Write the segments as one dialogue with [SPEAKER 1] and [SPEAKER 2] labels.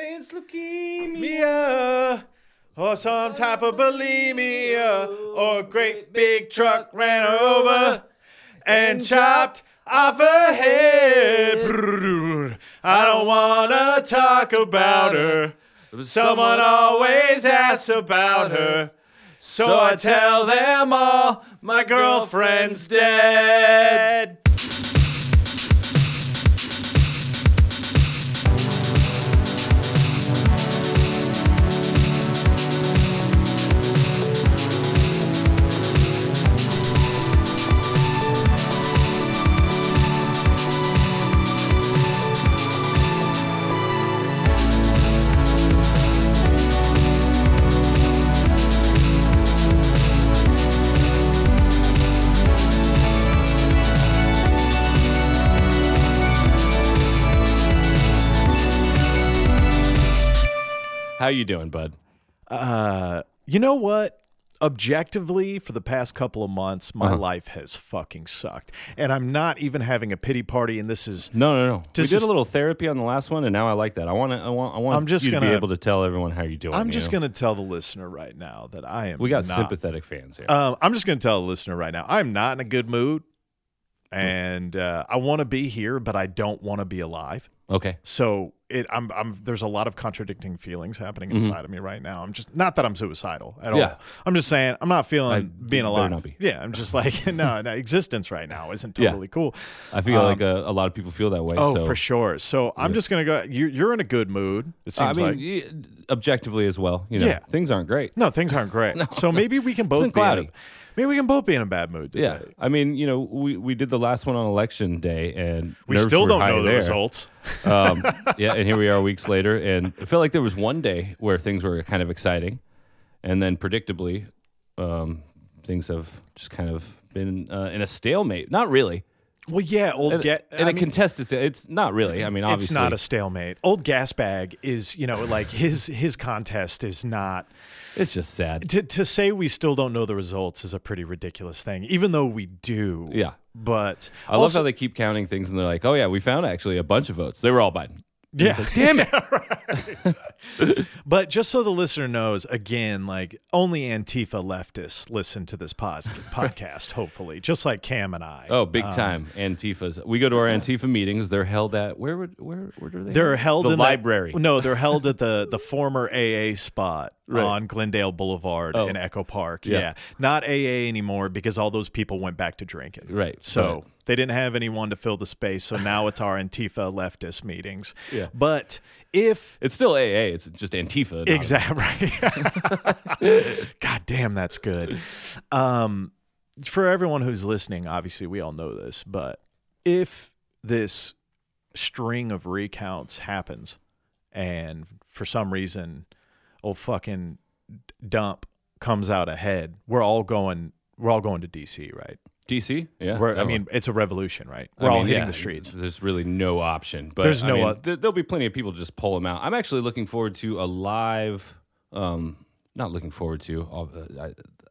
[SPEAKER 1] it's leukemia.
[SPEAKER 2] Mia, or some type of bulimia, or a great big truck ran her over and chopped off her head. I don't wanna talk about her. Someone always asks about her. So I tell them all my girlfriend's dead.
[SPEAKER 1] How you doing, bud?
[SPEAKER 2] Uh, you know what? Objectively, for the past couple of months, my
[SPEAKER 1] Uh-huh.
[SPEAKER 2] life has fucking sucked, and I'm not even having a pity party. And this is
[SPEAKER 1] No, no, no.
[SPEAKER 2] This
[SPEAKER 1] we did
[SPEAKER 2] is-
[SPEAKER 1] a little therapy on the last one, and now I like that. I want to. I want. I want
[SPEAKER 2] I'm just
[SPEAKER 1] you to be
[SPEAKER 2] gonna-
[SPEAKER 1] able to tell everyone how you're doing.
[SPEAKER 2] I'm
[SPEAKER 1] you
[SPEAKER 2] just
[SPEAKER 1] know?
[SPEAKER 2] going to tell the listener right now that I am.
[SPEAKER 1] We got
[SPEAKER 2] not-
[SPEAKER 1] sympathetic fans here.
[SPEAKER 2] Um, I'm just going to tell the listener right now I'm not in a good mood,
[SPEAKER 1] Hmm.
[SPEAKER 2] and uh, I want to be here, but I don't want to be alive.
[SPEAKER 1] okay.
[SPEAKER 2] So it, I'm, I'm. There's a lot of contradicting feelings happening inside of me right now. I'm just not that I'm suicidal at
[SPEAKER 1] Mm-hmm. Yeah.
[SPEAKER 2] all. I'm just saying I'm not feeling
[SPEAKER 1] I- better
[SPEAKER 2] being alive.
[SPEAKER 1] not be.
[SPEAKER 2] Yeah, I'm just like no, no, existence right now isn't
[SPEAKER 1] Yeah.
[SPEAKER 2] totally cool.
[SPEAKER 1] I feel like uh, a, a lot of people feel that way.
[SPEAKER 2] um, Oh,
[SPEAKER 1] so.
[SPEAKER 2] for sure. So I'm just gonna go. You're, you're in a good mood. It
[SPEAKER 1] I
[SPEAKER 2] seems
[SPEAKER 1] mean,
[SPEAKER 2] like.
[SPEAKER 1] y- objectively as well. You know,
[SPEAKER 2] Yeah.
[SPEAKER 1] things aren't great.
[SPEAKER 2] No, things aren't great. So maybe we can both
[SPEAKER 1] been
[SPEAKER 2] be in a-
[SPEAKER 1] cloudy.
[SPEAKER 2] maybe we can both be in a bad mood. Today.
[SPEAKER 1] Yeah, I mean, you know, we, we did the last one on election day, and
[SPEAKER 2] We
[SPEAKER 1] nerves
[SPEAKER 2] still
[SPEAKER 1] were
[SPEAKER 2] don't
[SPEAKER 1] high
[SPEAKER 2] know the
[SPEAKER 1] there.
[SPEAKER 2] results.
[SPEAKER 1] Um, yeah, and here we are weeks later, and I felt like there was one day where things were kind of exciting, and then predictably, um, things have just kind of been uh, in a stalemate. Not really,
[SPEAKER 2] Well, yeah, old
[SPEAKER 1] and,
[SPEAKER 2] get.
[SPEAKER 1] and a contested. sta- It's not really. I mean, obviously,
[SPEAKER 2] It's not a stalemate. Old Gasbag is, you know, like his his contest is not
[SPEAKER 1] It's just sad.
[SPEAKER 2] to to say we still don't know the results is a pretty ridiculous thing, even though we do.
[SPEAKER 1] Yeah.
[SPEAKER 2] But
[SPEAKER 1] I love how they keep counting things, and they're like, "Oh yeah, we found actually a bunch of votes. They were all Biden."
[SPEAKER 2] yeah.
[SPEAKER 1] Damn it!
[SPEAKER 2] oh, But just so the listener knows, again, like only Antifa leftists listen to this pos- podcast, hopefully, just like Cam and I.
[SPEAKER 1] Oh, big time Antifa's. We go to our Antifa meetings. They're held at where? Would where? Where are they?
[SPEAKER 2] They're held
[SPEAKER 1] the
[SPEAKER 2] in
[SPEAKER 1] library.
[SPEAKER 2] no, they're held at the the former AA spot
[SPEAKER 1] Right. Oh.
[SPEAKER 2] on Glendale Boulevard in Echo Park. Yeah. not AA anymore because all those people went back to drinking.
[SPEAKER 1] Right,
[SPEAKER 2] So they didn't have anyone to fill the space. So now it's our Antifa leftist meetings.
[SPEAKER 1] Yeah.
[SPEAKER 2] But if
[SPEAKER 1] It's still AA. It's just Antifa. not-
[SPEAKER 2] exactly right, God damn, that's good. Um, for everyone who's listening, obviously we all know this, but if this string of recounts happens and for some reason old fucking dump comes out ahead we're all going we're all going to dc right
[SPEAKER 1] DC. Yeah.
[SPEAKER 2] We're- i
[SPEAKER 1] that
[SPEAKER 2] mean
[SPEAKER 1] one.
[SPEAKER 2] it's a revolution right
[SPEAKER 1] Oh. I
[SPEAKER 2] we're all
[SPEAKER 1] mean,
[SPEAKER 2] hitting
[SPEAKER 1] yeah,
[SPEAKER 2] the streets
[SPEAKER 1] There's really no option. But
[SPEAKER 2] There's
[SPEAKER 1] I
[SPEAKER 2] no
[SPEAKER 1] mean,
[SPEAKER 2] oth-
[SPEAKER 1] there, there'll be plenty of people to just pull them out. I'm actually looking forward to a live. Um, not looking forward to. uh,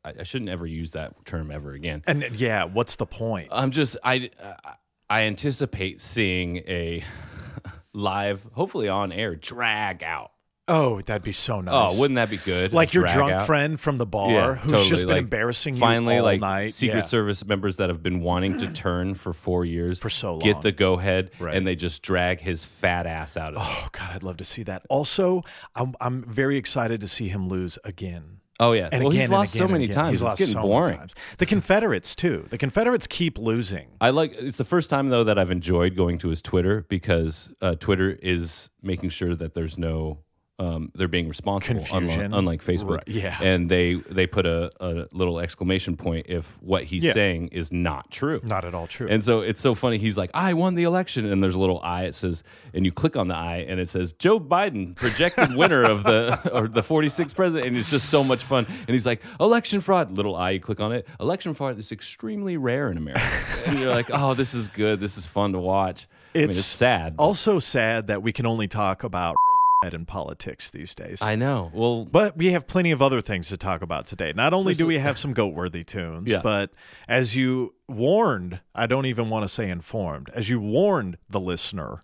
[SPEAKER 1] I, I I shouldn't ever use that term ever again.
[SPEAKER 2] and yeah what's the point
[SPEAKER 1] I'm just I I- I anticipate seeing a live, hopefully on air, drag out.
[SPEAKER 2] oh that'd be so nice
[SPEAKER 1] Oh, wouldn't that be good?
[SPEAKER 2] like your
[SPEAKER 1] Drag
[SPEAKER 2] drunk
[SPEAKER 1] out.
[SPEAKER 2] friend from the bar
[SPEAKER 1] Yeah,
[SPEAKER 2] who's
[SPEAKER 1] totally.
[SPEAKER 2] just been
[SPEAKER 1] Like,
[SPEAKER 2] embarrassing you
[SPEAKER 1] Finally,
[SPEAKER 2] all
[SPEAKER 1] like
[SPEAKER 2] night
[SPEAKER 1] Secret
[SPEAKER 2] Yeah.
[SPEAKER 1] Service members that have been wanting to turn for four years for
[SPEAKER 2] so long.
[SPEAKER 1] get the go ahead,
[SPEAKER 2] Right.
[SPEAKER 1] and they just drag his fat ass out of. it.
[SPEAKER 2] oh god i'd love to see that also i'm, I'm very excited to see him lose again
[SPEAKER 1] Oh yeah,
[SPEAKER 2] and
[SPEAKER 1] well
[SPEAKER 2] again
[SPEAKER 1] he's
[SPEAKER 2] and
[SPEAKER 1] lost
[SPEAKER 2] again
[SPEAKER 1] so
[SPEAKER 2] and
[SPEAKER 1] many
[SPEAKER 2] again.
[SPEAKER 1] times.
[SPEAKER 2] He's
[SPEAKER 1] it's
[SPEAKER 2] lost
[SPEAKER 1] getting
[SPEAKER 2] so many
[SPEAKER 1] boring.
[SPEAKER 2] times. The Confederates too. The Confederates keep losing.
[SPEAKER 1] I like it's the first time though that I've enjoyed going to his Twitter because uh, Twitter is making sure that there's no um, they're being responsible, unlo-
[SPEAKER 2] Confusion.
[SPEAKER 1] unlike Facebook.
[SPEAKER 2] Right, yeah.
[SPEAKER 1] and they they put a, a little exclamation point if what he's
[SPEAKER 2] Yeah.
[SPEAKER 1] saying is not true.
[SPEAKER 2] Not at all true.
[SPEAKER 1] And so it's so funny. He's like, I won the election. And there's a little eye. It says, and you click on the eye and it says, Joe Biden, projected winner of the or the 46th president. And it's just so much fun. And he's like, election fraud. Little eye, you click on it. Election fraud is extremely rare in America. and you're like, oh, this is good. This is fun to watch. I mean,
[SPEAKER 2] It's
[SPEAKER 1] it's sad. but-
[SPEAKER 2] also sad that we can only talk about and politics these days.
[SPEAKER 1] I know. Well,
[SPEAKER 2] but we have plenty of other things to talk about today. Not only do we have some goat worthy tunes,
[SPEAKER 1] Yeah.
[SPEAKER 2] but as you warned, I don't
[SPEAKER 1] Mm-hmm.
[SPEAKER 2] even want to say informed, as you warned the listener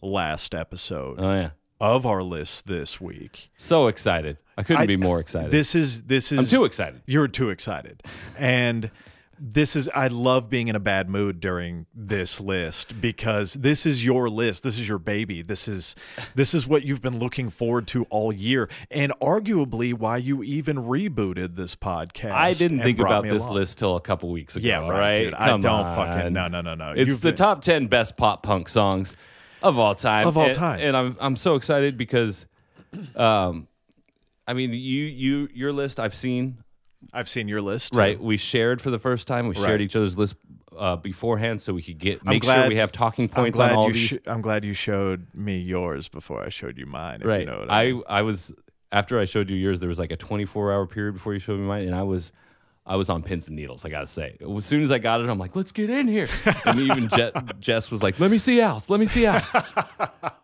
[SPEAKER 2] last episode,
[SPEAKER 1] oh, yeah.
[SPEAKER 2] of our list this week.
[SPEAKER 1] So excited. I couldn't
[SPEAKER 2] I-
[SPEAKER 1] be more excited.
[SPEAKER 2] This is this is
[SPEAKER 1] I'm too excited.
[SPEAKER 2] You're too excited. And this is I love being in a bad mood during this list because this is your list. This is your baby. This is this is what you've been looking forward to all year and arguably why you even rebooted this podcast.
[SPEAKER 1] I didn't
[SPEAKER 2] and
[SPEAKER 1] think
[SPEAKER 2] brought
[SPEAKER 1] about
[SPEAKER 2] me
[SPEAKER 1] this
[SPEAKER 2] along.
[SPEAKER 1] list till a couple weeks ago.
[SPEAKER 2] Yeah,
[SPEAKER 1] all
[SPEAKER 2] right,
[SPEAKER 1] right?
[SPEAKER 2] dude. I
[SPEAKER 1] Come
[SPEAKER 2] don't fucking-
[SPEAKER 1] on.
[SPEAKER 2] no, no, no, no.
[SPEAKER 1] It's
[SPEAKER 2] You've
[SPEAKER 1] the
[SPEAKER 2] been-
[SPEAKER 1] top ten best pop punk songs of all time.
[SPEAKER 2] Of all
[SPEAKER 1] And-
[SPEAKER 2] time.
[SPEAKER 1] and I'm I'm so excited because, um, I mean, you you your list I've seen
[SPEAKER 2] I've seen your list. too.
[SPEAKER 1] Right. We shared for the first time. We
[SPEAKER 2] Right.
[SPEAKER 1] shared each other's list uh, beforehand so we could get make
[SPEAKER 2] glad-
[SPEAKER 1] sure we have talking
[SPEAKER 2] I'm
[SPEAKER 1] points
[SPEAKER 2] glad,
[SPEAKER 1] on all
[SPEAKER 2] you
[SPEAKER 1] these.
[SPEAKER 2] sh- I'm glad you showed me yours before I showed you mine. If
[SPEAKER 1] right.
[SPEAKER 2] You know what I,
[SPEAKER 1] I, I was after I showed you yours, there was like a 24 hour period before you showed me mine, and I was I was on pins and needles. I gotta say, as soon as I got it, I'm like, let's get in here. And even Je- Jess was like, let me see Al's, let me see Al's.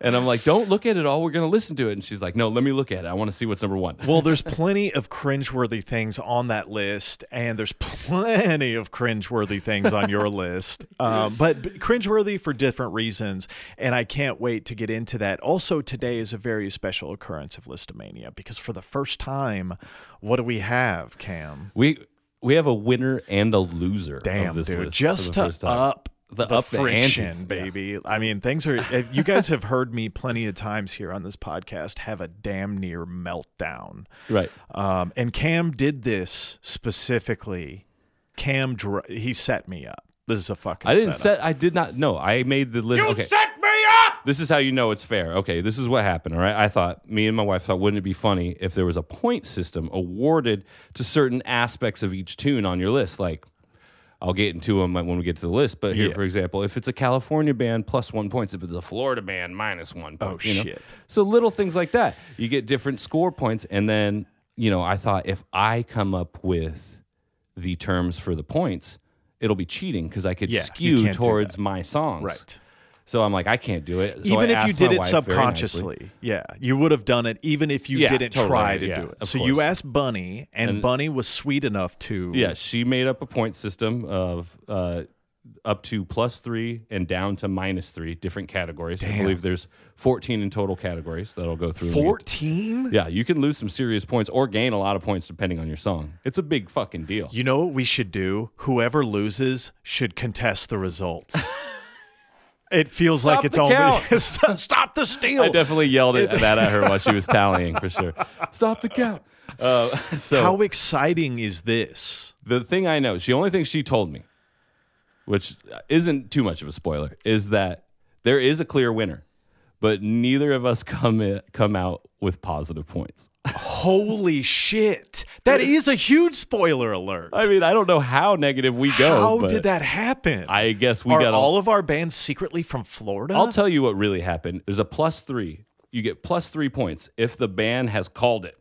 [SPEAKER 1] and I'm like, don't look at it all. We're gonna listen to it. And she's like, no, let me look at it. I want to see what's number one.
[SPEAKER 2] Well, there's plenty of cringeworthy things on that list, and there's plenty of cringeworthy things on your list, um, but, but cringeworthy for different reasons. And I can't wait to get into that. Also, today is a very special occurrence of Listomania because for the first time, what do we have, Cam?
[SPEAKER 1] We we have a winner and a loser.
[SPEAKER 2] Damn,
[SPEAKER 1] of this
[SPEAKER 2] dude,
[SPEAKER 1] list for
[SPEAKER 2] just
[SPEAKER 1] the
[SPEAKER 2] to
[SPEAKER 1] first time.
[SPEAKER 2] up the,
[SPEAKER 1] The up the ante.
[SPEAKER 2] friction, baby. I mean, things are. if you guys have heard me plenty of times here on this podcast have a damn near meltdown.
[SPEAKER 1] right.
[SPEAKER 2] Um, and Cam did this specifically. Cam, dr- he set me up. This is a fucking.
[SPEAKER 1] I didn't
[SPEAKER 2] setup.
[SPEAKER 1] set. I did not. No, I made the list. okay.
[SPEAKER 2] set me up.
[SPEAKER 1] this is how you know it's fair. Okay, this is what happened. All right, I thought me and my wife thought wouldn't it be funny if there was a point system awarded to certain aspects of each tune on your list? Like, I'll get into them when we get to the list. But here,
[SPEAKER 2] Yeah.
[SPEAKER 1] for example, if it's a California band, plus one points. If it's a Florida band, minus one. Point,
[SPEAKER 2] Oh,
[SPEAKER 1] you know?
[SPEAKER 2] shit.
[SPEAKER 1] So little things like that. You get different score points, and then you know, I thought if I come up with the terms for the points. It'll be cheating because I could
[SPEAKER 2] Yeah, you
[SPEAKER 1] skew
[SPEAKER 2] can't do
[SPEAKER 1] towards my songs.
[SPEAKER 2] Right.
[SPEAKER 1] So I'm like, I can't do it. So
[SPEAKER 2] even
[SPEAKER 1] I
[SPEAKER 2] if you
[SPEAKER 1] asked
[SPEAKER 2] did
[SPEAKER 1] my
[SPEAKER 2] it
[SPEAKER 1] wife very nicely.
[SPEAKER 2] subconsciously, yeah, you would have done it. Even if you
[SPEAKER 1] Yeah,
[SPEAKER 2] didn't
[SPEAKER 1] totally,
[SPEAKER 2] try to
[SPEAKER 1] yeah,
[SPEAKER 2] do it.
[SPEAKER 1] of
[SPEAKER 2] So
[SPEAKER 1] course.
[SPEAKER 2] you asked Bunny, and, Bunny was sweet enough to.
[SPEAKER 1] Yeah, she made up a point system of uh, up to plus three and down to minus three different categories. I believe there's 14 in total categories that'll go through. when we get-
[SPEAKER 2] Fourteen.
[SPEAKER 1] Yeah, you can lose some serious points or gain a lot of points depending on your song. It's a big fucking deal.
[SPEAKER 2] You know what we should do? Whoever loses should contest the results. it feels like
[SPEAKER 1] Stop
[SPEAKER 2] it's
[SPEAKER 1] the
[SPEAKER 2] only
[SPEAKER 1] count.
[SPEAKER 2] stop, stop the steal.
[SPEAKER 1] I definitely yelled at that at her while she was tallying for sure. Stop the count. Uh, so
[SPEAKER 2] How exciting is this?
[SPEAKER 1] the thing I know, the only thing she told me, which isn't too much of a spoiler, is that there is a clear winner, but neither of us come in, come out with positive points.
[SPEAKER 2] Holy shit. That is a huge spoiler alert.
[SPEAKER 1] I mean, I don't know how negative we go.
[SPEAKER 2] How
[SPEAKER 1] but
[SPEAKER 2] did that happen?
[SPEAKER 1] I guess we
[SPEAKER 2] Are
[SPEAKER 1] got
[SPEAKER 2] all of our bands secretly from Florida?
[SPEAKER 1] I'll tell you what really happened. There's a plus three. You get plus three points if the band has called it,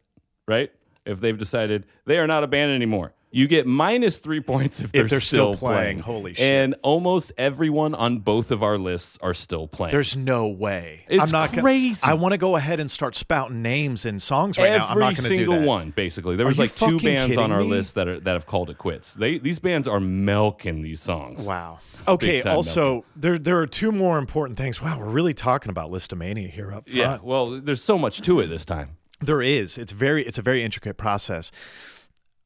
[SPEAKER 1] right? If they've decided they are not a band anymore. You get minus three points if they're,
[SPEAKER 2] they're still playing. Holy shit.
[SPEAKER 1] And almost everyone on both of our lists are still playing.
[SPEAKER 2] There's no way.
[SPEAKER 1] It's
[SPEAKER 2] I'm not gonna-
[SPEAKER 1] crazy.
[SPEAKER 2] I want to go ahead and start spouting names and songs right
[SPEAKER 1] every
[SPEAKER 2] now. I'm not going to do
[SPEAKER 1] single
[SPEAKER 2] that.
[SPEAKER 1] one, basically. There was
[SPEAKER 2] you
[SPEAKER 1] like two
[SPEAKER 2] fucking
[SPEAKER 1] bands
[SPEAKER 2] kidding
[SPEAKER 1] on our
[SPEAKER 2] me?
[SPEAKER 1] list that are that have called it quits. They these bands are milking these songs.
[SPEAKER 2] Wow. Okay.
[SPEAKER 1] time
[SPEAKER 2] Also, there there are two more important things. Wow, we're really talking about Listomania here up front.
[SPEAKER 1] Yeah. Well, there's so much to it this time.
[SPEAKER 2] There is. It's very it's a very intricate process.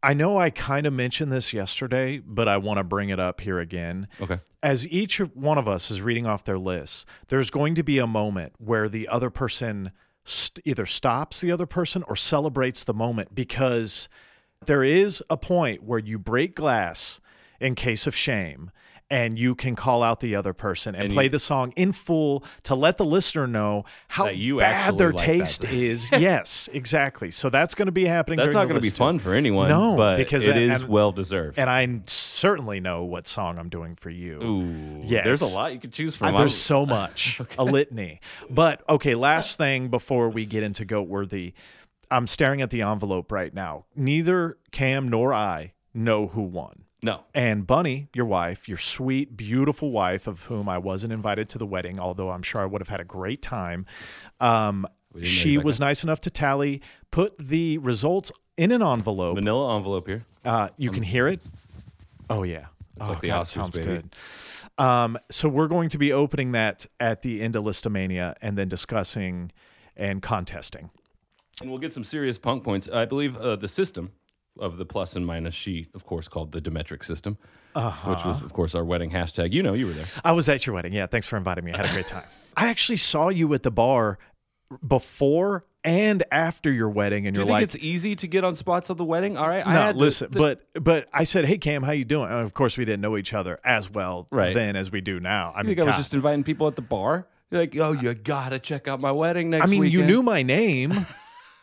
[SPEAKER 2] I know I kind of mentioned this yesterday, but I want to bring it up here again.
[SPEAKER 1] Okay.
[SPEAKER 2] As each one of us is reading off their lists, there's going to be a moment where the other person st- either stops the other person or celebrates the moment because there is a point where you break glass in case of shame and you can call out the other person and, play the song in full to let the listener know how
[SPEAKER 1] That you
[SPEAKER 2] bad
[SPEAKER 1] actually
[SPEAKER 2] their
[SPEAKER 1] like that
[SPEAKER 2] taste is. yes, exactly. So that's going to be happening.
[SPEAKER 1] That's
[SPEAKER 2] during
[SPEAKER 1] not
[SPEAKER 2] the
[SPEAKER 1] going to be
[SPEAKER 2] list too.
[SPEAKER 1] fun for anyone.
[SPEAKER 2] No,
[SPEAKER 1] but
[SPEAKER 2] because
[SPEAKER 1] it
[SPEAKER 2] I-
[SPEAKER 1] is
[SPEAKER 2] I'm-
[SPEAKER 1] well deserved.
[SPEAKER 2] And I certainly know what song I'm doing for you.
[SPEAKER 1] Ooh,
[SPEAKER 2] Yes.
[SPEAKER 1] there's a lot you could choose
[SPEAKER 2] Uh,
[SPEAKER 1] from.
[SPEAKER 2] There's so much, a litany. But okay, last thing before we get into Goat Worthy, I'm staring at the envelope right now. Neither Cam nor I know who won.
[SPEAKER 1] no,
[SPEAKER 2] And Bunny, your wife, your sweet, beautiful wife, of whom I wasn't invited to the wedding, although I'm sure I would have had a great time. Um,
[SPEAKER 1] didn't know
[SPEAKER 2] she
[SPEAKER 1] you back
[SPEAKER 2] was nice enough to tally, put the results in an envelope.
[SPEAKER 1] vanilla envelope here.
[SPEAKER 2] Uh, you can hear it. Oh yeah. oh,
[SPEAKER 1] Um, like the
[SPEAKER 2] God,
[SPEAKER 1] Oscars,
[SPEAKER 2] sounds
[SPEAKER 1] baby.
[SPEAKER 2] good. Um, so we're going to be opening that at the end of Listomania and then discussing and contesting.
[SPEAKER 1] And we'll get some serious punk points. I believe uh, the system of the plus and minus she, of course, called the Demetric system,
[SPEAKER 2] Uh-huh.
[SPEAKER 1] which was, of course, our wedding hashtag. You know, you were there.
[SPEAKER 2] I was at your wedding. Yeah, thanks for inviting me. I had a great time. I actually saw you at the bar before and after your wedding, and
[SPEAKER 1] You
[SPEAKER 2] you're
[SPEAKER 1] think
[SPEAKER 2] like,
[SPEAKER 1] it's easy to get on spots at the wedding? All right. I
[SPEAKER 2] no,
[SPEAKER 1] had to-
[SPEAKER 2] listen, but but I said, hey Cam, how you doing? And of course, we didn't know each other as well
[SPEAKER 1] Right.
[SPEAKER 2] then as we do now. I
[SPEAKER 1] I
[SPEAKER 2] mean,
[SPEAKER 1] think I was
[SPEAKER 2] God.
[SPEAKER 1] just inviting people at the bar. You're like, oh, you gotta check out my wedding next
[SPEAKER 2] I mean, you
[SPEAKER 1] weekend."
[SPEAKER 2] knew my name.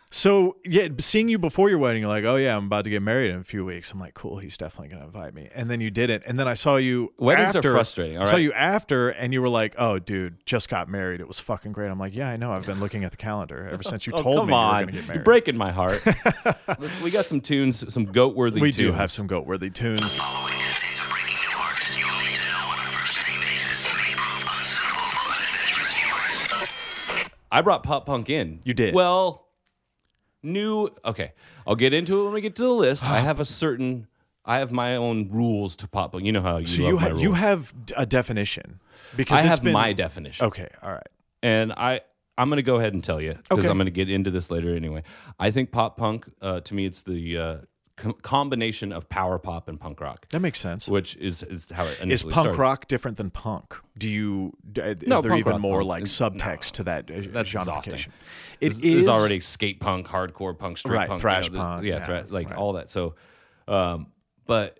[SPEAKER 2] So yeah, seeing you before your wedding, you're like, oh yeah, I'm about to get married in a few weeks. I'm like, cool, he's definitely gonna invite me. And then you didn't. And then I saw you.
[SPEAKER 1] Weddings are
[SPEAKER 2] after,
[SPEAKER 1] frustrating, all
[SPEAKER 2] I saw
[SPEAKER 1] right.
[SPEAKER 2] you after, and you were like, oh dude, just got married. It was fucking great. I'm like, yeah, I know. I've been looking at the calendar ever since you
[SPEAKER 1] Oh,
[SPEAKER 2] told
[SPEAKER 1] come
[SPEAKER 2] me you were
[SPEAKER 1] on.
[SPEAKER 2] gonna get
[SPEAKER 1] You're
[SPEAKER 2] married.
[SPEAKER 1] breaking my heart. we got some tunes, some goat worthy
[SPEAKER 2] we
[SPEAKER 1] tunes.
[SPEAKER 2] do have some goat worthy tunes.
[SPEAKER 1] I brought pop punk in.
[SPEAKER 2] You did.
[SPEAKER 1] Well, new. Okay, I'll get into it when we get to the list. I have a certain. I have my own rules to pop punk. You know how you
[SPEAKER 2] So
[SPEAKER 1] love
[SPEAKER 2] you
[SPEAKER 1] my
[SPEAKER 2] ha-
[SPEAKER 1] rules.
[SPEAKER 2] you have d- a definition because
[SPEAKER 1] I
[SPEAKER 2] it's
[SPEAKER 1] have
[SPEAKER 2] been- Oh.
[SPEAKER 1] my definition,
[SPEAKER 2] Okay, all right.
[SPEAKER 1] and I. I'm going to go ahead and tell you because
[SPEAKER 2] Okay.
[SPEAKER 1] I'm going to get into this later anyway. I think pop punk, uh, to me, it's the uh, com- combination of power pop and punk rock,
[SPEAKER 2] That makes sense.
[SPEAKER 1] which is, is how it
[SPEAKER 2] Is
[SPEAKER 1] initially
[SPEAKER 2] punk
[SPEAKER 1] started.
[SPEAKER 2] rock different than punk? Do you? d- Is
[SPEAKER 1] No,
[SPEAKER 2] there
[SPEAKER 1] punk
[SPEAKER 2] even
[SPEAKER 1] rock
[SPEAKER 2] more
[SPEAKER 1] punk
[SPEAKER 2] like
[SPEAKER 1] is-
[SPEAKER 2] subtext to that? uh,
[SPEAKER 1] That's
[SPEAKER 2] genreification?
[SPEAKER 1] exhausting.
[SPEAKER 2] It
[SPEAKER 1] It's
[SPEAKER 2] is-
[SPEAKER 1] already skate punk, hardcore punk, street
[SPEAKER 2] Right,
[SPEAKER 1] punk,
[SPEAKER 2] thrash
[SPEAKER 1] you know, the-
[SPEAKER 2] punk,
[SPEAKER 1] yeah,
[SPEAKER 2] yeah,
[SPEAKER 1] thra- like
[SPEAKER 2] right.
[SPEAKER 1] all that. So, um, but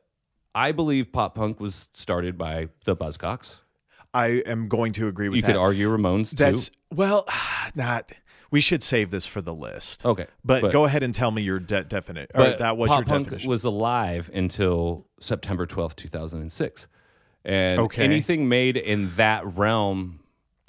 [SPEAKER 1] I believe pop punk was started by the Buzzcocks.
[SPEAKER 2] I am going to agree with
[SPEAKER 1] You
[SPEAKER 2] that.
[SPEAKER 1] could argue Ramones too.
[SPEAKER 2] That's well, not. We should save this for the list.
[SPEAKER 1] okay,
[SPEAKER 2] But, go ahead and tell me your de- definite. Or
[SPEAKER 1] but
[SPEAKER 2] that was
[SPEAKER 1] pop
[SPEAKER 2] your
[SPEAKER 1] punk
[SPEAKER 2] definition.
[SPEAKER 1] was alive until September twelfth, two thousand and six, and
[SPEAKER 2] Okay.
[SPEAKER 1] anything made in that realm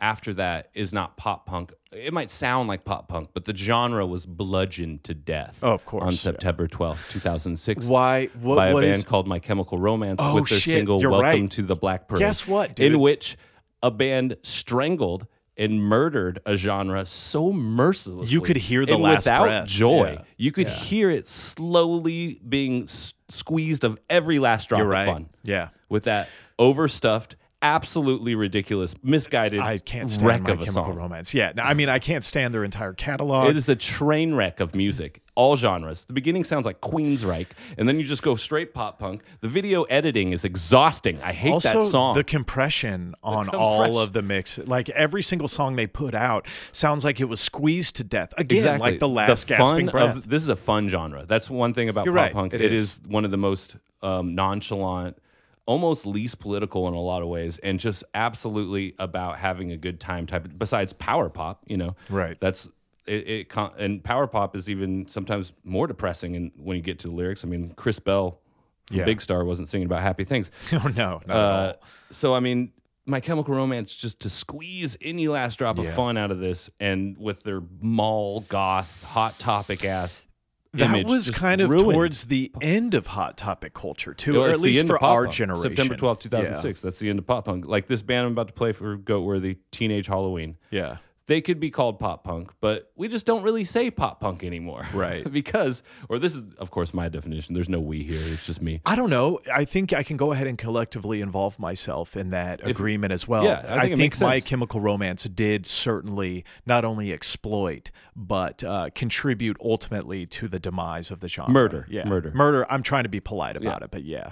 [SPEAKER 1] after that is not pop punk. It might sound like pop punk, but the genre was bludgeoned to death.
[SPEAKER 2] Oh, of course,
[SPEAKER 1] on
[SPEAKER 2] yeah.
[SPEAKER 1] September twelfth, two thousand six.
[SPEAKER 2] Why? What,
[SPEAKER 1] by a
[SPEAKER 2] what
[SPEAKER 1] band
[SPEAKER 2] is-
[SPEAKER 1] called My Chemical Romance
[SPEAKER 2] Oh,
[SPEAKER 1] with their
[SPEAKER 2] shit,
[SPEAKER 1] single
[SPEAKER 2] you're
[SPEAKER 1] Welcome
[SPEAKER 2] right.
[SPEAKER 1] to the Black Parade.
[SPEAKER 2] Guess what, dude?
[SPEAKER 1] In which a band strangled and murdered a genre so mercilessly.
[SPEAKER 2] You could hear the
[SPEAKER 1] and
[SPEAKER 2] last
[SPEAKER 1] without
[SPEAKER 2] breath.
[SPEAKER 1] joy.
[SPEAKER 2] Yeah.
[SPEAKER 1] You could hear it slowly being s- squeezed of every last drop
[SPEAKER 2] You're right.
[SPEAKER 1] of fun
[SPEAKER 2] Yeah.
[SPEAKER 1] with that overstuffed, absolutely ridiculous, misguided
[SPEAKER 2] I can't stand
[SPEAKER 1] wreck
[SPEAKER 2] my
[SPEAKER 1] of a
[SPEAKER 2] Chemical
[SPEAKER 1] song.
[SPEAKER 2] Romance. Yeah, no, I mean I can't stand their entire catalog.
[SPEAKER 1] It is a train wreck of music, all genres. The beginning sounds like Queensryche, and then you just go straight pop punk. The video editing is exhausting. I hate
[SPEAKER 2] also,
[SPEAKER 1] that song.
[SPEAKER 2] the compression on all
[SPEAKER 1] compression.
[SPEAKER 2] of the mix, like every single song they put out, sounds like it was squeezed to death. Again, like the last gasping
[SPEAKER 1] fun
[SPEAKER 2] breath.
[SPEAKER 1] Of, this is a fun genre. That's one thing about
[SPEAKER 2] You're
[SPEAKER 1] pop
[SPEAKER 2] right.
[SPEAKER 1] punk.
[SPEAKER 2] It
[SPEAKER 1] it
[SPEAKER 2] is.
[SPEAKER 1] is. one of the most um, nonchalant, almost least political in a lot of ways, and just absolutely about having a good time type. Besides power pop, you know,
[SPEAKER 2] Right.
[SPEAKER 1] That's it. it con- and power pop is even sometimes more depressing. And when you get to the lyrics, I mean, Chris Bell. From
[SPEAKER 2] Yeah.
[SPEAKER 1] Big Star wasn't singing about happy things.
[SPEAKER 2] oh no, not at all.
[SPEAKER 1] Uh, so I mean, My Chemical Romance just to squeeze any last drop of fun out of this, and with their mall goth hot topic ass.
[SPEAKER 2] that
[SPEAKER 1] image
[SPEAKER 2] was
[SPEAKER 1] just
[SPEAKER 2] kind of
[SPEAKER 1] ruined.
[SPEAKER 2] towards the end of hot topic culture too,
[SPEAKER 1] Well,
[SPEAKER 2] or
[SPEAKER 1] it's
[SPEAKER 2] at
[SPEAKER 1] the
[SPEAKER 2] least
[SPEAKER 1] end of
[SPEAKER 2] for
[SPEAKER 1] pop
[SPEAKER 2] our
[SPEAKER 1] punk.
[SPEAKER 2] generation.
[SPEAKER 1] September twelfth, two thousand
[SPEAKER 2] Yeah.
[SPEAKER 1] six. That's the end of pop punk. Like this band I'm about to play for Goatworthy, Teenage Halloween.
[SPEAKER 2] Yeah.
[SPEAKER 1] They could be called pop punk, but we just don't really say pop punk anymore.
[SPEAKER 2] Right.
[SPEAKER 1] because, or this is, of course, my definition. There's no we here. It's just me.
[SPEAKER 2] I don't know. I think I can go ahead and collectively involve myself in that agreement as well.
[SPEAKER 1] yeah, I think it makes
[SPEAKER 2] My
[SPEAKER 1] sense.
[SPEAKER 2] Chemical Romance did certainly not only exploit but uh, contribute ultimately to the demise of the genre.
[SPEAKER 1] Murder.
[SPEAKER 2] yeah,
[SPEAKER 1] Murder.
[SPEAKER 2] murder. I'm trying to be polite about it, but yeah,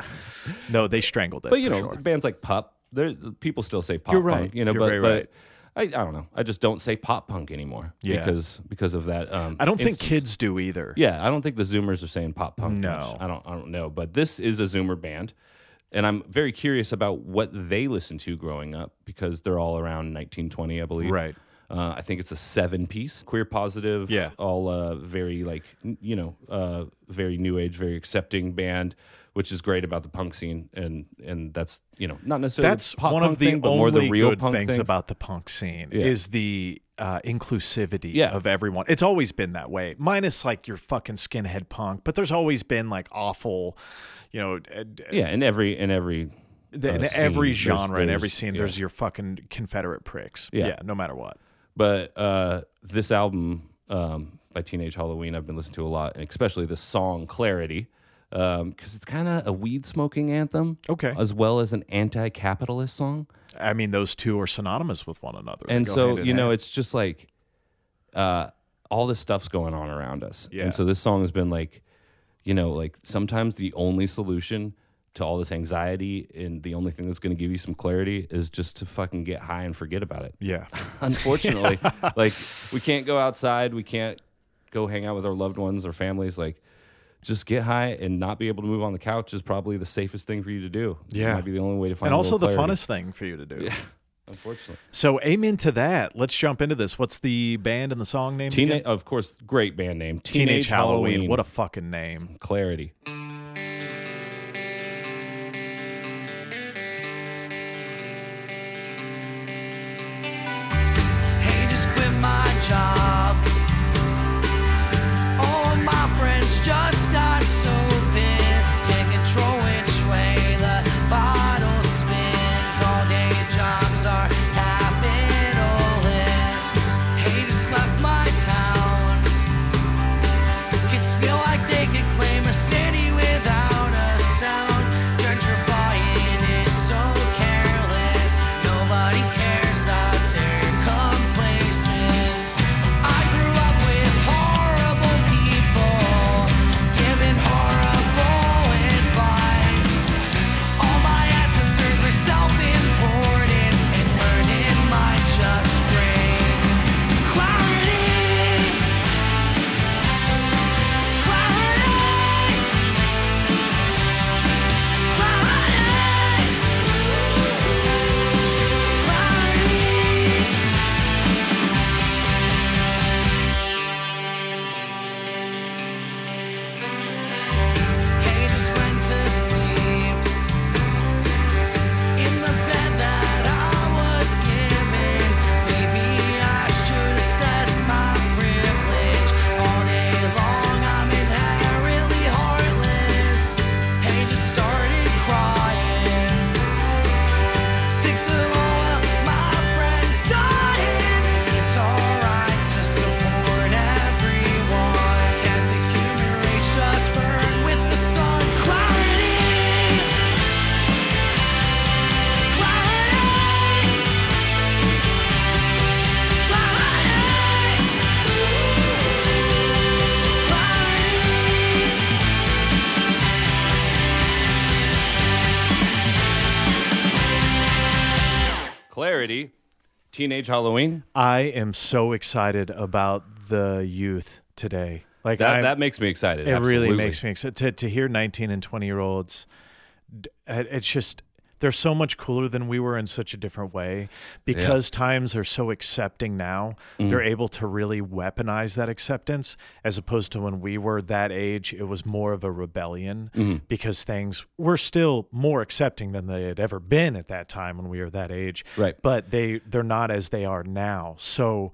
[SPEAKER 2] no, they strangled it.
[SPEAKER 1] But you
[SPEAKER 2] for
[SPEAKER 1] know,
[SPEAKER 2] sure.
[SPEAKER 1] bands like Pup, there people still say pop
[SPEAKER 2] You're right.
[SPEAKER 1] punk. You know,
[SPEAKER 2] You're
[SPEAKER 1] but
[SPEAKER 2] very
[SPEAKER 1] but
[SPEAKER 2] right.
[SPEAKER 1] I, I don't know. I just don't say pop punk anymore.
[SPEAKER 2] Yeah.
[SPEAKER 1] Because because of that. Um,
[SPEAKER 2] I don't think
[SPEAKER 1] instance.
[SPEAKER 2] kids do either.
[SPEAKER 1] Yeah, I don't think the Zoomers are saying pop punk.
[SPEAKER 2] No.
[SPEAKER 1] much. I don't. I don't know. But this is a Zoomer band, and I'm very curious about what they listened to growing up because they're all around 1920, I believe.
[SPEAKER 2] Right.
[SPEAKER 1] Uh, I think it's a seven piece, queer positive,
[SPEAKER 2] Yeah.
[SPEAKER 1] all uh, very like n- you know, uh, very new age, very accepting band, which is great about the punk scene, and and that's you know not necessarily
[SPEAKER 2] That's
[SPEAKER 1] the pop
[SPEAKER 2] one
[SPEAKER 1] punk
[SPEAKER 2] of the
[SPEAKER 1] thing, but
[SPEAKER 2] only
[SPEAKER 1] more the real
[SPEAKER 2] good
[SPEAKER 1] punk
[SPEAKER 2] things,
[SPEAKER 1] things.
[SPEAKER 2] about the punk scene
[SPEAKER 1] Yeah.
[SPEAKER 2] is the uh, inclusivity
[SPEAKER 1] Yeah.
[SPEAKER 2] of everyone. It's always been that way, minus like your fucking skinhead punk. But there's always been like awful, you know, uh,
[SPEAKER 1] yeah, in every in every
[SPEAKER 2] th- in
[SPEAKER 1] uh,
[SPEAKER 2] every
[SPEAKER 1] scene, there's-
[SPEAKER 2] genre in every
[SPEAKER 1] there's-
[SPEAKER 2] scene.
[SPEAKER 1] yeah.
[SPEAKER 2] There's your fucking Confederate pricks.
[SPEAKER 1] Yeah.
[SPEAKER 2] no matter what.
[SPEAKER 1] But uh, this album um, by Teenage Halloween, I've been listening to a lot, and especially this song "Clarity," because it's kind of a weed smoking anthem,
[SPEAKER 2] Okay.
[SPEAKER 1] as well as an anti-capitalist song.
[SPEAKER 2] I mean, those two are synonymous with one another. They
[SPEAKER 1] and
[SPEAKER 2] go
[SPEAKER 1] so
[SPEAKER 2] hand in
[SPEAKER 1] you know
[SPEAKER 2] hand.
[SPEAKER 1] it's just like uh, all this stuff's going on around us.
[SPEAKER 2] Yeah.
[SPEAKER 1] And so this song has been like, you know, like sometimes the only solution to all this anxiety and the only thing that's going to give you some clarity is just to fucking get high and forget about it.
[SPEAKER 2] Yeah.
[SPEAKER 1] Unfortunately, like we can't go outside, we can't go hang out with our loved ones or families. Like, just get high and not be able to move on the couch is probably the safest thing for you to do.
[SPEAKER 2] Yeah.
[SPEAKER 1] it might be the only way to find
[SPEAKER 2] And
[SPEAKER 1] a
[SPEAKER 2] also the
[SPEAKER 1] little clarity.
[SPEAKER 2] funnest thing for you to do.
[SPEAKER 1] Unfortunately,
[SPEAKER 2] So amen to that. Let's jump into this. What's the band and the song name? again?
[SPEAKER 1] teenage, of course, great band name, Teenage,
[SPEAKER 2] Teenage
[SPEAKER 1] Halloween.
[SPEAKER 2] What a fucking name.
[SPEAKER 1] clarity.
[SPEAKER 3] Hey, just quit my job. All my friends just got so pissed. Can't control which way the bottle spins. All day jobs are capitalist. Hey, just left my town. Kids feel like they could claim a city without a sound. Gentrifying is so careless. Nobody cares that they're complacent. I grew up with horrible people, giving horrible advice. All my ancestors are self-important and learning might just bring clarity. Clarity! Clarity! Clarity! Haters went to sleep in the bed that I was given. Maybe I should assess my privilege. All day long I'm inherently heartless. Haters started crying. Sick of all my friends dying. It's alright to support everyone. Can't the human race just burn with the sun? Clarity.
[SPEAKER 1] Clarity, Teenage Halloween.
[SPEAKER 2] I am so excited about the youth today. Like
[SPEAKER 1] That
[SPEAKER 2] I'm-
[SPEAKER 1] that makes me excited.
[SPEAKER 2] it really
[SPEAKER 1] absolutely.
[SPEAKER 2] makes me excited to, to hear 19 and 20 year olds. d- it- It's just they're so much cooler than we were in such a different way because times are so accepting now. They're able to really weaponize that acceptance as opposed to when we were that age. It was more of a rebellion because things were still more accepting than they had ever been at that time when we were that age.
[SPEAKER 1] Right.
[SPEAKER 2] But they they're not as they are now. So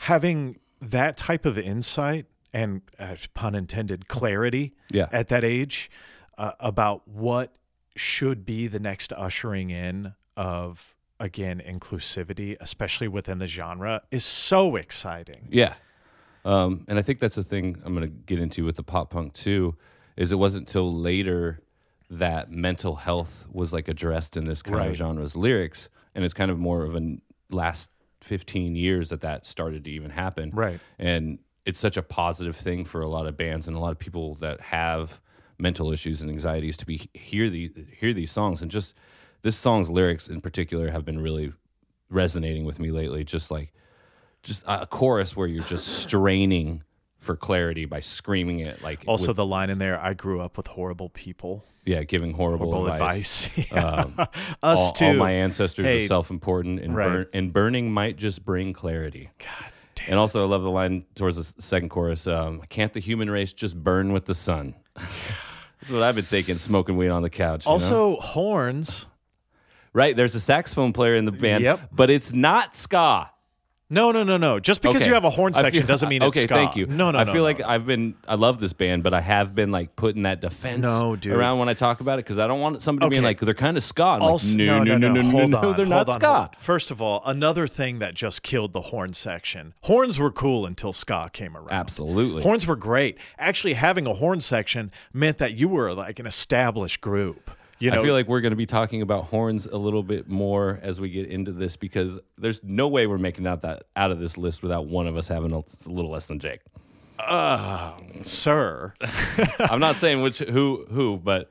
[SPEAKER 2] having that type of insight and uh, pun intended clarity
[SPEAKER 1] Yeah.
[SPEAKER 2] at that age uh, about what should be the next ushering in of again inclusivity especially within the genre is so exciting
[SPEAKER 1] Yeah. Um, and I think that's the thing I'm going to get into with the pop punk too, is it wasn't till later that mental health was like addressed in this kind
[SPEAKER 2] Right.
[SPEAKER 1] of genre's lyrics, and it's kind of more of a last 15 years that that started to even happen.
[SPEAKER 2] Right.
[SPEAKER 1] And it's such a positive thing for a lot of bands and a lot of people that have mental issues and anxieties to be hear these hear these songs and just this song's lyrics in particular have been really resonating with me lately. Just like just a chorus where you're just straining for clarity by screaming it like
[SPEAKER 2] also
[SPEAKER 1] with-
[SPEAKER 2] the line in there i grew up with horrible people
[SPEAKER 1] yeah giving horrible,
[SPEAKER 2] horrible
[SPEAKER 1] advice, Um,
[SPEAKER 2] advice, Yeah. us
[SPEAKER 1] all,
[SPEAKER 2] too
[SPEAKER 1] all my ancestors
[SPEAKER 2] Hey.
[SPEAKER 1] are self-important and,
[SPEAKER 2] Right.
[SPEAKER 1] burn, and burning might just bring clarity
[SPEAKER 2] God damn
[SPEAKER 1] and also i love the line towards the s- second chorus um, can't the human race just burn with the sun that's what i've been thinking smoking weed on the couch you know?
[SPEAKER 2] also horns
[SPEAKER 1] right there's a saxophone player in the band
[SPEAKER 2] Yep.
[SPEAKER 1] but it's not ska
[SPEAKER 2] no no no no just because
[SPEAKER 1] Okay.
[SPEAKER 2] you have a horn
[SPEAKER 1] I feel-
[SPEAKER 2] section doesn't mean it's
[SPEAKER 1] okay.
[SPEAKER 2] ska.
[SPEAKER 1] Thank you.
[SPEAKER 2] no no
[SPEAKER 1] I
[SPEAKER 2] no,
[SPEAKER 1] feel
[SPEAKER 2] no.
[SPEAKER 1] like I've been. I love this band, but I have been like putting that defense
[SPEAKER 2] No, dude.
[SPEAKER 1] around when I talk about it because I don't want somebody being
[SPEAKER 2] Okay.
[SPEAKER 1] like they're kind of ska. I'm
[SPEAKER 2] Also,
[SPEAKER 1] like, no, no, no, no, no,
[SPEAKER 2] hold
[SPEAKER 1] no,
[SPEAKER 2] on,
[SPEAKER 1] they're
[SPEAKER 2] hold
[SPEAKER 1] not
[SPEAKER 2] on,
[SPEAKER 1] ska.
[SPEAKER 2] hold on. First of all, another thing that just killed the horn section. Horns were cool until ska came around.
[SPEAKER 1] Absolutely.
[SPEAKER 2] Horns were great. Actually, having a horn section meant that you were like an established group. You know,
[SPEAKER 1] I feel like we're going to be talking about horns a little bit more as we get into this because there's no way we're making out that out of this list without one of us having a, a little less than Jake.
[SPEAKER 2] sir.
[SPEAKER 1] I'm not saying which who who, but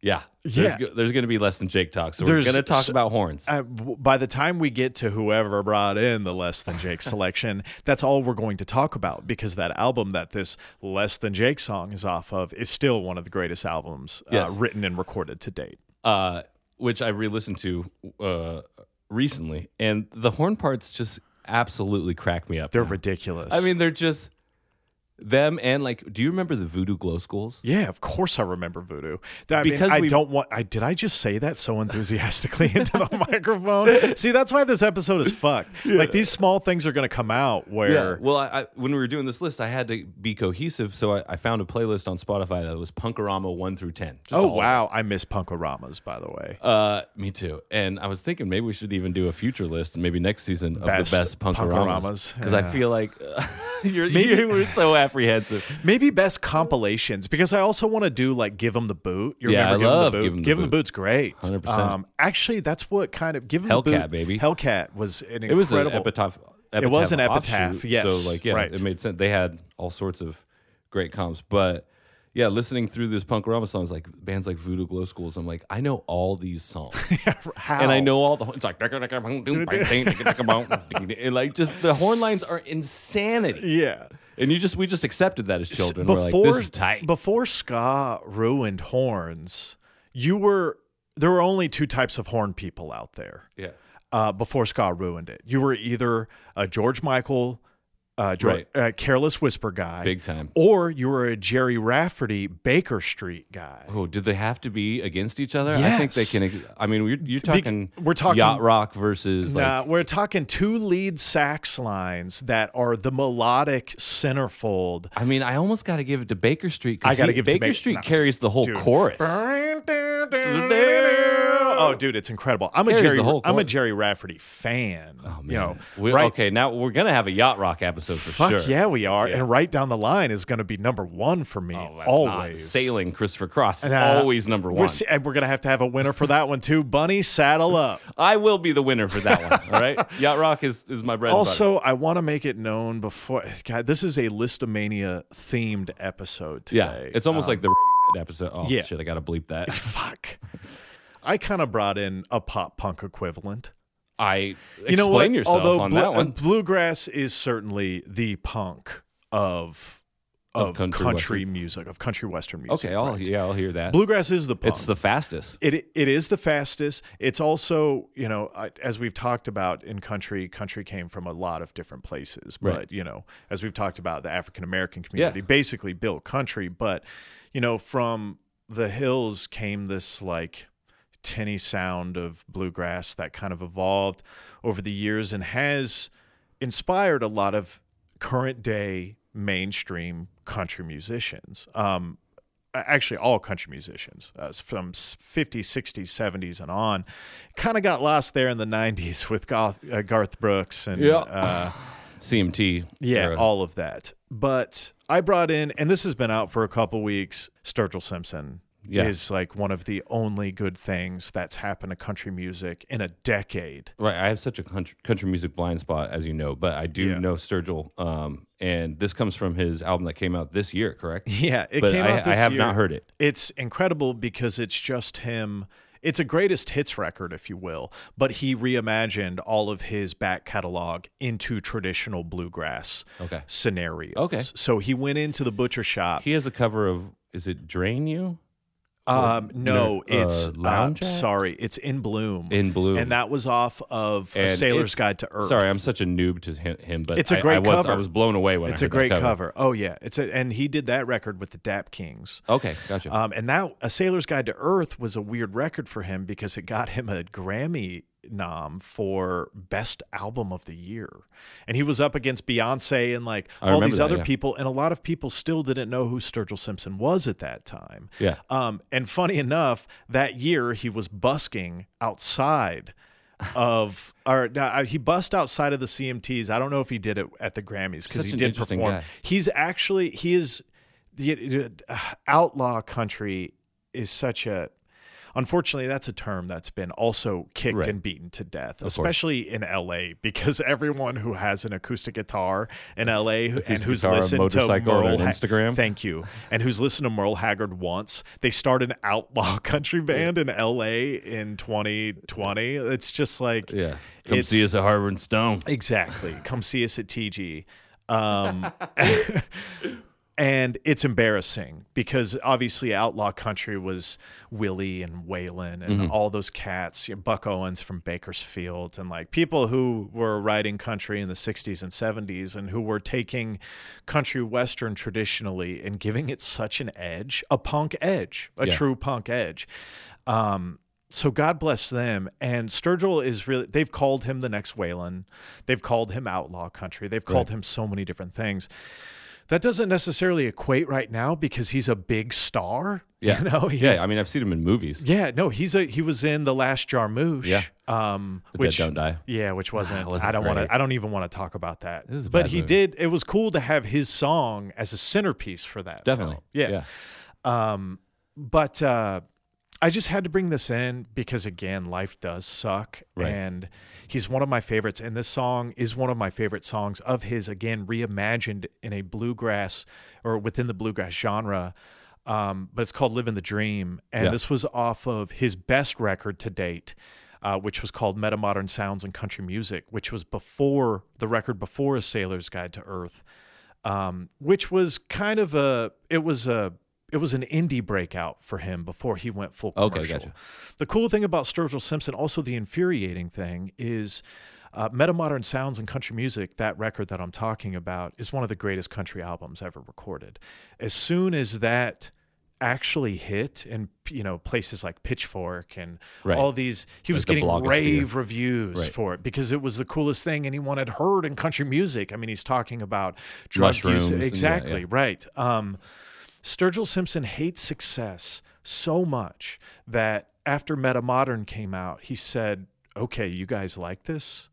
[SPEAKER 1] yeah,
[SPEAKER 2] Yeah.
[SPEAKER 1] there's, go- there's going to be less than Jake talk. So
[SPEAKER 2] There's
[SPEAKER 1] we're going to talk
[SPEAKER 2] s-
[SPEAKER 1] about horns.
[SPEAKER 2] Uh, w- by the time we get to whoever brought in the Less Than Jake selection, that's all we're going to talk about because that album that this Less Than Jake song is off of is still one of the greatest albums uh,
[SPEAKER 1] Yes.
[SPEAKER 2] written and recorded to date.
[SPEAKER 1] uh, which I re-listened to uh, recently, and the horn parts just absolutely crack me up.
[SPEAKER 2] They're
[SPEAKER 1] now.
[SPEAKER 2] ridiculous.
[SPEAKER 1] I mean, they're just them and like. Do you remember the Voodoo Glow Schools?
[SPEAKER 2] yeah, of course I remember Voodoo. That, I
[SPEAKER 1] Because
[SPEAKER 2] mean, I
[SPEAKER 1] we-
[SPEAKER 2] don't want. I did I just say that so enthusiastically into the microphone? See, that's why this episode is fucked. Like these small things are going to come out
[SPEAKER 1] Yeah.
[SPEAKER 2] where
[SPEAKER 1] Well, I, I, when we were doing this list, I had to be cohesive, so I, I found a playlist on Spotify that was Punkorama one through ten. Just
[SPEAKER 2] Oh
[SPEAKER 1] all of
[SPEAKER 2] wow, I miss Punkoramas by the way.
[SPEAKER 1] it. Uh, me too. And I was thinking maybe we should even do a future list, maybe next season of
[SPEAKER 2] Best
[SPEAKER 1] the best Punkaramas
[SPEAKER 2] Punkaramas,
[SPEAKER 1] because I
[SPEAKER 2] yeah.
[SPEAKER 1] feel like uh, you're, you were so apprehensive.
[SPEAKER 2] Maybe best compilations because I also want to do like give them the boot. You
[SPEAKER 1] Yeah,
[SPEAKER 2] remember
[SPEAKER 1] I
[SPEAKER 2] give 'Em
[SPEAKER 1] love
[SPEAKER 2] the boot?
[SPEAKER 1] Give 'Em the
[SPEAKER 2] Give 'Em
[SPEAKER 1] Boot.
[SPEAKER 2] boot's great. Um,
[SPEAKER 1] 100%.
[SPEAKER 2] actually, that's what kind of give 'Em the
[SPEAKER 1] Hellcat,
[SPEAKER 2] boot.
[SPEAKER 1] baby.
[SPEAKER 2] Hellcat was an
[SPEAKER 1] It was
[SPEAKER 2] incredible.
[SPEAKER 1] an epitaph.
[SPEAKER 2] It was an
[SPEAKER 1] offshoot,
[SPEAKER 2] epitaph, yes,
[SPEAKER 1] So like, yeah,
[SPEAKER 2] right.
[SPEAKER 1] it made sense. They had all sorts of great comps, but yeah, listening through this punk rama songs, like bands like Voodoo Glow Schools, I'm like, I know all these songs,
[SPEAKER 2] How?
[SPEAKER 1] and I know all the. It's like and like just the horn lines are insanity,
[SPEAKER 2] Yeah.
[SPEAKER 1] and you just we just accepted that as children.
[SPEAKER 2] before
[SPEAKER 1] We're like, this is tight.
[SPEAKER 2] before ska ruined horns, you were there were only two types of horn people out there.
[SPEAKER 1] yeah,
[SPEAKER 2] uh, before ska ruined it. You were either a George Michael, uh, George, uh, careless whisper guy,
[SPEAKER 1] Big time.
[SPEAKER 2] or you were a Jerry Rafferty Baker Street guy.
[SPEAKER 1] Oh, did they have to be against each other? I think they
[SPEAKER 2] Yes.
[SPEAKER 1] can. I mean, you're, you're talking
[SPEAKER 2] we're talking-
[SPEAKER 1] yacht rock versus like
[SPEAKER 2] Nah, we're talking two lead sax lines that are the melodic centerfold.
[SPEAKER 1] I mean, I almost got to give it to Baker Street. 'cause
[SPEAKER 2] I gotta
[SPEAKER 1] he-
[SPEAKER 2] give it to
[SPEAKER 1] Baker
[SPEAKER 2] Baker-
[SPEAKER 1] Street
[SPEAKER 2] no,
[SPEAKER 1] carries the whole
[SPEAKER 2] dude.
[SPEAKER 1] chorus.
[SPEAKER 2] Oh, dude, it's incredible. I'm a
[SPEAKER 1] Carries
[SPEAKER 2] Jerry.
[SPEAKER 1] the whole
[SPEAKER 2] I'm a
[SPEAKER 1] chorus.
[SPEAKER 2] Jerry Rafferty fan. Oh man, you know,
[SPEAKER 1] We-
[SPEAKER 2] right?
[SPEAKER 1] Okay, now we're gonna have a yacht rock episode for
[SPEAKER 2] Fuck
[SPEAKER 1] sure.
[SPEAKER 2] yeah, we are. And right down the line is going to be number one for me.
[SPEAKER 1] Oh, that's
[SPEAKER 2] always
[SPEAKER 1] not- sailing Christopher Cross is
[SPEAKER 2] Uh,
[SPEAKER 1] always number
[SPEAKER 2] we're
[SPEAKER 1] one.
[SPEAKER 2] se- and we're going to have to have a winner for that one, too. Bunny, saddle up.
[SPEAKER 1] I will be the winner for that one. All right, yacht rock is is my bread. and butter.
[SPEAKER 2] also, I want to make it known before. God, this is a Listomania themed episode today.
[SPEAKER 1] yeah, it's almost like the episode. Oh
[SPEAKER 2] um, yeah.
[SPEAKER 1] shit, I gotta bleep that.
[SPEAKER 2] Fuck. I kind of brought in a pop punk equivalent.
[SPEAKER 1] I explain
[SPEAKER 2] You know what?
[SPEAKER 1] yourself
[SPEAKER 2] Although
[SPEAKER 1] on
[SPEAKER 2] blu-
[SPEAKER 1] that
[SPEAKER 2] uh,
[SPEAKER 1] one.
[SPEAKER 2] bluegrass is certainly the punk of. Of,
[SPEAKER 1] Of
[SPEAKER 2] country,
[SPEAKER 1] country
[SPEAKER 2] music, of country western music.
[SPEAKER 1] Okay, I'll
[SPEAKER 2] right?
[SPEAKER 1] yeah, I'll hear that.
[SPEAKER 2] Bluegrass is the punk.
[SPEAKER 1] It's the fastest.
[SPEAKER 2] it it is the fastest. It's also you know I- as we've talked about in country, country came from a lot of different places.
[SPEAKER 1] Right.
[SPEAKER 2] But you know as we've talked about, the African American community
[SPEAKER 1] Yeah.
[SPEAKER 2] basically built country. But you know from the hills came this like tinny sound of bluegrass that kind of evolved over the years and has inspired a lot of current day mainstream country musicians. Um, uh, actually all country musicians uh, from s- 50s 60s 70s and on kind of got lost there in the 90s with Garth, uh, Garth Brooks and
[SPEAKER 1] Yeah.
[SPEAKER 2] uh,
[SPEAKER 1] CMT.
[SPEAKER 2] yeah
[SPEAKER 1] era.
[SPEAKER 2] all of that but I brought in and this has been out for a couple weeks Sturgill Simpson
[SPEAKER 1] Yeah.
[SPEAKER 2] is like one of the only good things that's happened to country music in a decade
[SPEAKER 1] Right, I have such a country, country music blind spot, as you know, but I do
[SPEAKER 2] Yeah.
[SPEAKER 1] know Sturgill, um, and this comes from his album that came out this year, correct?
[SPEAKER 2] yeah it
[SPEAKER 1] but
[SPEAKER 2] came
[SPEAKER 1] I,
[SPEAKER 2] out this
[SPEAKER 1] I have
[SPEAKER 2] year.
[SPEAKER 1] not heard it.
[SPEAKER 2] it's incredible because it's just him. It's a greatest hits record, if you will, but he reimagined all of his back catalog into traditional bluegrass
[SPEAKER 1] Okay.
[SPEAKER 2] scenarios.
[SPEAKER 1] Oh. Okay.
[SPEAKER 2] So he went into the butcher shop.
[SPEAKER 1] He has a cover of is it Drain You
[SPEAKER 2] um, no,
[SPEAKER 1] no, uh,
[SPEAKER 2] it's uh,
[SPEAKER 1] Lounge Act?
[SPEAKER 2] sorry, it's in bloom.
[SPEAKER 1] in Bloom?
[SPEAKER 2] and that was off of A
[SPEAKER 1] And
[SPEAKER 2] Sailor's
[SPEAKER 1] it's-
[SPEAKER 2] Guide to Earth.
[SPEAKER 1] Sorry, I'm such a noob to hi- him, but
[SPEAKER 2] It's a
[SPEAKER 1] I-
[SPEAKER 2] great
[SPEAKER 1] I was,
[SPEAKER 2] cover.
[SPEAKER 1] I was blown away when
[SPEAKER 2] it's
[SPEAKER 1] I
[SPEAKER 2] a
[SPEAKER 1] heard that
[SPEAKER 2] great cover. Oh yeah, it's a, and he did that record with the Dap Kings.
[SPEAKER 1] Okay, gotcha.
[SPEAKER 2] Um, and that A Sailor's Guide to Earth was a weird record for him because it got him a Grammy nom for Best Album of the Year, and he was up against Beyonce and like
[SPEAKER 1] I
[SPEAKER 2] all
[SPEAKER 1] remember
[SPEAKER 2] these
[SPEAKER 1] that,
[SPEAKER 2] other
[SPEAKER 1] yeah.
[SPEAKER 2] people, and a lot of people still didn't know who Sturgill Simpson was at that time.
[SPEAKER 1] yeah,
[SPEAKER 2] Um, and funny enough, that year he was busking outside of, or uh, he bussed outside of the CMTs. I don't know if he did it at the Grammys because
[SPEAKER 1] Such
[SPEAKER 2] he
[SPEAKER 1] an
[SPEAKER 2] did
[SPEAKER 1] interesting
[SPEAKER 2] perform.
[SPEAKER 1] guy.
[SPEAKER 2] He's actually he is the uh, outlaw country is such a Unfortunately, that's a term that's been also kicked
[SPEAKER 1] Right.
[SPEAKER 2] and beaten to death, especially in LA, because everyone who has an acoustic guitar in LA who- and
[SPEAKER 1] Acoustic
[SPEAKER 2] who's
[SPEAKER 1] guitar, a
[SPEAKER 2] listened to
[SPEAKER 1] motorcycle, and
[SPEAKER 2] Merle
[SPEAKER 1] an Instagram.
[SPEAKER 2] thank you, and who's listened to Merle Haggard once, they start an outlaw country band in LA in 2020. It's just like
[SPEAKER 1] Yeah. Come
[SPEAKER 2] it's-
[SPEAKER 1] see us at Harvard and Stone.
[SPEAKER 2] Exactly. Come see us at TG. Um, and it's embarrassing because obviously outlaw country was Willie and Waylon and all those cats, you know, Buck Owens from Bakersfield, and like people who were writing country in the 60s and 70s and who were taking country western traditionally and giving it such an edge, a punk edge, a
[SPEAKER 1] Yeah.
[SPEAKER 2] true punk edge. Um, so God bless them. And Sturgill is really, they've called him the next Waylon. They've called him outlaw country. They've called him so many different things. That doesn't necessarily equate right now because he's a big star.
[SPEAKER 1] Yeah.
[SPEAKER 2] You know, he's,
[SPEAKER 1] yeah. I mean, I've seen him in movies.
[SPEAKER 2] yeah, no, he's a, he was in The Last Jarmouche.
[SPEAKER 1] Yeah.
[SPEAKER 2] Um,
[SPEAKER 1] The
[SPEAKER 2] which,
[SPEAKER 1] Dead Don't Die.
[SPEAKER 2] Yeah, which wasn't,
[SPEAKER 1] wasn't
[SPEAKER 2] I don't want
[SPEAKER 1] great.
[SPEAKER 2] to, I don't even want to talk about that.
[SPEAKER 1] was a
[SPEAKER 2] but
[SPEAKER 1] bad
[SPEAKER 2] he
[SPEAKER 1] movie.
[SPEAKER 2] did, it was cool to have his song as a centerpiece for that.
[SPEAKER 1] Definitely.
[SPEAKER 2] film. yeah. Um, but uh, I just had to bring this in because again, life does suck,
[SPEAKER 1] Right.
[SPEAKER 2] and he's one of my favorites. And this song is one of my favorite songs of his. Again, reimagined in a bluegrass or within the bluegrass genre. Um, but it's called "Living the Dream," and
[SPEAKER 1] Yeah.
[SPEAKER 2] this was off of his best record to date. Uh, which was called Meta Modern Sounds and Country Music, which was before the record before A Sailor's Guide to Earth um, which was kind of a it was a it was an indie breakout for him before he went full
[SPEAKER 1] Okay,
[SPEAKER 2] commercial.
[SPEAKER 1] gotcha.
[SPEAKER 2] The cool thing about Sturgill Simpson, also the infuriating thing, is uh, Meta Modern Sounds and Country Music. That record that I'm talking about is one of the greatest country albums ever recorded. As soon as that actually hit in you know places like Pitchfork and
[SPEAKER 1] Right.
[SPEAKER 2] all these, he was
[SPEAKER 1] the
[SPEAKER 2] getting
[SPEAKER 1] blogosphere.
[SPEAKER 2] rave rave reviews
[SPEAKER 1] Right.
[SPEAKER 2] for it because it was the coolest thing anyone had heard in country music. I mean, he's talking about drug
[SPEAKER 1] Mushrooms
[SPEAKER 2] use.
[SPEAKER 1] and- yeah,
[SPEAKER 2] Exactly,
[SPEAKER 1] yeah.
[SPEAKER 2] right. Um, Sturgill Simpson hates success so much that after Meta Modern came out, he said, Okay, you guys like this?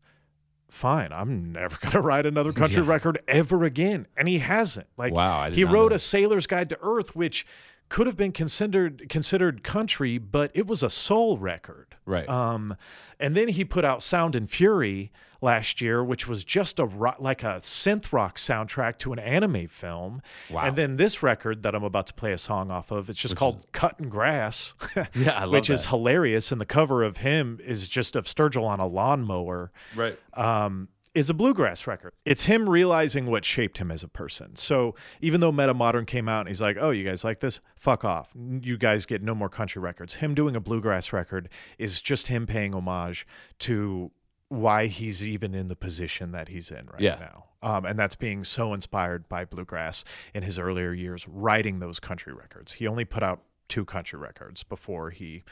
[SPEAKER 2] Fine, I'm never going to write another country record ever again. And he hasn't. Like,
[SPEAKER 1] Wow, I did
[SPEAKER 2] he
[SPEAKER 1] not
[SPEAKER 2] wrote
[SPEAKER 1] know
[SPEAKER 2] a Sailor's Guide to Earth, which could have been considered considered country, but it was a soul record.
[SPEAKER 1] Right.
[SPEAKER 2] Um, and then he put out Sound and Fury last year, which was just a ro- like a synth rock soundtrack to an anime film.
[SPEAKER 1] Wow.
[SPEAKER 2] And then this record that I'm about to play a song off of, it's just called Cut and Grass.
[SPEAKER 1] Yeah, I love
[SPEAKER 2] which is
[SPEAKER 1] that.
[SPEAKER 2] hilarious. And the cover of him is just of Sturgill on a lawnmower
[SPEAKER 1] Right.
[SPEAKER 2] um, is a bluegrass record. It's him realizing what shaped him as a person. So even though Meta Modern came out and he's like, oh, you guys like this? Fuck off. You guys get no more country records. Him doing a bluegrass record is just him paying homage to why he's even in the position that he's in right
[SPEAKER 1] Yeah.
[SPEAKER 2] now. Um, and that's being so inspired by bluegrass in his earlier years, writing those country records. He only put out two country records before he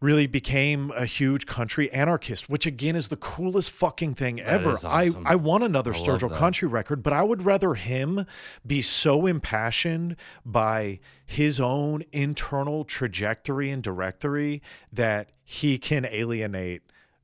[SPEAKER 2] really became a huge country anarchist, which again is the coolest fucking thing ever.
[SPEAKER 1] is awesome.
[SPEAKER 2] I, I want another
[SPEAKER 1] love
[SPEAKER 2] Sturgill
[SPEAKER 1] that.
[SPEAKER 2] country record, but I would rather him be so impassioned by his own internal trajectory and directory that he can alienate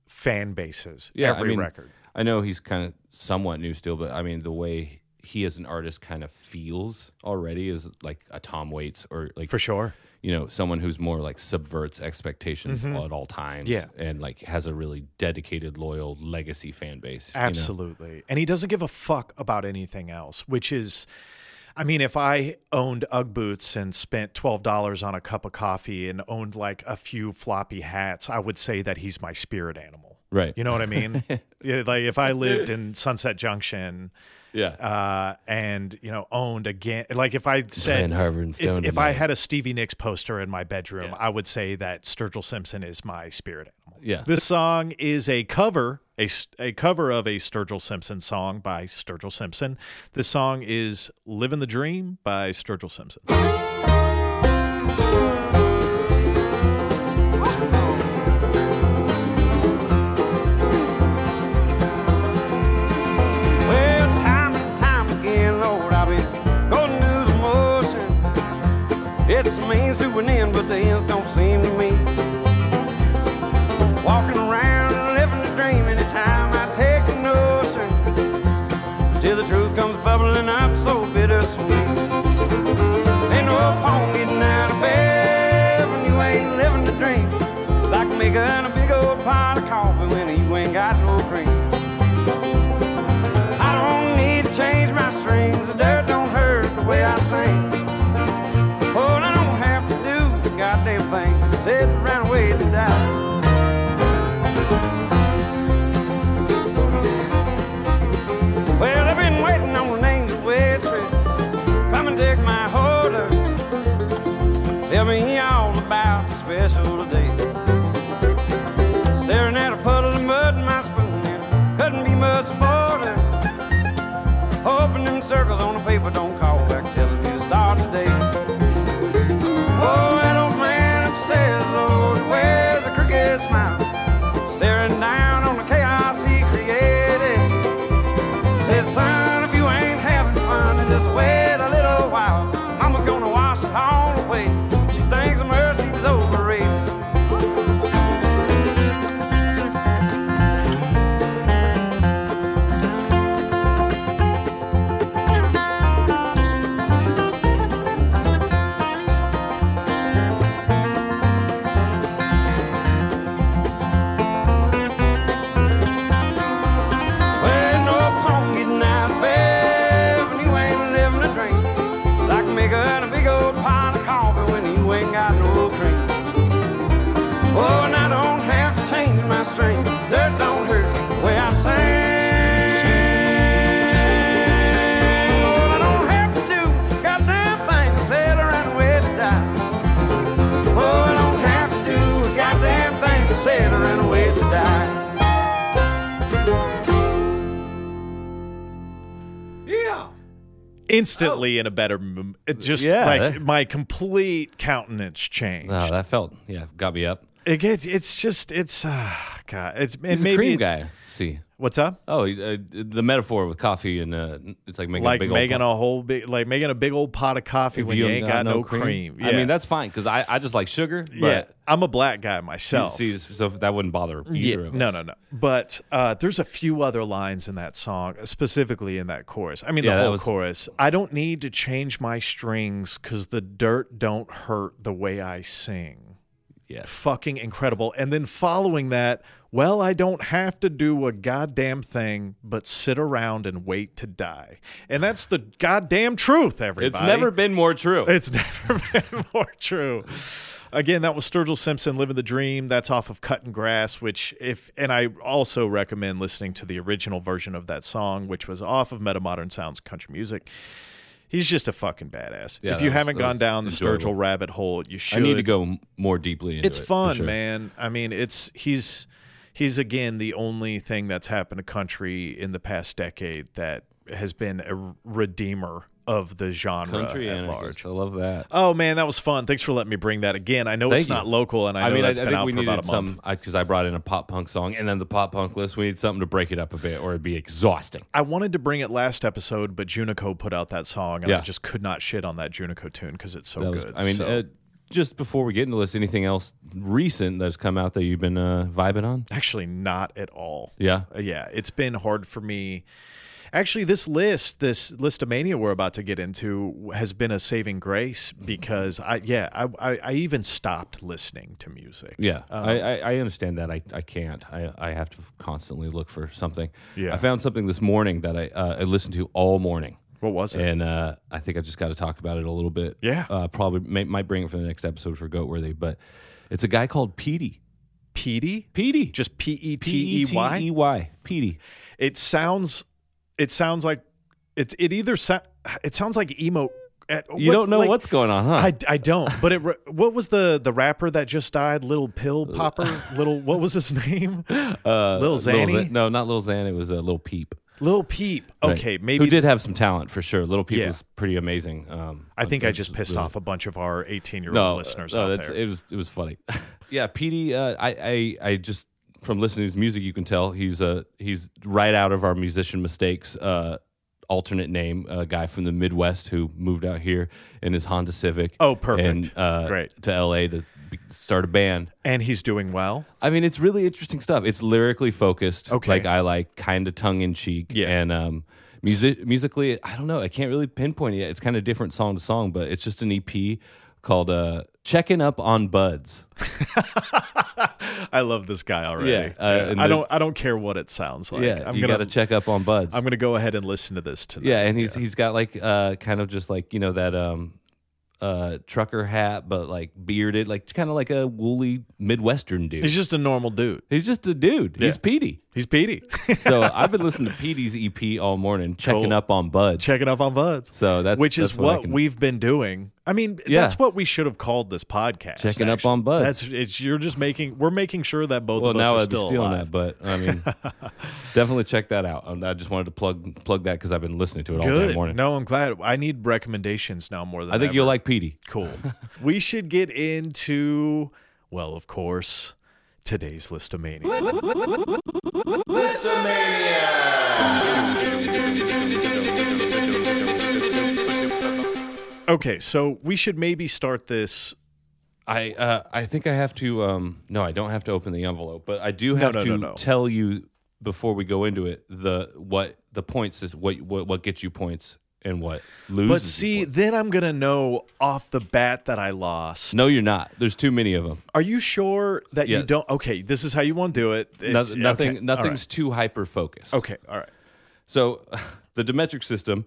[SPEAKER 2] fan bases
[SPEAKER 1] Yeah. I
[SPEAKER 2] every
[SPEAKER 1] mean,
[SPEAKER 2] record.
[SPEAKER 1] I know he's kind of somewhat new still, but I mean, the way he as an artist kind of feels already is like a Tom Waits or like
[SPEAKER 2] For sure.
[SPEAKER 1] you know, someone who's more like subverts expectations at all times
[SPEAKER 2] Mm-hmm. Yeah.
[SPEAKER 1] and like has a really dedicated, loyal legacy fan base. you know?
[SPEAKER 2] Absolutely. And he doesn't give a fuck about anything else, which is I mean, if I owned Ugg boots and spent $12 on a cup of coffee and owned like a few floppy hats, I would say that he's my spirit animal.
[SPEAKER 1] Right.
[SPEAKER 2] You know what I mean? yeah, like if I lived in Sunset Junction
[SPEAKER 1] Yeah.
[SPEAKER 2] uh, and, you know, owned again, like if I said,
[SPEAKER 1] Playing Harvard and Stone
[SPEAKER 2] if, if I
[SPEAKER 1] tonight.
[SPEAKER 2] had a Stevie Nicks poster in my bedroom,
[SPEAKER 1] Yeah.
[SPEAKER 2] I would say that Sturgill Simpson is my spirit animal.
[SPEAKER 1] yeah.
[SPEAKER 2] This song is a cover, a, s- a cover of a Sturgill Simpson song by Sturgill Simpson. This song is Living the Dream by Sturgill Simpson.
[SPEAKER 4] Well, time and time again, Lord, I've been going through the motion. It's a means to an end, but the ends don't seem to me. Walking around, living the dream, anytime I take a notion. Till the truth comes bubbling up so bittersweet. Ain't no point getting out of bed when you ain't living the Oh, Oh,
[SPEAKER 2] instantly in a better mood. It just
[SPEAKER 1] Oh. Yeah,
[SPEAKER 2] like
[SPEAKER 1] that-
[SPEAKER 2] my complete countenance changed.
[SPEAKER 1] Oh, that felt yeah, got me up.
[SPEAKER 2] It gets, it's just it's uh, God. It's and
[SPEAKER 1] He's
[SPEAKER 2] maybe
[SPEAKER 1] a cream guy. See,
[SPEAKER 2] What's up?
[SPEAKER 1] oh, he- uh, the metaphor with coffee and uh, it's like making
[SPEAKER 2] like
[SPEAKER 1] a big
[SPEAKER 2] making
[SPEAKER 1] old.
[SPEAKER 2] a whole big like making a big old pot of coffee
[SPEAKER 1] if
[SPEAKER 2] when you, ain't got, no cream.
[SPEAKER 1] I
[SPEAKER 2] Yeah.
[SPEAKER 1] mean that's fine because I, I just like sugar. But
[SPEAKER 2] yeah. I'm a black guy
[SPEAKER 1] You
[SPEAKER 2] myself.
[SPEAKER 1] see, so that wouldn't bother
[SPEAKER 2] yeah,
[SPEAKER 1] either of us.
[SPEAKER 2] no, no, no. But uh, there's a few other lines in that song, specifically in that chorus. I mean,
[SPEAKER 1] Yeah,
[SPEAKER 2] the
[SPEAKER 1] that
[SPEAKER 2] whole
[SPEAKER 1] was-
[SPEAKER 2] chorus. I don't need to change my strings because the dirt don't hurt the way I sing.
[SPEAKER 1] Yeah.
[SPEAKER 2] Fucking incredible. And then following that, well, I don't have to do a goddamn thing but sit around and wait to die. And that's the goddamn truth, everybody.
[SPEAKER 1] It's never been more true.
[SPEAKER 2] It's never been more true. Again, that was Sturgill Simpson, "Living the Dream." That's off of "Cut and Grass," which if and I also recommend listening to the original version of that song, which was off of Meta Modern Sounds Country Music. He's just a fucking badass.
[SPEAKER 1] Yeah,
[SPEAKER 2] if you
[SPEAKER 1] that was-
[SPEAKER 2] haven't
[SPEAKER 1] that
[SPEAKER 2] gone
[SPEAKER 1] was
[SPEAKER 2] down the
[SPEAKER 1] enjoyable.
[SPEAKER 2] Sturgill rabbit hole, you should.
[SPEAKER 1] I need to go m- more deeply into
[SPEAKER 2] It's
[SPEAKER 1] it, for
[SPEAKER 2] fun,
[SPEAKER 1] sure.
[SPEAKER 2] man. I mean, it's he's he's again the only thing that's happened to country in the past decade that has been a redeemer of the genre
[SPEAKER 1] Country
[SPEAKER 2] at
[SPEAKER 1] and
[SPEAKER 2] large.
[SPEAKER 1] I love that.
[SPEAKER 2] Oh man, that was fun. Thanks for letting me bring that again. I know
[SPEAKER 1] Thank
[SPEAKER 2] it's not
[SPEAKER 1] you.
[SPEAKER 2] local, and I,
[SPEAKER 1] I,
[SPEAKER 2] know
[SPEAKER 1] mean, I, I
[SPEAKER 2] that's been
[SPEAKER 1] think
[SPEAKER 2] out
[SPEAKER 1] we
[SPEAKER 2] for about
[SPEAKER 1] needed
[SPEAKER 2] a month.
[SPEAKER 1] some because I, brought in a pop punk song, and then the pop punk list. We need something to break it up a bit, or it'd be exhausting.
[SPEAKER 2] I wanted to bring it last episode, but Junico put out that song, and I
[SPEAKER 1] Yeah.
[SPEAKER 2] just could not shit on that Junico tune because it's so
[SPEAKER 1] That was,
[SPEAKER 2] good.
[SPEAKER 1] I mean,
[SPEAKER 2] so-
[SPEAKER 1] uh, just before we get into this, anything else recent that's come out that you've been uh, vibing on?
[SPEAKER 2] actually, not at all.
[SPEAKER 1] Yeah,
[SPEAKER 2] Uh, yeah, it's been hard for me. Actually, this list, this list of mania we're about to get into, has been a saving grace because I, yeah, I, I, I even stopped listening to music.
[SPEAKER 1] yeah. I, I, I understand that. I, I can't. I, I have to constantly look for something.
[SPEAKER 2] Yeah.
[SPEAKER 1] I found something this morning that I uh, I listened to all morning.
[SPEAKER 2] What was it?
[SPEAKER 1] And uh, I think I just got to talk about it a little bit.
[SPEAKER 2] Yeah.
[SPEAKER 1] Uh, probably may, might bring it for the next episode for Goatworthy, but it's a guy called Petey.
[SPEAKER 2] Petey,
[SPEAKER 1] Petey.
[SPEAKER 2] E just P E T E Y.
[SPEAKER 1] P-E-T-E-Y. Petey.
[SPEAKER 2] it sounds it sounds like it's it either sa- it sounds like emo at,
[SPEAKER 1] You don't know
[SPEAKER 2] like-
[SPEAKER 1] what's going on, huh?
[SPEAKER 2] I, I don't but it re- what was the the rapper that just died little pill popper little what was his name
[SPEAKER 1] uh,
[SPEAKER 2] Lil Zanny?
[SPEAKER 1] Zan- no, not Lil Xan. It was a uh, Lil Peep.
[SPEAKER 2] little peep
[SPEAKER 1] Right.
[SPEAKER 2] okay maybe
[SPEAKER 1] Who did have some talent for sure. Little Peep
[SPEAKER 2] Yeah.
[SPEAKER 1] was pretty amazing. Um,
[SPEAKER 2] i think i
[SPEAKER 1] that's
[SPEAKER 2] just pissed
[SPEAKER 1] really-
[SPEAKER 2] off a bunch of our 18 year old
[SPEAKER 1] no, uh,
[SPEAKER 2] listeners
[SPEAKER 1] No,
[SPEAKER 2] out
[SPEAKER 1] that's,
[SPEAKER 2] there
[SPEAKER 1] it was it was funny. yeah, PD. Uh, I, I I just from listening to his music, you can tell he's uh, he's right out of our musician mistakes. Uh, alternate name, a guy from the Midwest who moved out here in his Honda Civic.
[SPEAKER 2] Oh, perfect.
[SPEAKER 1] And, uh,
[SPEAKER 2] Great.
[SPEAKER 1] to L.A. to be, start a band.
[SPEAKER 2] and he's doing well
[SPEAKER 1] I mean, it's really interesting stuff. It's lyrically focused,
[SPEAKER 2] Okay.
[SPEAKER 1] like I like, kind of tongue in cheek,
[SPEAKER 2] Yeah.
[SPEAKER 1] and um, music musically, I don't know, I can't really pinpoint it. yet. It's kind of different song to song, but it's just an EP called uh, "Checking Up on Buds."
[SPEAKER 2] i love this guy already
[SPEAKER 1] Yeah, uh, and
[SPEAKER 2] i
[SPEAKER 1] the-
[SPEAKER 2] don't i don't care what it sounds like
[SPEAKER 1] yeah,
[SPEAKER 2] i'm
[SPEAKER 1] you
[SPEAKER 2] gonna
[SPEAKER 1] got to check up on Buds.
[SPEAKER 2] i'm gonna go ahead and listen to this tonight
[SPEAKER 1] yeah, and he's he's got like uh, kind of just like you know that um, uh, trucker hat, but like bearded, like kind of like a woolly Midwestern dude.
[SPEAKER 2] he's just a normal dude
[SPEAKER 1] He's just a dude. He's
[SPEAKER 2] Yeah.
[SPEAKER 1] Petey.
[SPEAKER 2] he's petey
[SPEAKER 1] So I've been listening to Petey's EP all morning, checking
[SPEAKER 2] Cool.
[SPEAKER 1] up on Buds.
[SPEAKER 2] checking up on buds
[SPEAKER 1] So that's
[SPEAKER 2] which is
[SPEAKER 1] that's I
[SPEAKER 2] what,
[SPEAKER 1] can-
[SPEAKER 2] we've been doing. I mean,
[SPEAKER 1] Yeah.
[SPEAKER 2] that's what we should have called this podcast.
[SPEAKER 1] Checking up
[SPEAKER 2] actually.
[SPEAKER 1] on buds.
[SPEAKER 2] That's it's you're just making we're making sure that both
[SPEAKER 1] Well,
[SPEAKER 2] of us
[SPEAKER 1] now
[SPEAKER 2] are
[SPEAKER 1] I'd be
[SPEAKER 2] still
[SPEAKER 1] stealing
[SPEAKER 2] alive.
[SPEAKER 1] that, but I mean, definitely check that out. Um, I just wanted to plug plug that because I've been listening to it all
[SPEAKER 2] Good.
[SPEAKER 1] day morning.
[SPEAKER 2] No, I'm glad. I need recommendations now more than
[SPEAKER 1] I think
[SPEAKER 2] ever.
[SPEAKER 1] you'll like Petey.
[SPEAKER 2] cool. we should get into well, of course, today's list of mania. Okay, so we should maybe start this.
[SPEAKER 1] I uh, I think I have to. Um, no, I don't have to open the envelope, but I do have
[SPEAKER 2] no,
[SPEAKER 1] to
[SPEAKER 2] no, no.
[SPEAKER 1] tell you before we go into it the what the points is what what, what gets you points and what loses.
[SPEAKER 2] But
[SPEAKER 1] you
[SPEAKER 2] see,
[SPEAKER 1] points.
[SPEAKER 2] then I'm gonna know off the bat that I lost.
[SPEAKER 1] no, you're not. There's too many of them.
[SPEAKER 2] Are you sure that you
[SPEAKER 1] Yes.
[SPEAKER 2] don't? Okay, this is how you want to do it. It's- okay,
[SPEAKER 1] nothing
[SPEAKER 2] all
[SPEAKER 1] nothing's
[SPEAKER 2] right.
[SPEAKER 1] too hyper focused.
[SPEAKER 2] Okay, all right.
[SPEAKER 1] So the Demetric system.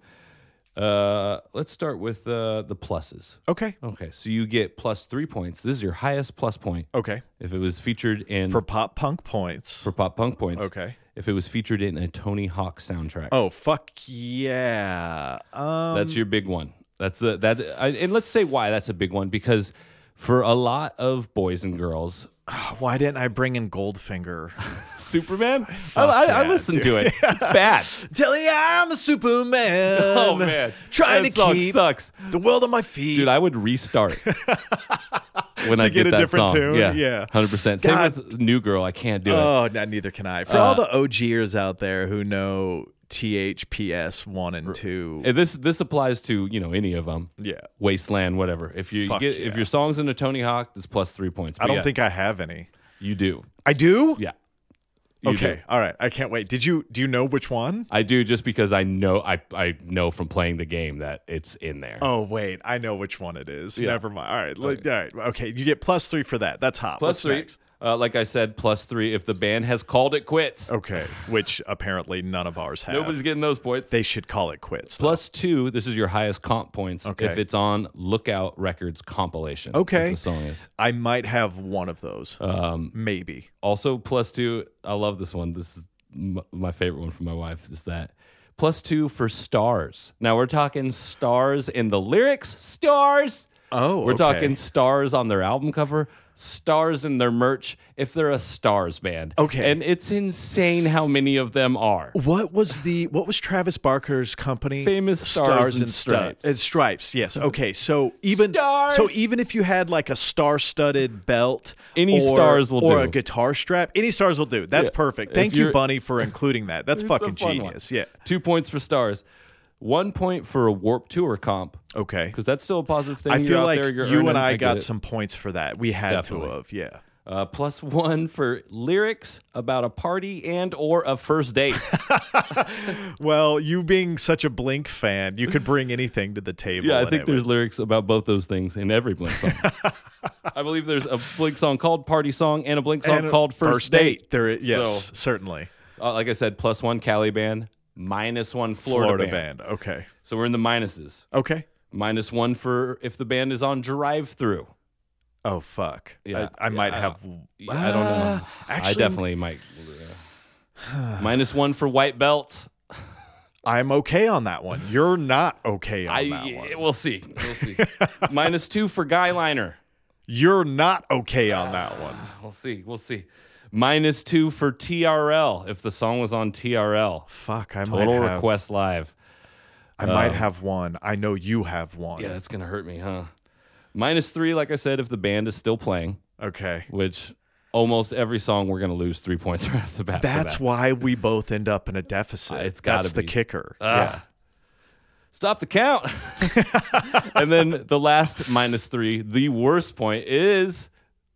[SPEAKER 1] Uh, let's start with uh, the pluses.
[SPEAKER 2] Okay,
[SPEAKER 1] Okay, so you get plus three points. This is your highest plus point.
[SPEAKER 2] okay.
[SPEAKER 1] If it was featured in
[SPEAKER 2] Oh. For pop punk points.
[SPEAKER 1] for pop punk points.
[SPEAKER 2] Okay.
[SPEAKER 1] If it was featured in a Tony Hawk soundtrack.
[SPEAKER 2] oh fuck yeah! Um,
[SPEAKER 1] That's your big one. That's a, that, I, and let's say why that's a big one because for a lot of boys and girls,
[SPEAKER 2] Why didn't I bring in Goldfinger?
[SPEAKER 1] Superman. I, I, I
[SPEAKER 2] yeah,
[SPEAKER 1] listened to
[SPEAKER 2] dude.
[SPEAKER 1] it. It's bad.
[SPEAKER 2] Tell you I'm a Superman.
[SPEAKER 1] Oh man,
[SPEAKER 2] Trying
[SPEAKER 1] that
[SPEAKER 2] to
[SPEAKER 1] song
[SPEAKER 2] keep
[SPEAKER 1] sucks,
[SPEAKER 2] the world on my feet.
[SPEAKER 1] dude. I would restart when I
[SPEAKER 2] get a
[SPEAKER 1] that
[SPEAKER 2] different
[SPEAKER 1] song.
[SPEAKER 2] tune?
[SPEAKER 1] Yeah,
[SPEAKER 2] Yeah.
[SPEAKER 1] hundred percent. Same
[SPEAKER 2] God.
[SPEAKER 1] with New Girl. I can't do it. Uh,
[SPEAKER 2] oh, no, neither can I. For all the OGers out there who know THPS one and two,
[SPEAKER 1] And Uh, this this applies to you know any of them.
[SPEAKER 2] yeah.
[SPEAKER 1] Wasteland, whatever. If you
[SPEAKER 2] Fuck
[SPEAKER 1] get
[SPEAKER 2] yeah.
[SPEAKER 1] if your song's in a Tony Hawk, that's plus three points.
[SPEAKER 2] I
[SPEAKER 1] But
[SPEAKER 2] don't
[SPEAKER 1] yeah,
[SPEAKER 2] think I have any.
[SPEAKER 1] you do.
[SPEAKER 2] I do.
[SPEAKER 1] Yeah. You
[SPEAKER 2] okay.
[SPEAKER 1] do.
[SPEAKER 2] All right. I can't wait. Did you? Do you know which one?
[SPEAKER 1] I do just because I know I I know from playing the game that it's in there.
[SPEAKER 2] Oh wait, I know which one it is.
[SPEAKER 1] Yeah.
[SPEAKER 2] Never mind. All right. Like, All right. Okay. You get plus three for that. That's hot.
[SPEAKER 1] Plus
[SPEAKER 2] What's
[SPEAKER 1] three.
[SPEAKER 2] next?
[SPEAKER 1] Uh, like I said, plus three if the band has called it quits.
[SPEAKER 2] Okay. Which apparently none of ours have.
[SPEAKER 1] Nobody's getting those points.
[SPEAKER 2] they should call it quits.
[SPEAKER 1] Plus two, this is your highest comp points
[SPEAKER 2] Okay.
[SPEAKER 1] if it's on Lookout Records compilation.
[SPEAKER 2] Okay.
[SPEAKER 1] That's the song is.
[SPEAKER 2] I might have one of those. Um, Maybe.
[SPEAKER 1] Also, plus two, I love this one. This is m- my favorite one from my wife is that plus two for stars. Now we're talking stars in the lyrics, stars.
[SPEAKER 2] Oh,
[SPEAKER 1] We're
[SPEAKER 2] okay.
[SPEAKER 1] talking stars on their album cover, stars in their merch if they're a stars band.
[SPEAKER 2] Okay.
[SPEAKER 1] And it's insane how many of them are.
[SPEAKER 2] What was the what was Travis Barker's company?
[SPEAKER 1] Famous Stars and
[SPEAKER 2] Stu-
[SPEAKER 1] Stripes. Mm-hmm.
[SPEAKER 2] and Stripes, yes. Okay, so even
[SPEAKER 1] Stars!
[SPEAKER 2] so even if you had like a star-studded belt,
[SPEAKER 1] Any
[SPEAKER 2] or,
[SPEAKER 1] stars will
[SPEAKER 2] or
[SPEAKER 1] do.
[SPEAKER 2] a guitar strap, any stars will do. That's
[SPEAKER 1] Yeah.
[SPEAKER 2] perfect.
[SPEAKER 1] If
[SPEAKER 2] Thank you,
[SPEAKER 1] you're-
[SPEAKER 2] Bunny, for including that. That's
[SPEAKER 1] It's a
[SPEAKER 2] fucking
[SPEAKER 1] fun one.
[SPEAKER 2] genius. Yeah.
[SPEAKER 1] Two points for stars. One point for a warp tour comp.
[SPEAKER 2] Okay.
[SPEAKER 1] Because that's still a positive thing.
[SPEAKER 2] I
[SPEAKER 1] You're
[SPEAKER 2] feel
[SPEAKER 1] out
[SPEAKER 2] like
[SPEAKER 1] there,
[SPEAKER 2] you
[SPEAKER 1] you're earning.
[SPEAKER 2] and I,
[SPEAKER 1] get
[SPEAKER 2] got
[SPEAKER 1] it.
[SPEAKER 2] some points for that. We had
[SPEAKER 1] Definitely.
[SPEAKER 2] to have. Yeah.
[SPEAKER 1] Uh, plus one for lyrics about a party and or a first date.
[SPEAKER 2] Well, you being such a Blink fan, you could bring anything to the table.
[SPEAKER 1] yeah, I
[SPEAKER 2] and
[SPEAKER 1] think
[SPEAKER 2] it
[SPEAKER 1] there's
[SPEAKER 2] would-
[SPEAKER 1] lyrics about both those things in every Blink song. I believe there's a Blink song called Party Song and a Blink song
[SPEAKER 2] and a
[SPEAKER 1] called First, Date.
[SPEAKER 2] There, is- yes,
[SPEAKER 1] So-
[SPEAKER 2] certainly.
[SPEAKER 1] Uh, like I said, plus one Cali Band, minus one Florida,
[SPEAKER 2] Florida
[SPEAKER 1] band.
[SPEAKER 2] band. Okay.
[SPEAKER 1] So we're in the minuses.
[SPEAKER 2] Okay.
[SPEAKER 1] Minus one for if the band is on drive through.
[SPEAKER 2] Oh fuck!
[SPEAKER 1] Yeah,
[SPEAKER 2] I, I might
[SPEAKER 1] yeah,
[SPEAKER 2] have.
[SPEAKER 1] Yeah, I don't know.
[SPEAKER 2] Ah, Actually,
[SPEAKER 1] I definitely might. uh, minus one for white belts.
[SPEAKER 2] I'm okay on that one. You're not okay on that
[SPEAKER 1] I
[SPEAKER 2] one.
[SPEAKER 1] we'll see. We'll see. minus two for guy liner.
[SPEAKER 2] You're not okay on that one.
[SPEAKER 1] We'll see. We'll see. Minus two for TRL if the song was on TRL.
[SPEAKER 2] Fuck! I might
[SPEAKER 1] Total
[SPEAKER 2] have.
[SPEAKER 1] request live.
[SPEAKER 2] I might have one. I know you have one.
[SPEAKER 1] Yeah, that's gonna hurt me, huh? Minus three, like I said, if the band is still playing,
[SPEAKER 2] Okay.
[SPEAKER 1] which almost every song we're gonna lose three points right off the bat. for
[SPEAKER 2] That's
[SPEAKER 1] that.
[SPEAKER 2] why we both end up in a deficit.
[SPEAKER 1] Uh, it's gotta
[SPEAKER 2] That's the
[SPEAKER 1] be.
[SPEAKER 2] kicker.
[SPEAKER 1] Ah. Stop the count. and then the last minus three, the worst point is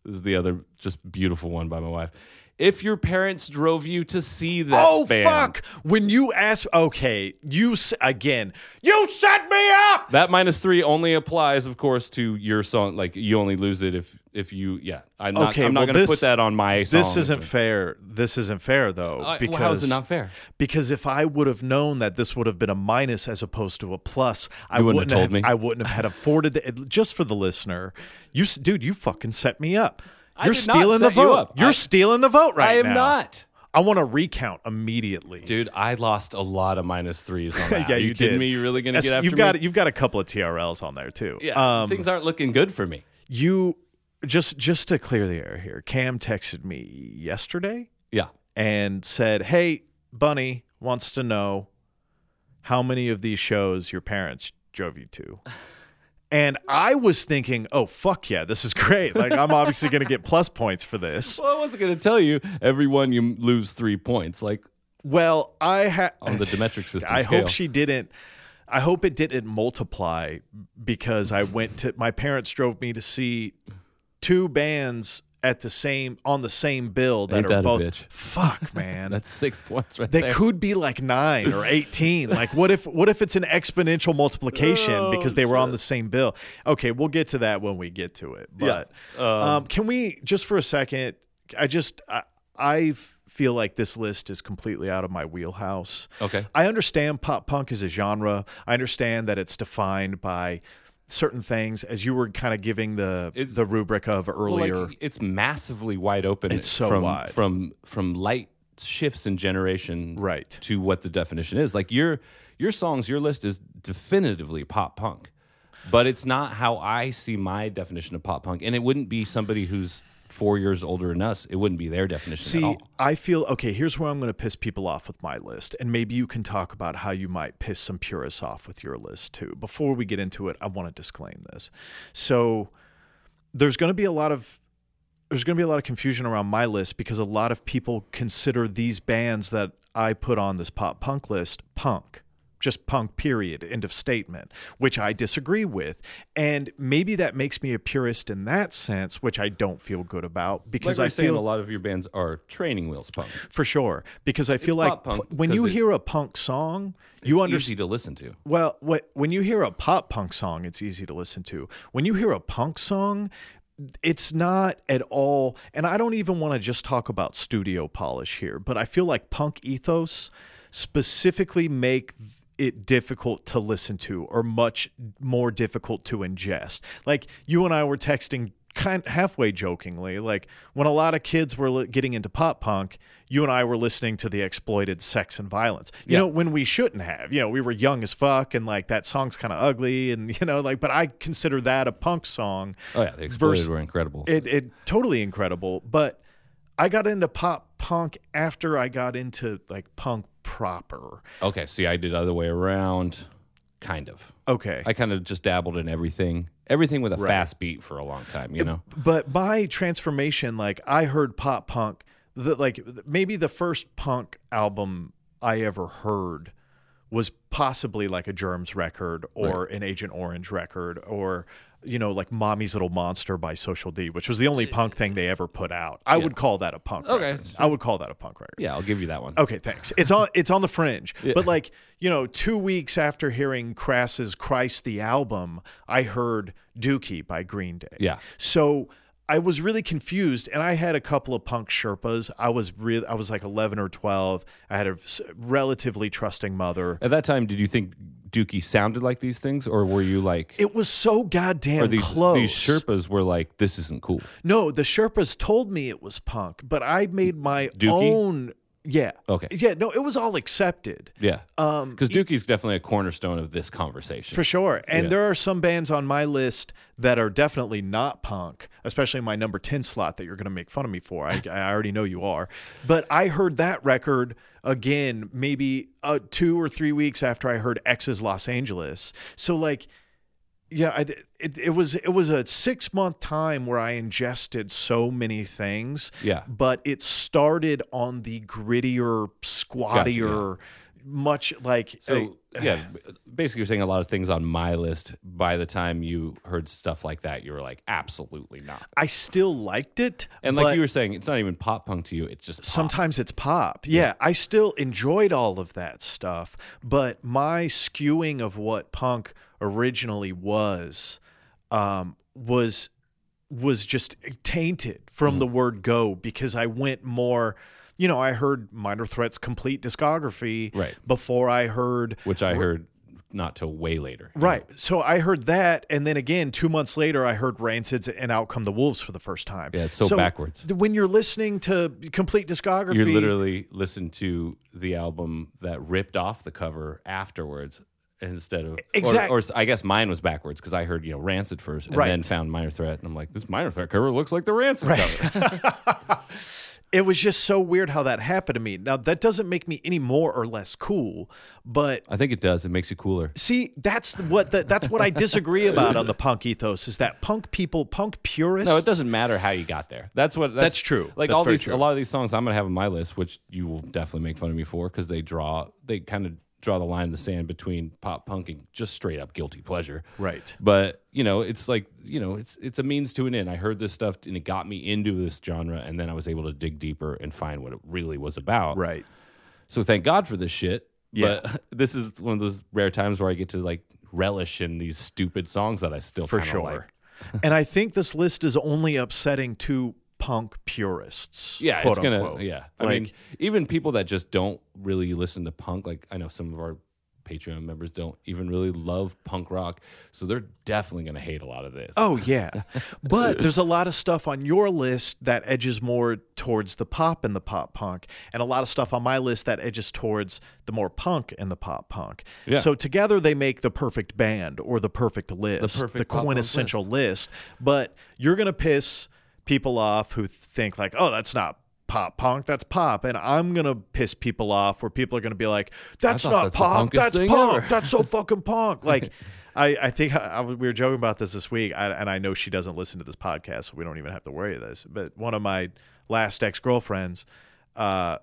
[SPEAKER 1] this is the other just beautiful one by my wife. If your parents drove you to see that
[SPEAKER 2] Oh
[SPEAKER 1] band,
[SPEAKER 2] fuck! When you ask, okay, you s- again, you set me up.
[SPEAKER 1] That minus three only applies, of course, to your song. Like you only lose it if if you yeah. I'm not,
[SPEAKER 2] Okay,
[SPEAKER 1] I'm not
[SPEAKER 2] well,
[SPEAKER 1] going to
[SPEAKER 2] this-
[SPEAKER 1] put that on my song.
[SPEAKER 2] This isn't fair. This isn't fair though.
[SPEAKER 1] Uh,
[SPEAKER 2] because
[SPEAKER 1] well, how is it not fair?
[SPEAKER 2] Because if I would have known that this would have been a minus as opposed to a plus, I
[SPEAKER 1] You
[SPEAKER 2] wouldn't,
[SPEAKER 1] wouldn't have told me.
[SPEAKER 2] I wouldn't have had afforded it. Just for the listener, you s- dude, you fucking set me up. You're
[SPEAKER 1] did not
[SPEAKER 2] stealing the
[SPEAKER 1] set you
[SPEAKER 2] vote.
[SPEAKER 1] up.
[SPEAKER 2] You're
[SPEAKER 1] I-
[SPEAKER 2] stealing the vote right
[SPEAKER 1] I am
[SPEAKER 2] now.
[SPEAKER 1] not.
[SPEAKER 2] I want to recount immediately.
[SPEAKER 1] Dude, I lost a lot of minus threes on that.
[SPEAKER 2] yeah,
[SPEAKER 1] Are you,
[SPEAKER 2] you
[SPEAKER 1] kidding
[SPEAKER 2] did.
[SPEAKER 1] me? You're really going to
[SPEAKER 2] That's-
[SPEAKER 1] get after
[SPEAKER 2] you've got
[SPEAKER 1] me?
[SPEAKER 2] you've got a couple of TRLs on there too.
[SPEAKER 1] Yeah,
[SPEAKER 2] Um,
[SPEAKER 1] things aren't looking good for me.
[SPEAKER 2] you just just to clear the air here. Cam texted me yesterday
[SPEAKER 1] Yeah,
[SPEAKER 2] and said, "Hey, Bunny wants to know how many of these shows your parents drove you to." And I was thinking, "Oh fuck yeah, this is great! Like I'm obviously going to get plus points for this."
[SPEAKER 1] well, I wasn't going to tell you everyone you lose three points. Like
[SPEAKER 2] Well, I had
[SPEAKER 1] On the Demetric system
[SPEAKER 2] I
[SPEAKER 1] scale.
[SPEAKER 2] hope she didn't. I hope it didn't multiply because I went to my parents drove me to see two bands at the same on the same bill that
[SPEAKER 1] Ain't
[SPEAKER 2] are
[SPEAKER 1] that a
[SPEAKER 2] both
[SPEAKER 1] bitch?
[SPEAKER 2] fuck man
[SPEAKER 1] that's six points right
[SPEAKER 2] They
[SPEAKER 1] there.
[SPEAKER 2] could be like nine or eighteen. Like, what if what if it's an exponential multiplication
[SPEAKER 1] Oh,
[SPEAKER 2] because they were on the same bill? Okay, we'll get to that when we get to it.
[SPEAKER 1] Yeah.
[SPEAKER 2] But um, can we just for a second? I just I, I feel like this list is completely out of my wheelhouse.
[SPEAKER 1] Okay.
[SPEAKER 2] I understand pop punk is a genre. I understand that it's defined by certain things, as you were kind of giving the
[SPEAKER 1] It's-
[SPEAKER 2] the rubric of
[SPEAKER 1] Well, like,
[SPEAKER 2] earlier.
[SPEAKER 1] it's massively wide open.
[SPEAKER 2] It's so
[SPEAKER 1] from,
[SPEAKER 2] wide.
[SPEAKER 1] from from light shifts in generation,
[SPEAKER 2] Right.
[SPEAKER 1] to what the definition is. Like your your songs, your list is definitively pop punk, but it's not how I see my definition of pop punk, and it wouldn't be somebody who's four years older than us, it wouldn't be their definition at
[SPEAKER 2] See,
[SPEAKER 1] all.
[SPEAKER 2] I feel okay. Here's where I'm going to piss people off with my list, and maybe you can talk about how you might piss some purists off with your list too. Before we get into it, I want to disclaim this. So, there's going to be a lot of there's going to be a lot of confusion around my list because a lot of people consider these bands that I put on this pop punk list punk. Just punk, period, end of statement, which I disagree with. And maybe that makes me a purist in that sense, which I don't feel good about
[SPEAKER 1] Like
[SPEAKER 2] because
[SPEAKER 1] I
[SPEAKER 2] I
[SPEAKER 1] was saying,
[SPEAKER 2] feel
[SPEAKER 1] a lot of your bands are training wheels punk.
[SPEAKER 2] for sure because i feel like
[SPEAKER 1] pop punk
[SPEAKER 2] pl- when
[SPEAKER 1] because
[SPEAKER 2] you
[SPEAKER 1] it-
[SPEAKER 2] hear a punk song you
[SPEAKER 1] It's
[SPEAKER 2] understand
[SPEAKER 1] easy to listen to.
[SPEAKER 2] well what when you hear a pop punk song it's easy to listen to when you hear a punk song it's not at all and i don't even want to just talk about studio polish here but i feel like punk ethos specifically make it difficult to listen to or much more difficult to ingest like you and i were texting kind halfway jokingly like when a lot of kids were li- getting into pop punk you and i were listening to the exploited sex and violence you
[SPEAKER 1] Yeah.
[SPEAKER 2] know when we shouldn't have you know we were young as fuck and like that song's kind of ugly and you know like but i consider that a punk song
[SPEAKER 1] Oh yeah, the Exploited
[SPEAKER 2] Vers-
[SPEAKER 1] were incredible.
[SPEAKER 2] it, it totally incredible but i got into pop punk after i got into like punk proper
[SPEAKER 1] okay, see, I did other way around, kind of.
[SPEAKER 2] okay
[SPEAKER 1] I kind of just dabbled in everything, everything with a fast beat for a long time. You know,
[SPEAKER 2] but my transformation like i heard pop punk the, like maybe the first punk album i ever heard was possibly like a germs record or an agent orange record or you know like mommy's little monster by social d which was the only punk thing they ever put out i would call that a punk
[SPEAKER 1] Okay,
[SPEAKER 2] record. i would call that a punk record
[SPEAKER 1] yeah, I'll give you that one.
[SPEAKER 2] Okay, thanks. It's on it's on the fringe. But like, you know, 2 weeks after hearing Crass's Christ the album, I heard Dookie by Green Day.
[SPEAKER 1] Yeah.
[SPEAKER 2] So I was really confused and I had a couple of punk sherpas. I was real I was like 11 or 12. I had a s- relatively trusting mother.
[SPEAKER 1] At that time, did you think Dookie sounded like these things, or were you like,
[SPEAKER 2] It was so goddamn
[SPEAKER 1] or these
[SPEAKER 2] close.
[SPEAKER 1] these Sherpas were like, this isn't cool?
[SPEAKER 2] No, the Sherpas told me it was punk, but I made my
[SPEAKER 1] Dookie?
[SPEAKER 2] own yeah.
[SPEAKER 1] Okay.
[SPEAKER 2] Yeah, no, it was all accepted.
[SPEAKER 1] Yeah, because
[SPEAKER 2] Um,
[SPEAKER 1] Dookie's definitely a cornerstone of this conversation.
[SPEAKER 2] For sure. And there are some bands on my list that are definitely not punk, especially my number 10 slot that you're going to make fun of me for. I, I already know you are. But I heard that record again maybe uh, two or three weeks after I heard X's Los Angeles. So, like, yeah, I, it, it was it was a six month time where I ingested so many things.
[SPEAKER 1] Yeah.
[SPEAKER 2] but it started on the grittier, squattier, much like
[SPEAKER 1] So yeah, b- basically you're saying a lot of things on my list. By the time you heard stuff like that, you were like, absolutely not.
[SPEAKER 2] I still liked it.
[SPEAKER 1] And like
[SPEAKER 2] but
[SPEAKER 1] you were saying, it's not even pop punk to you. It's just pop.
[SPEAKER 2] sometimes it's pop. Yeah, I still enjoyed all of that stuff, but my skewing of what punk originally was um, was was just tainted
[SPEAKER 1] Mm-hmm.
[SPEAKER 2] from the word go because I went more. You know, I heard Minor Threat's complete discography
[SPEAKER 1] Right.
[SPEAKER 2] before I heard
[SPEAKER 1] which I heard not till way later.
[SPEAKER 2] Right. So I heard that, and then again, two months later, I heard Rancid's and Out Come the Wolves for the first time.
[SPEAKER 1] Yeah, it's so backwards.
[SPEAKER 2] th- When you're listening to complete discography,
[SPEAKER 1] You literally listen to the album that ripped off the cover afterwards instead of or-
[SPEAKER 2] Exact-
[SPEAKER 1] Or, I guess mine was backwards because I heard you know Rancid first and
[SPEAKER 2] Right.
[SPEAKER 1] then found Minor Threat and I'm like this Minor Threat cover looks like the Rancid cover.
[SPEAKER 2] it was just so weird how that happened to me. Now that doesn't make me any more or less cool, but
[SPEAKER 1] I think it does. It makes you cooler.
[SPEAKER 2] see, that's what the, that's what I disagree about on the punk ethos is that punk people, punk purists.
[SPEAKER 1] No, it doesn't matter how you got there. That's what. That's,
[SPEAKER 2] That's true.
[SPEAKER 1] Like
[SPEAKER 2] That's
[SPEAKER 1] all
[SPEAKER 2] very
[SPEAKER 1] these,
[SPEAKER 2] true.
[SPEAKER 1] a lot of these songs I'm gonna have on my list, which you will definitely make fun of me for, because they draw, they kind of draw the line in the sand between pop punk and just straight up guilty pleasure.
[SPEAKER 2] Right.
[SPEAKER 1] But you know, it's like you know, it's it's a means to an end. I heard this stuff and it got me into this genre, and then I was able to dig deeper and find what it really was about.
[SPEAKER 2] Right.
[SPEAKER 1] So thank God for this shit.
[SPEAKER 2] Yeah.
[SPEAKER 1] But this is one of those rare times where I get to like relish in these stupid songs that I still
[SPEAKER 2] for
[SPEAKER 1] kinda
[SPEAKER 2] sure.
[SPEAKER 1] like.
[SPEAKER 2] and I think this list is only upsetting to punk purists.
[SPEAKER 1] Yeah,
[SPEAKER 2] quote
[SPEAKER 1] it's gonna.
[SPEAKER 2] unquote.
[SPEAKER 1] Yeah, I
[SPEAKER 2] like,
[SPEAKER 1] mean, even people that just don't really listen to punk, like I know some of our Patreon members don't even really love punk rock, so they're definitely gonna hate a lot of this.
[SPEAKER 2] Oh yeah. But there's a lot of stuff on your list that edges more towards the pop and the pop punk and a lot of stuff on my list that edges towards the more punk and the pop punk.
[SPEAKER 1] Yeah.
[SPEAKER 2] So together they make the perfect band or the perfect list,
[SPEAKER 1] perfect pop punk
[SPEAKER 2] quintessential list. but you're going to piss people off who think like, "Oh, that's not pop punk, that's pop," and I'm gonna piss people off where people are gonna be like, "That's
[SPEAKER 1] thought
[SPEAKER 2] not
[SPEAKER 1] that's the
[SPEAKER 2] pop,
[SPEAKER 1] punkest
[SPEAKER 2] that's
[SPEAKER 1] thing
[SPEAKER 2] punk,
[SPEAKER 1] ever."
[SPEAKER 2] that's so fucking punk." Like. I, I think I, I was- we were joking about this this week, I, and I know she doesn't listen to this podcast, so we don't even have to worry this. But one of my last ex girlfriends, uh,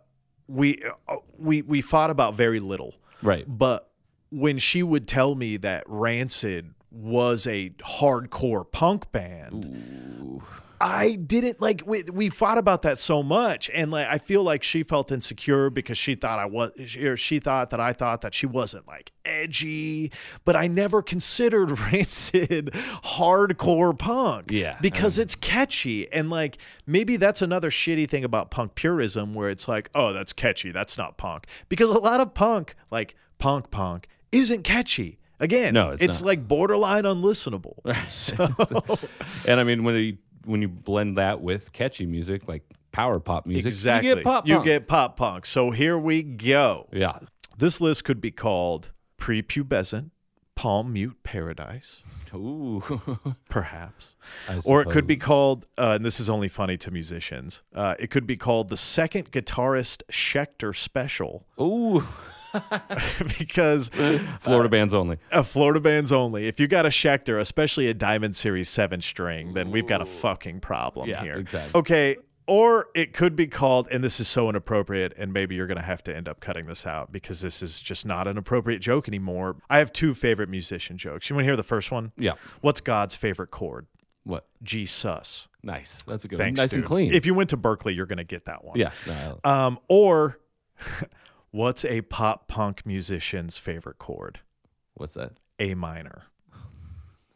[SPEAKER 2] we uh, we we fought about very little,
[SPEAKER 1] Right.
[SPEAKER 2] but when she would tell me that Rancid was a hardcore punk band, I didn't like we, we fought about that so much and like I feel like she felt insecure because she thought I was she, or she thought that I thought that she wasn't like edgy but I never considered Rancid hardcore punk
[SPEAKER 1] Yeah.
[SPEAKER 2] because it's catchy and like maybe that's another shitty thing about punk purism where it's like oh that's catchy that's not punk because a lot of punk like punk punk isn't catchy again
[SPEAKER 1] No, it's not.
[SPEAKER 2] like borderline unlistenable so
[SPEAKER 1] And I mean, when you when you blend that with catchy music like power pop music,
[SPEAKER 2] Exactly.
[SPEAKER 1] you get pop.
[SPEAKER 2] You
[SPEAKER 1] punk.
[SPEAKER 2] get pop punk. So here we go.
[SPEAKER 1] yeah.
[SPEAKER 2] This list could be called prepubescent, palm mute paradise,
[SPEAKER 1] Ooh.
[SPEAKER 2] perhaps.
[SPEAKER 1] I
[SPEAKER 2] Or it could be called, uh, and this is only funny to musicians, uh, it could be called the second guitarist Schecter special
[SPEAKER 1] Ooh.
[SPEAKER 2] because
[SPEAKER 1] Florida bands only.
[SPEAKER 2] uh, Florida bands only. If you got a Schecter, especially a Diamond Series 7 string, then we've got a fucking problem
[SPEAKER 1] Yeah,
[SPEAKER 2] here.
[SPEAKER 1] exactly.
[SPEAKER 2] Okay. Or it could be called, and this is so inappropriate, and maybe you're going to have to end up cutting this out because this is just not an appropriate joke anymore. I have two favorite musician jokes. You want to hear the first one?
[SPEAKER 1] Yeah.
[SPEAKER 2] What's God's favorite chord?
[SPEAKER 1] What?
[SPEAKER 2] G sus.
[SPEAKER 1] Nice. That's a good
[SPEAKER 2] Thanks.
[SPEAKER 1] one. Nice
[SPEAKER 2] dude.
[SPEAKER 1] and clean.
[SPEAKER 2] If you went to Berkeley, you're going to get that one.
[SPEAKER 1] yeah. No,
[SPEAKER 2] Um, or what's a pop punk musician's favorite chord?
[SPEAKER 1] what's that?
[SPEAKER 2] A minor.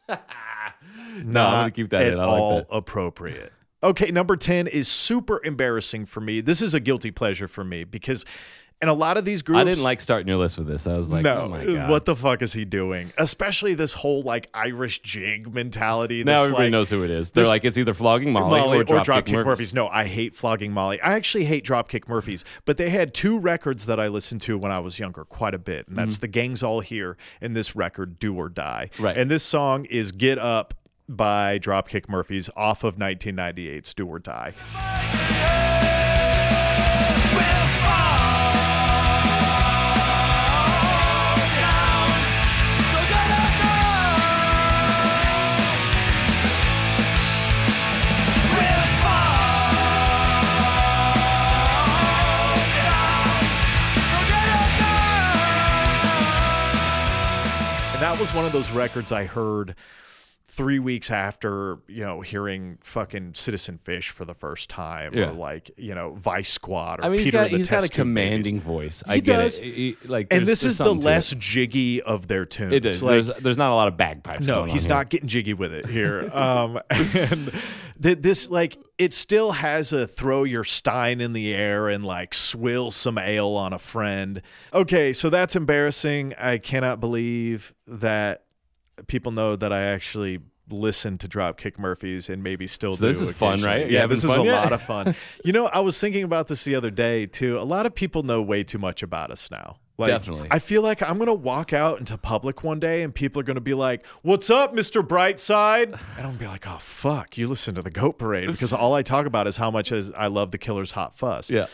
[SPEAKER 1] No, I'm gonna keep that
[SPEAKER 2] at
[SPEAKER 1] in. I like
[SPEAKER 2] all
[SPEAKER 1] that.
[SPEAKER 2] appropriate. Okay, number 10 is super embarrassing for me. This is a guilty pleasure for me because in a lot of these groups
[SPEAKER 1] I didn't like starting your list with this. I was like,
[SPEAKER 2] no,
[SPEAKER 1] oh my god.
[SPEAKER 2] what the fuck is he doing? Especially this whole like Irish jig mentality.
[SPEAKER 1] now
[SPEAKER 2] this,
[SPEAKER 1] everybody
[SPEAKER 2] like,
[SPEAKER 1] knows who it is. They're like, it's either flogging Molly,
[SPEAKER 2] Molly
[SPEAKER 1] or, Dropkick Murphys.
[SPEAKER 2] No, I hate flogging Molly. I actually hate Dropkick Murphys, but they had two records that I listened to when I was younger quite a bit, and that's The Gang's All Here and this record, Do or Die.
[SPEAKER 1] Mm-hmm. Right.
[SPEAKER 2] And this song is Get Up by Dropkick Murphys off of 1998's Do or Die. And that was one of those records I heard three weeks after, you know, hearing fucking Citizen Fish for the first time,
[SPEAKER 1] Yeah.
[SPEAKER 2] or like, you know, Vice Squad, or
[SPEAKER 1] I mean, he's
[SPEAKER 2] Peter
[SPEAKER 1] got,
[SPEAKER 2] the
[SPEAKER 1] he's got a
[SPEAKER 2] Test Tube Babies.
[SPEAKER 1] commanding voice. I
[SPEAKER 2] He
[SPEAKER 1] get
[SPEAKER 2] does.
[SPEAKER 1] it. He- he- like,
[SPEAKER 2] And
[SPEAKER 1] there's-
[SPEAKER 2] this
[SPEAKER 1] there's
[SPEAKER 2] is the
[SPEAKER 1] something to it.
[SPEAKER 2] less jiggy of their tunes.
[SPEAKER 1] It is.
[SPEAKER 2] Like,
[SPEAKER 1] there's, uh-huh. there's not a lot of bagpipes.
[SPEAKER 2] no,
[SPEAKER 1] going on
[SPEAKER 2] he's
[SPEAKER 1] here.
[SPEAKER 2] not getting jiggy with it here. um, and th- this, like, it still has a throw your stein in the air and like swill some ale on a friend. Okay, so that's embarrassing. I cannot believe that people know that I actually listened to Dropkick Murphys and maybe still
[SPEAKER 1] So this
[SPEAKER 2] do
[SPEAKER 1] is fun,
[SPEAKER 2] occasionally.
[SPEAKER 1] right? You
[SPEAKER 2] Yeah,
[SPEAKER 1] having
[SPEAKER 2] this is
[SPEAKER 1] fun
[SPEAKER 2] a
[SPEAKER 1] yet?
[SPEAKER 2] lot of fun. you know, I was thinking about this the other day too. A lot of people know way too much about us now. Like,
[SPEAKER 1] Definitely.
[SPEAKER 2] I feel like I'm gonna walk out into public one day and people are gonna be like, "What's up, Mr. Brightside?" And I'm gonna be like, "Oh fuck, you listen to the Goat Parade because all I talk about is how much is I love the Killer's Hot Fuss."
[SPEAKER 1] Yeah.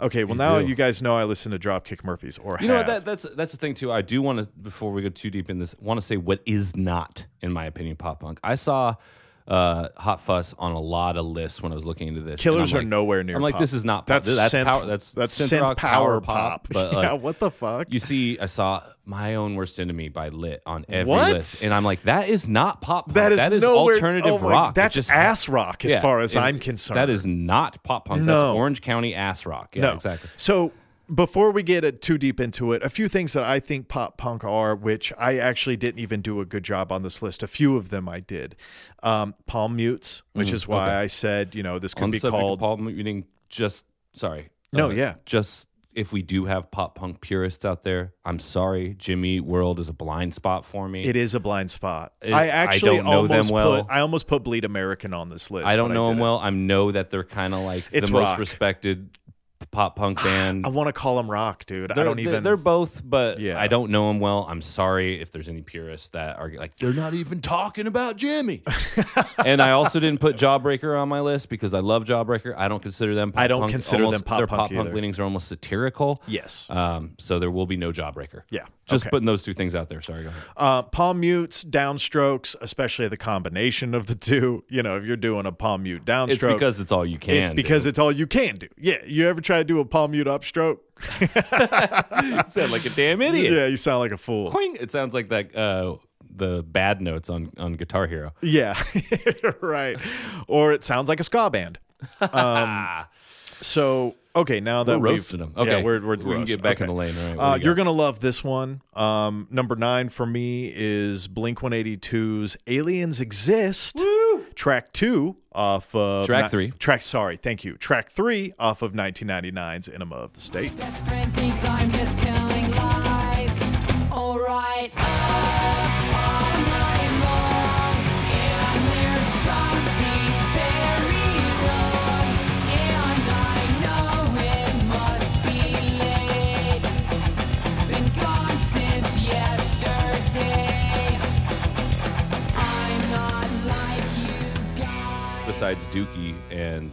[SPEAKER 2] Okay. Well, now
[SPEAKER 1] do.
[SPEAKER 2] you guys know I listen to Dropkick Murphys or
[SPEAKER 1] You know what?
[SPEAKER 2] have.
[SPEAKER 1] That, that's that's the thing too. I do want to before we go too deep in this, want to say what is not, in my opinion, pop punk. I saw uh, Hot Fuss on a lot of lists when I was looking into this. and
[SPEAKER 2] Killers
[SPEAKER 1] I'm
[SPEAKER 2] are
[SPEAKER 1] like-
[SPEAKER 2] nowhere near.
[SPEAKER 1] I'm like,
[SPEAKER 2] pop.
[SPEAKER 1] this is not. Pop.
[SPEAKER 2] That's
[SPEAKER 1] That's that's
[SPEAKER 2] synth-
[SPEAKER 1] power. That's
[SPEAKER 2] that's
[SPEAKER 1] synth
[SPEAKER 2] synth
[SPEAKER 1] rock, power
[SPEAKER 2] power
[SPEAKER 1] pop.
[SPEAKER 2] pop.
[SPEAKER 1] But
[SPEAKER 2] Yeah,
[SPEAKER 1] like,
[SPEAKER 2] what the fuck?
[SPEAKER 1] You see, I saw my own worst enemy by Lit on every
[SPEAKER 2] What?
[SPEAKER 1] list, and I'm like, that is not pop. Punk.
[SPEAKER 2] That is, nowhere,
[SPEAKER 1] alternative
[SPEAKER 2] oh my-
[SPEAKER 1] rock. It
[SPEAKER 2] That's
[SPEAKER 1] just
[SPEAKER 2] ass rock, as
[SPEAKER 1] yeah,
[SPEAKER 2] far as
[SPEAKER 1] it-
[SPEAKER 2] I'm concerned.
[SPEAKER 1] That is not pop punk.
[SPEAKER 2] No.
[SPEAKER 1] That's Orange County ass rock. Yeah,
[SPEAKER 2] no
[SPEAKER 1] exactly.
[SPEAKER 2] So before we get it too deep into it, a few things that I think pop punk are, which I actually didn't even do a good job on this list. A few of them I did. Um, palm mutes, which is why I said you know this could
[SPEAKER 1] Mm, on
[SPEAKER 2] be
[SPEAKER 1] the subject
[SPEAKER 2] called
[SPEAKER 1] of pop meaning just sorry
[SPEAKER 2] No, yeah.
[SPEAKER 1] just if we do have pop punk purists out there i'm sorry jimmy world is a blind spot for me
[SPEAKER 2] It is a blind spot.
[SPEAKER 1] It-
[SPEAKER 2] I
[SPEAKER 1] I
[SPEAKER 2] actually
[SPEAKER 1] don't know them
[SPEAKER 2] almost
[SPEAKER 1] well.
[SPEAKER 2] put I almost put Bleed American on this list.
[SPEAKER 1] i don't
[SPEAKER 2] but
[SPEAKER 1] know them
[SPEAKER 2] didn't.
[SPEAKER 1] well i know that they're kind of like
[SPEAKER 2] It's
[SPEAKER 1] the most
[SPEAKER 2] rock.
[SPEAKER 1] respected pop punk band.
[SPEAKER 2] I want to call them rock, dude. I
[SPEAKER 1] They're-
[SPEAKER 2] don't
[SPEAKER 1] they-
[SPEAKER 2] even.
[SPEAKER 1] They're both, but
[SPEAKER 2] Yeah.
[SPEAKER 1] I don't know them well. I'm sorry if there's any purists that are like they're not even talking about Jimmy. and I also didn't put Jawbreaker on my list because I love Jawbreaker. I don't consider them. Pop
[SPEAKER 2] I don't
[SPEAKER 1] punk.
[SPEAKER 2] consider them
[SPEAKER 1] Almost-
[SPEAKER 2] pop
[SPEAKER 1] Their
[SPEAKER 2] punk
[SPEAKER 1] pop punk
[SPEAKER 2] either.
[SPEAKER 1] leanings are almost satirical.
[SPEAKER 2] Yes.
[SPEAKER 1] Um. So there will be no Jawbreaker.
[SPEAKER 2] Yeah.
[SPEAKER 1] Just
[SPEAKER 2] Okay.
[SPEAKER 1] putting those two things out there. Sorry. Go ahead.
[SPEAKER 2] Uh, palm mutes, downstrokes, especially the combination of the two. You know, if you're doing a palm mute downstroke,
[SPEAKER 1] It's because it's all you can.
[SPEAKER 2] it's because
[SPEAKER 1] dude.
[SPEAKER 2] it's all you can do. Yeah, you ever try to do a palm mute upstroke?
[SPEAKER 1] it said like a damn idiot.
[SPEAKER 2] Yeah, you sound like a fool.
[SPEAKER 1] Poing. It sounds like that. Uh, the bad notes on on Guitar Hero.
[SPEAKER 2] Yeah, right. Or it sounds like a ska band. Um, so okay, now that
[SPEAKER 1] We're
[SPEAKER 2] we've-
[SPEAKER 1] roasting them. Okay,
[SPEAKER 2] yeah, we're, we're
[SPEAKER 1] we can
[SPEAKER 2] roasting.
[SPEAKER 1] get back
[SPEAKER 2] Okay.
[SPEAKER 1] in the lane. All right, what
[SPEAKER 2] Uh,
[SPEAKER 1] do we
[SPEAKER 2] you're
[SPEAKER 1] got?
[SPEAKER 2] gonna love this one. Um, number nine for me is Blink 182's "Aliens Exist." Track two off of
[SPEAKER 1] Track
[SPEAKER 2] ni-
[SPEAKER 1] three.
[SPEAKER 2] Track sorry, thank you. Track three off of 1999's "Enema of the State."
[SPEAKER 3] best friend thinks I'm just telling lies. Alright, up all night long. And there's something very wrong. And I know it must be late. Been gone since yesterday. I'm not like you guys.
[SPEAKER 1] besides Dookie and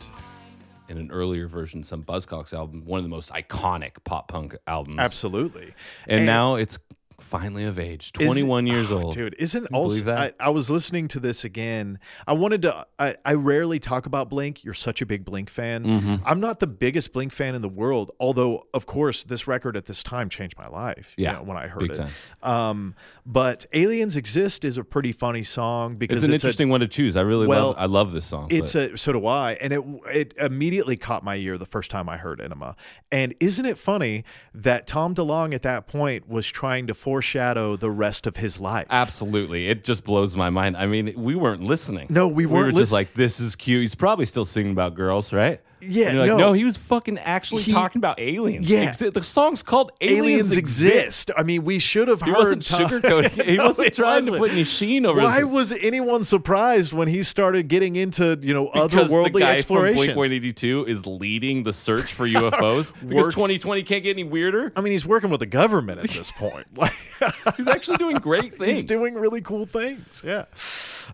[SPEAKER 1] in an earlier version, some Buzzcocks album, one of the most iconic pop punk albums.
[SPEAKER 2] Absolutely.
[SPEAKER 1] And, now it's finally of age,
[SPEAKER 2] Is-
[SPEAKER 1] 21 years
[SPEAKER 2] oh,
[SPEAKER 1] old.
[SPEAKER 2] Dude, isn't
[SPEAKER 1] you
[SPEAKER 2] also
[SPEAKER 1] believe that?
[SPEAKER 2] I, I was listening to this again. I wanted to I, I rarely talk about Blink. You're such a big Blink fan.
[SPEAKER 1] Mm-hmm.
[SPEAKER 2] I'm not the biggest Blink fan in the world, although of course this record at this time changed my life. you
[SPEAKER 1] Yeah,
[SPEAKER 2] know, when I heard
[SPEAKER 1] big
[SPEAKER 2] it.
[SPEAKER 1] time.
[SPEAKER 2] Um but Aliens Exist is a pretty funny song because
[SPEAKER 1] It's an
[SPEAKER 2] a-
[SPEAKER 1] interesting one to choose. I really
[SPEAKER 2] Well,
[SPEAKER 1] love. I love this song.
[SPEAKER 2] it's
[SPEAKER 1] but
[SPEAKER 2] a so do I, and it it immediately caught my ear the first time I heard Enema. And isn't it funny that Tom DeLonge at that point was trying to foreshadow the rest of his life?
[SPEAKER 1] absolutely. It just blows my mind. I mean, we weren't listening.
[SPEAKER 2] No,
[SPEAKER 1] We
[SPEAKER 2] we
[SPEAKER 1] were
[SPEAKER 2] weren't
[SPEAKER 1] just
[SPEAKER 2] lis-
[SPEAKER 1] like, this is cute. He's probably still singing about girls, right?
[SPEAKER 2] Yeah,
[SPEAKER 1] And you're like,
[SPEAKER 2] no.
[SPEAKER 1] no. he was fucking actually
[SPEAKER 2] He-
[SPEAKER 1] talking about aliens.
[SPEAKER 2] Yeah.
[SPEAKER 1] Exi- the song's called Aliens,
[SPEAKER 2] aliens exist. I mean, we should have
[SPEAKER 1] He
[SPEAKER 2] heard.
[SPEAKER 1] wasn't
[SPEAKER 2] Tom-
[SPEAKER 1] sugarcoating. He
[SPEAKER 2] No,
[SPEAKER 1] wasn't trying to
[SPEAKER 2] wasn't.
[SPEAKER 1] put any sheen over
[SPEAKER 2] Why
[SPEAKER 1] his
[SPEAKER 2] was anyone surprised when he started getting into you know
[SPEAKER 1] because
[SPEAKER 2] otherworldly
[SPEAKER 1] the guy from
[SPEAKER 2] explorations?
[SPEAKER 1] Blink 182 is leading the search for UFOs because
[SPEAKER 2] Work-
[SPEAKER 1] 2020 can't get any weirder.
[SPEAKER 2] I mean, he's working with the government at this point. Like,
[SPEAKER 1] He's actually doing great things.
[SPEAKER 2] he's doing really cool things. Yeah,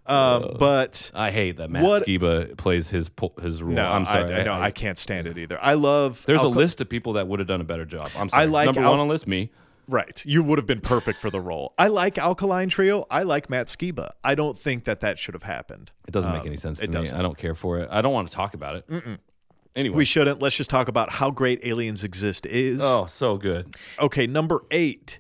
[SPEAKER 2] um, but
[SPEAKER 1] I hate that Matt
[SPEAKER 2] What-
[SPEAKER 1] Skiba plays his po- his role.
[SPEAKER 2] no,
[SPEAKER 1] Uh, I'm sorry.
[SPEAKER 2] I, no, I, can't stand it either. I love.
[SPEAKER 1] There's
[SPEAKER 2] I'll
[SPEAKER 1] a
[SPEAKER 2] co-
[SPEAKER 1] list of people that would have done a better job. I'm sorry.
[SPEAKER 2] like
[SPEAKER 1] number
[SPEAKER 2] Al-
[SPEAKER 1] one on the list, me.
[SPEAKER 2] Right, you would have been perfect for the role. I like Alkaline Trio. I like Matt Skiba. I don't think that that should have happened.
[SPEAKER 1] It doesn't make any sense to
[SPEAKER 2] it
[SPEAKER 1] me.
[SPEAKER 2] doesn't.
[SPEAKER 1] I don't care for it. I don't want to talk about it. Anyway.
[SPEAKER 2] We shouldn't. Let's just talk about how great Aliens Exist is.
[SPEAKER 1] oh, so good.
[SPEAKER 2] Okay, number eight,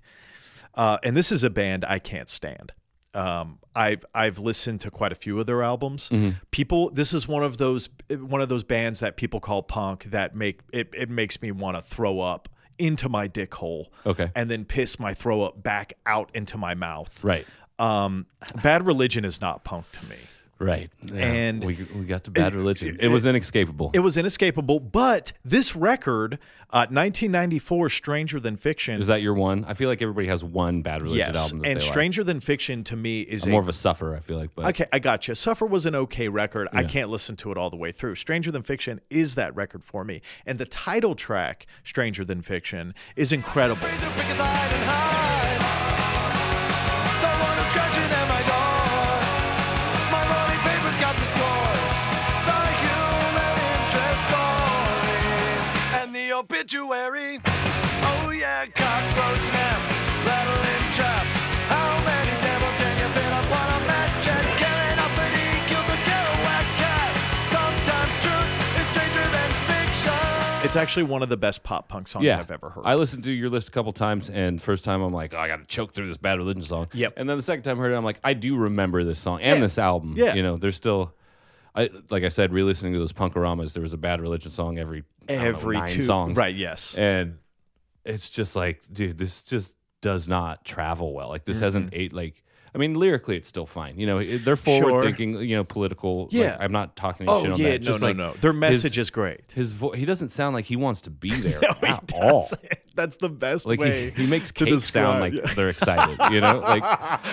[SPEAKER 2] uh, and this is a band I can't stand. Um, I've I've listened to quite a few of their albums.
[SPEAKER 1] Mm-hmm.
[SPEAKER 2] People, this is one of those one of those bands that people call punk that make it. It makes me want to throw up into my dick hole.
[SPEAKER 1] Okay.
[SPEAKER 2] and then piss my throw up back out into my mouth.
[SPEAKER 1] Right.
[SPEAKER 2] Um, Bad Religion is not punk to me.
[SPEAKER 1] Right. Yeah,
[SPEAKER 2] And-
[SPEAKER 1] we, we got to bad religion. It, was inescapable.
[SPEAKER 2] It was inescapable, but this record, uh, 1994, Stranger Than Fiction,
[SPEAKER 1] is that your one? I feel like everybody has one bad religion album. That
[SPEAKER 2] and
[SPEAKER 1] they like.
[SPEAKER 2] Stranger Than Fiction to me is
[SPEAKER 1] I'm more of a sufferer, I feel like. But
[SPEAKER 2] Okay, I got you. Suffer was an okay record. I can't listen to it all the way through. Stranger Than Fiction is that record for me. And the title track, Stranger Than Fiction, is incredible.
[SPEAKER 4] Razor pick is hide and hide. The one who's scratching at my door. My rolling paper's got the scores. The human interest stories and the obituary. Oh yeah, cockroach naps, rattling traps. How many devils can you fit upon a matchet? Curiosity killed the Kerouac cat. Sometimes truth is stranger than fiction.
[SPEAKER 2] It's actually one of the best pop punk songs
[SPEAKER 1] yeah,
[SPEAKER 2] I've ever heard.
[SPEAKER 1] I listened to your list a couple times, and first time I'm like, oh, I got to choke through this Bad Religion song.
[SPEAKER 2] Yep.
[SPEAKER 1] And then the second time I heard it, I'm like, I do remember this song and
[SPEAKER 2] Yeah.
[SPEAKER 1] this album.
[SPEAKER 2] Yeah.
[SPEAKER 1] You know, there's still, I like I said, re-listening to those Punkaramas, there was a Bad Religion song every I don't know,
[SPEAKER 2] Every
[SPEAKER 1] nine
[SPEAKER 2] two.
[SPEAKER 1] songs,
[SPEAKER 2] Right, yes.
[SPEAKER 1] And it's just like, dude, this just does not travel well. Like this hasn't eight like. I I mean, lyrically, it's still fine. You know, it- they're forward thinking. You know, political. like,
[SPEAKER 2] Yeah.
[SPEAKER 1] I'm not talking any
[SPEAKER 2] Oh
[SPEAKER 1] shit on
[SPEAKER 2] yeah,
[SPEAKER 1] that.
[SPEAKER 2] no,
[SPEAKER 1] Just
[SPEAKER 2] no,
[SPEAKER 1] like
[SPEAKER 2] no. Their
[SPEAKER 1] his-
[SPEAKER 2] message is great.
[SPEAKER 1] His vo- he doesn't sound like he wants to be there
[SPEAKER 2] He
[SPEAKER 1] at all.
[SPEAKER 2] doesn't. That's the best
[SPEAKER 1] Like he,
[SPEAKER 2] way.
[SPEAKER 1] he makes
[SPEAKER 2] to
[SPEAKER 1] cake sound like
[SPEAKER 2] describe-
[SPEAKER 1] they're excited. You know, like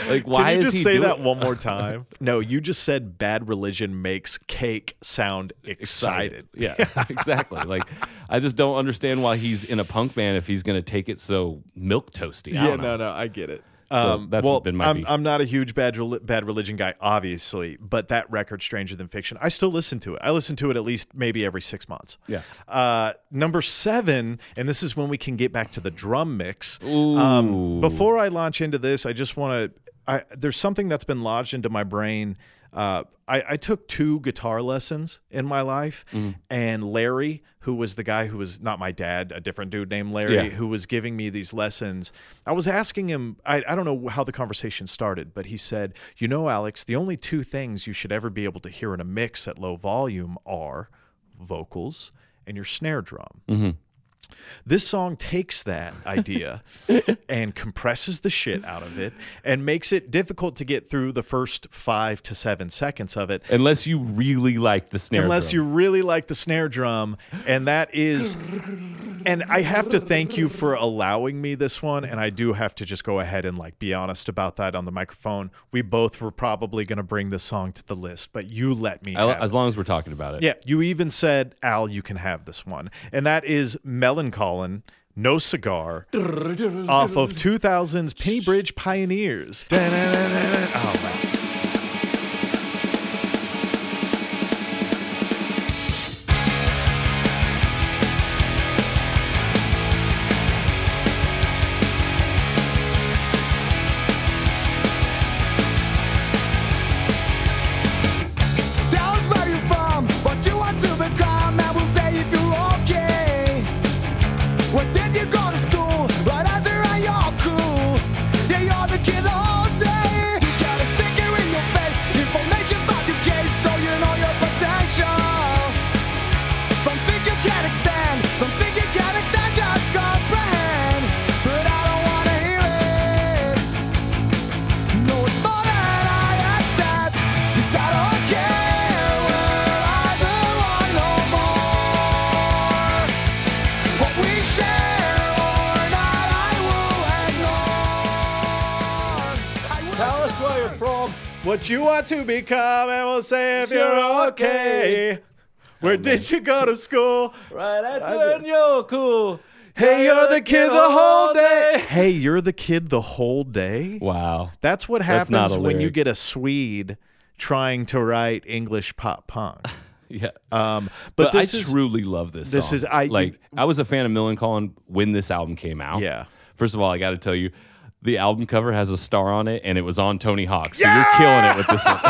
[SPEAKER 1] like why
[SPEAKER 2] Can you
[SPEAKER 1] is
[SPEAKER 2] just
[SPEAKER 1] he
[SPEAKER 2] say
[SPEAKER 1] doing
[SPEAKER 2] that one more time? no, you just said bad religion makes cake sound excited.
[SPEAKER 1] Yeah, exactly. Like, I just don't understand why he's in a punk band if he's going to take it so milk toasty. I
[SPEAKER 2] Yeah,
[SPEAKER 1] don't know.
[SPEAKER 2] no, no, I get it.
[SPEAKER 1] So
[SPEAKER 2] Um,
[SPEAKER 1] that's
[SPEAKER 2] well,
[SPEAKER 1] been my
[SPEAKER 2] I'm,
[SPEAKER 1] beef.
[SPEAKER 2] I'm not a huge bad Reli- bad religion guy, obviously, but that record, Stranger Than Fiction, I still listen to it. I listen to it at least maybe every six months.
[SPEAKER 1] Yeah.
[SPEAKER 2] Uh, number seven, and this is when we can get back to the drum mix. Um,
[SPEAKER 1] Ooh.
[SPEAKER 2] before I launch into this, I just want to. I, there's something that's been lodged into my brain. Uh, I, I took two guitar lessons in my life,
[SPEAKER 1] Mm.
[SPEAKER 2] and Larry, who was the guy who was not my dad, a different dude named Larry,
[SPEAKER 1] Yeah.
[SPEAKER 2] who was giving me these lessons, I was asking him. I, I don't know how the conversation started, but he said, "You know, Alex, the only two things you should ever be able to hear in a mix at low volume are vocals and your snare drum."
[SPEAKER 1] Mm-hmm.
[SPEAKER 2] This song takes that idea and compresses the shit out of it and makes it difficult to get through the first five to seven seconds of it.
[SPEAKER 1] Unless you really like the snare.
[SPEAKER 2] Unless
[SPEAKER 1] drum.
[SPEAKER 2] you really like the snare drum, and that is, and I have to thank you for allowing me this one. And I do have to just go ahead and like be honest about that on the microphone. We both were probably going to bring this song to the list, but you let me.
[SPEAKER 1] I-
[SPEAKER 2] have it.
[SPEAKER 1] as long as we're talking about it.
[SPEAKER 2] Yeah, you even said, Al, you can have this one. And that is Melancolin, No Cigar, off of 2000's Penny Bridge Pioneers. Oh, man.
[SPEAKER 4] Tell us where you're from, what you want to become, and we'll say if you're okay. Where did you go to school? Right answer and you're cool. Yeah, you're the kid the whole day. You got a sticker in your face, information about your case, so you know your potential. Don't think you can extend, don't think you can extend, just comprehend. But I don't wanna hear it. No, it's more than I accept. Cause I don't care where I belong no more. What we share or not, I will ignore. I will
[SPEAKER 2] Tell us where you're from, what you want to become, and we'll say if you're okay. Oh, Where did you go to school?
[SPEAKER 1] Right, that's when you're cool.
[SPEAKER 2] Hey, you're the kid the whole day. Hey, you're the kid the whole day?
[SPEAKER 1] Wow.
[SPEAKER 2] That's what
[SPEAKER 1] That's not
[SPEAKER 2] happens
[SPEAKER 1] a
[SPEAKER 2] when you
[SPEAKER 1] lyric.
[SPEAKER 2] get a Swede trying to write English pop punk.
[SPEAKER 1] Yeah.
[SPEAKER 2] Um,
[SPEAKER 1] but
[SPEAKER 2] but, this
[SPEAKER 1] I
[SPEAKER 2] is
[SPEAKER 1] truly love this.
[SPEAKER 2] this
[SPEAKER 1] song.
[SPEAKER 2] is- I-
[SPEAKER 1] like I was a fan of Millencolin when this album came out.
[SPEAKER 2] Yeah.
[SPEAKER 1] First of all, I got to tell you, the album cover has a star on it, and it was on Tony Hawk. So you're killing it with this one.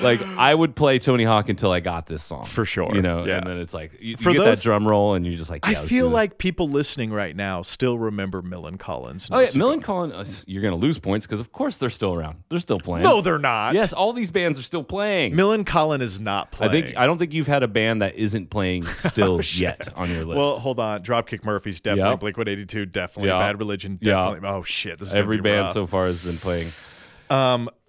[SPEAKER 1] like I would play Tony Hawk until I got this song
[SPEAKER 2] For sure.
[SPEAKER 1] You know,
[SPEAKER 2] Yeah.
[SPEAKER 1] and then it's like you, you
[SPEAKER 2] For
[SPEAKER 1] get
[SPEAKER 2] those-
[SPEAKER 1] that drum roll, and you're just like,
[SPEAKER 2] I
[SPEAKER 1] yeah, let's
[SPEAKER 2] feel
[SPEAKER 1] do this.
[SPEAKER 2] like people listening right now still remember Millen Collins.
[SPEAKER 1] Oh yeah, Millencolin, uh, you're gonna lose points because of course they're still around. They're still playing.
[SPEAKER 2] No, they're not.
[SPEAKER 1] Yes, all these bands are still playing.
[SPEAKER 2] Millen Collin is not
[SPEAKER 1] I
[SPEAKER 2] playing. Oh,
[SPEAKER 1] think I don't think you've had a band that isn't playing still yet on your list.
[SPEAKER 2] Well, hold on. Dropkick Murphys definitely.
[SPEAKER 1] Yep.
[SPEAKER 2] Blink One Eighty Two definitely.
[SPEAKER 1] Yeah.
[SPEAKER 2] Bad Religion
[SPEAKER 1] Yeah.
[SPEAKER 2] definitely. Oh shit! This is gonna
[SPEAKER 1] Every
[SPEAKER 2] be
[SPEAKER 1] band
[SPEAKER 2] rough.
[SPEAKER 1] so far has been playing.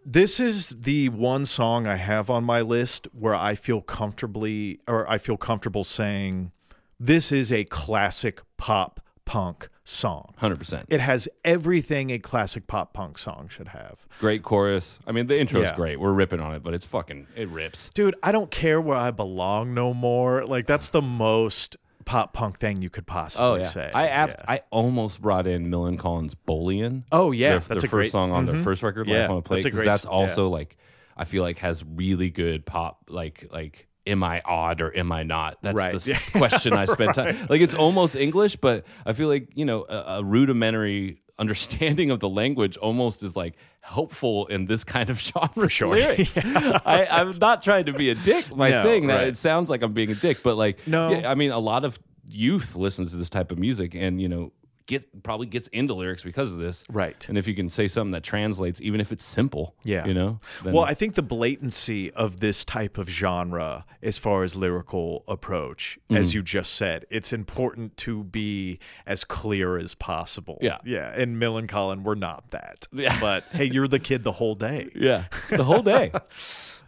[SPEAKER 2] this is the one song I have on my list where I feel comfortably or I feel comfortable saying this is a classic pop punk song.
[SPEAKER 1] Hundred percent.
[SPEAKER 2] It has everything a classic pop punk song should have.
[SPEAKER 1] Great chorus. I mean, the intro's
[SPEAKER 2] Yeah.
[SPEAKER 1] great. We're ripping on it, but it's fucking it rips.
[SPEAKER 2] Dude, I don't care where I belong no more. Like that's the most pop punk thing you could possibly
[SPEAKER 1] Oh yeah.
[SPEAKER 2] say.
[SPEAKER 1] I af-
[SPEAKER 2] Yeah.
[SPEAKER 1] I almost brought in Millen Collins' Bolian.
[SPEAKER 2] Oh, yeah.
[SPEAKER 1] their,
[SPEAKER 2] That's
[SPEAKER 1] their
[SPEAKER 2] a
[SPEAKER 1] first
[SPEAKER 2] great- Mm-hmm.
[SPEAKER 1] song on their first record,
[SPEAKER 2] Yeah,
[SPEAKER 1] Life on a Plate.
[SPEAKER 2] that's a
[SPEAKER 1] 'cause
[SPEAKER 2] great
[SPEAKER 1] that's
[SPEAKER 2] s- yeah.
[SPEAKER 1] also like I feel like has really good pop, like like. Am I odd or am I not? That's
[SPEAKER 2] Right.
[SPEAKER 1] the s-
[SPEAKER 2] Yeah.
[SPEAKER 1] question I spent time. Like it's almost English, but I feel like you know a, a rudimentary understanding of the language almost is like helpful in this kind of genre lyrics. I, I'm not trying to be a dick by
[SPEAKER 2] No,
[SPEAKER 1] saying that.
[SPEAKER 2] right.
[SPEAKER 1] It sounds like I'm being a dick, but like
[SPEAKER 2] No.
[SPEAKER 1] yeah, I mean, a lot of youth listens to this type of music, and you know, get probably gets into lyrics because of this.
[SPEAKER 2] Right.
[SPEAKER 1] And if you can say something that translates, even if it's simple.
[SPEAKER 2] Yeah.
[SPEAKER 1] You know? then-
[SPEAKER 2] well, I think the blatancy of this type of genre, as far as lyrical approach,
[SPEAKER 1] Mm-hmm.
[SPEAKER 2] as you just said, it's important to be as clear as possible.
[SPEAKER 1] Yeah.
[SPEAKER 2] Yeah. And Mill and Colin were not that.
[SPEAKER 1] Yeah.
[SPEAKER 2] But hey, you're the kid the whole day.
[SPEAKER 1] Yeah. The whole day.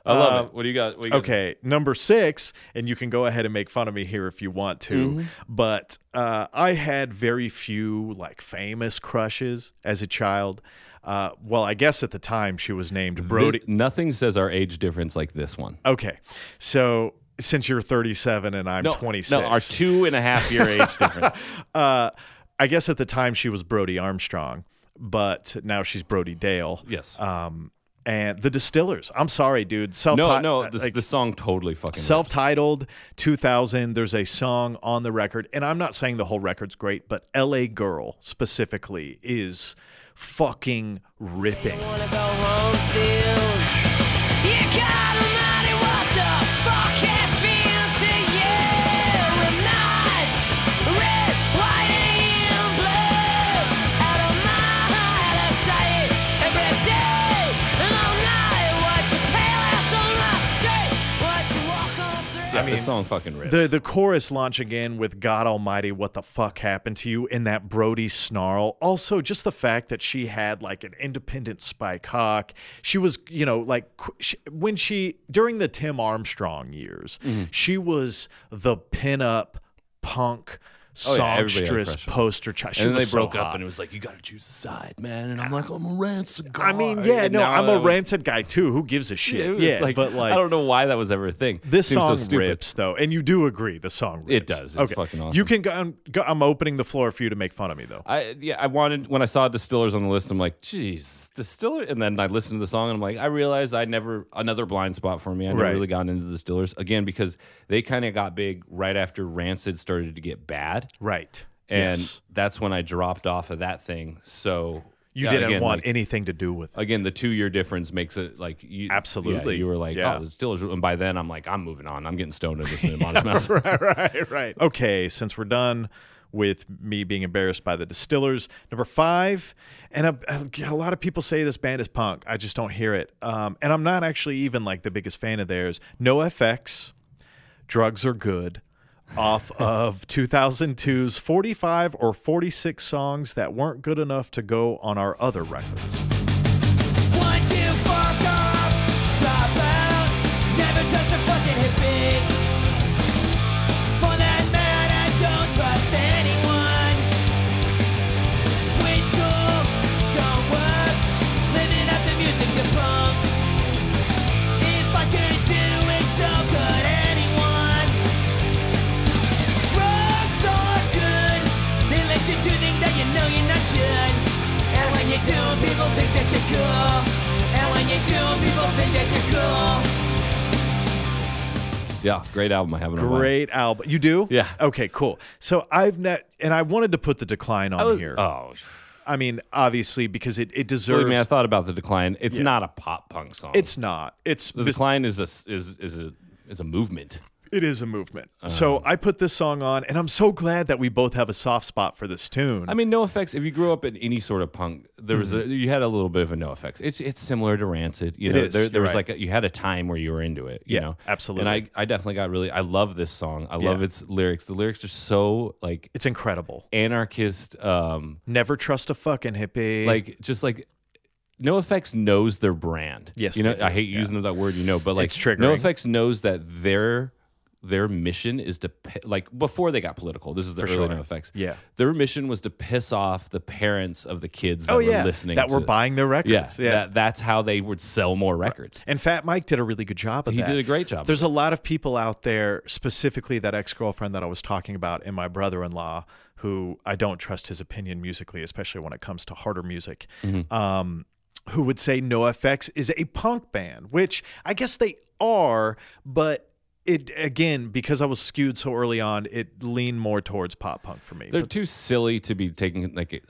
[SPEAKER 1] I love it. What do you got? What do you got?
[SPEAKER 2] Uh, Okay, number six, and you can go ahead and make fun of me here if you want to,
[SPEAKER 1] Mm-hmm.
[SPEAKER 2] but uh, I had very few like famous crushes as a child. Uh, well, I guess at the time she was named Brody.
[SPEAKER 1] Th- nothing says our age difference like this one.
[SPEAKER 2] Okay, so since you're 37 and I'm
[SPEAKER 1] No,
[SPEAKER 2] 26,
[SPEAKER 1] No, our two and a half year age difference.
[SPEAKER 2] uh, I guess at the time she was Brody Armstrong, but now she's Brody Dale.
[SPEAKER 1] Yes.
[SPEAKER 2] Um, and the Distillers. I'm sorry, dude. uh, Self.
[SPEAKER 1] no, no, this, the song totally fucking.
[SPEAKER 2] self titled 2000. There's a song on the record, and I'm not saying the whole record's great, but LA Girl specifically is fucking ripping.
[SPEAKER 3] wanna go home soon. You got almighty, what the fuck it feel to you? I'm not red, white, and blue. Out of my out of sight every day and all night. Watch your pale ass on my street. Watch you walk on through.
[SPEAKER 1] rips. the song fucking rips.
[SPEAKER 2] The the chorus launch again with God Almighty, what the fuck happened to you? And that Brody snarl. Also, just the fact that she had like an independent spike hawk. She was, you know, like qu- she, when she during the Tim Armstrong years,
[SPEAKER 1] Mm-hmm.
[SPEAKER 2] she was the pinup punk
[SPEAKER 1] Oh, yeah, everybody had a
[SPEAKER 2] songstress
[SPEAKER 1] crush on her.
[SPEAKER 2] poster child. She
[SPEAKER 1] and then they
[SPEAKER 2] was so
[SPEAKER 1] broke up,
[SPEAKER 2] hot.
[SPEAKER 1] and it was like you got to choose a side, man. And I'm like, I'm a rancid guy.
[SPEAKER 2] I mean, yeah,
[SPEAKER 1] Oh, And
[SPEAKER 2] no,
[SPEAKER 1] now
[SPEAKER 2] I'm
[SPEAKER 1] I
[SPEAKER 2] a
[SPEAKER 1] was-
[SPEAKER 2] rancid guy too. Who gives a
[SPEAKER 1] it
[SPEAKER 2] shit?
[SPEAKER 1] was
[SPEAKER 2] Yeah, but like
[SPEAKER 1] I don't know why that was ever a thing.
[SPEAKER 2] This
[SPEAKER 1] Seems
[SPEAKER 2] song
[SPEAKER 1] so stupid.
[SPEAKER 2] rips though, and you do agree the song rips.
[SPEAKER 1] It does. It's fucking awesome.
[SPEAKER 2] You can go. I'm, go, I'm opening the floor for you to make fun of me though.
[SPEAKER 1] I yeah, I wanted when I saw Distillers on the list, I'm like, geez, Distiller. And then I listened to the song, and I'm like, I realized I never another blind spot for me. I never
[SPEAKER 2] Right.
[SPEAKER 1] really gotten into the Distillers again because they kind of got big right after Rancid started to get bad,
[SPEAKER 2] Right.
[SPEAKER 1] and
[SPEAKER 2] Yes.
[SPEAKER 1] that's when I dropped off of that thing. So
[SPEAKER 2] you
[SPEAKER 1] yeah,
[SPEAKER 2] didn't
[SPEAKER 1] again,
[SPEAKER 2] want
[SPEAKER 1] like-
[SPEAKER 2] anything to do with it.
[SPEAKER 1] Again, the two year difference makes it like you yeah,
[SPEAKER 2] Absolutely.
[SPEAKER 1] you were like,
[SPEAKER 2] Yeah.
[SPEAKER 1] oh, the Distillers. And by then, I'm like, I'm moving on. I'm getting stoned and listening to Modest Mouse.
[SPEAKER 2] right, right, right. Okay, since we're done with me being embarrassed by the distillers, number five, and a, a lot of people say this band is punk. I just don't hear it. Um, and I'm not actually even like the biggest fan of theirs. No FX, Drugs Are Good. off of 2002's 45 or 46 songs that weren't good enough to go on our other records.
[SPEAKER 5] One, two, four, five. Drop out. Never trust a fucking hippie. For that matter, don't trust anyone. Quit school, don't work. Living up the music to punk. If I could do it, so could anyone. Drugs are good. They let you do things that you know you're not should. And when you do, people think that you're cool. And when you do, people think that you're cool.
[SPEAKER 1] yeah, great album. I haven't
[SPEAKER 2] Great album. You do?
[SPEAKER 1] Yeah.
[SPEAKER 2] Okay, cool. So I've net and I wanted to put the decline on here.
[SPEAKER 1] Oh.
[SPEAKER 2] I mean, obviously, because it, it deserves.
[SPEAKER 1] Believe me, I thought about the decline. It's not a pop punk song.
[SPEAKER 2] it's not. It's
[SPEAKER 1] the decline is a is is a is a movement.
[SPEAKER 2] it is a movement.
[SPEAKER 1] Uh.
[SPEAKER 2] so I put this song on, and I'm so glad that we both have a soft spot for this tune.
[SPEAKER 1] I mean, No Effects. If you grew up in any sort of punk, there was a, you had a little bit of a No Effects. It's it's similar to Rancid. You know,
[SPEAKER 2] is,
[SPEAKER 1] there, there
[SPEAKER 2] you're
[SPEAKER 1] was
[SPEAKER 2] right.
[SPEAKER 1] like a, you had a time where you were into it. You
[SPEAKER 2] Yeah,
[SPEAKER 1] know,
[SPEAKER 2] absolutely.
[SPEAKER 1] And I I definitely got really. I love this song. I love
[SPEAKER 2] Yeah.
[SPEAKER 1] its lyrics. The lyrics are so like
[SPEAKER 2] it's incredible.
[SPEAKER 1] anarchist. Um,
[SPEAKER 2] Never trust a fucking hippie.
[SPEAKER 1] like just like no effects knows their brand
[SPEAKER 2] Yes,
[SPEAKER 1] you know
[SPEAKER 2] they do.
[SPEAKER 1] i hate using that word you know but like
[SPEAKER 2] It's triggering.
[SPEAKER 1] no effects knows that their their mission is to pi- like before they got political this is the early
[SPEAKER 2] sure.
[SPEAKER 1] no effects
[SPEAKER 2] Yeah.
[SPEAKER 1] their mission was to piss off the parents of the kids that
[SPEAKER 2] oh
[SPEAKER 1] were
[SPEAKER 2] yeah,
[SPEAKER 1] listening
[SPEAKER 2] that
[SPEAKER 1] to,
[SPEAKER 2] we're buying their
[SPEAKER 1] yeah,
[SPEAKER 2] records. Yeah.
[SPEAKER 1] That, that's how they would sell more records
[SPEAKER 2] and Fat Mike did a really good job of
[SPEAKER 1] He
[SPEAKER 2] that.
[SPEAKER 1] did a great job of
[SPEAKER 2] There's a lot of people out there, specifically that ex girlfriend that I was talking about, and my brother in law, who I don't trust his opinion musically, especially when it comes to harder music.
[SPEAKER 1] Mm-hmm.
[SPEAKER 2] Um, who would say NoFX is a punk band, which I guess they are, but it again because I was skewed so early on, it leaned more towards pop punk for me.
[SPEAKER 1] they're
[SPEAKER 2] But
[SPEAKER 1] too silly to be taken like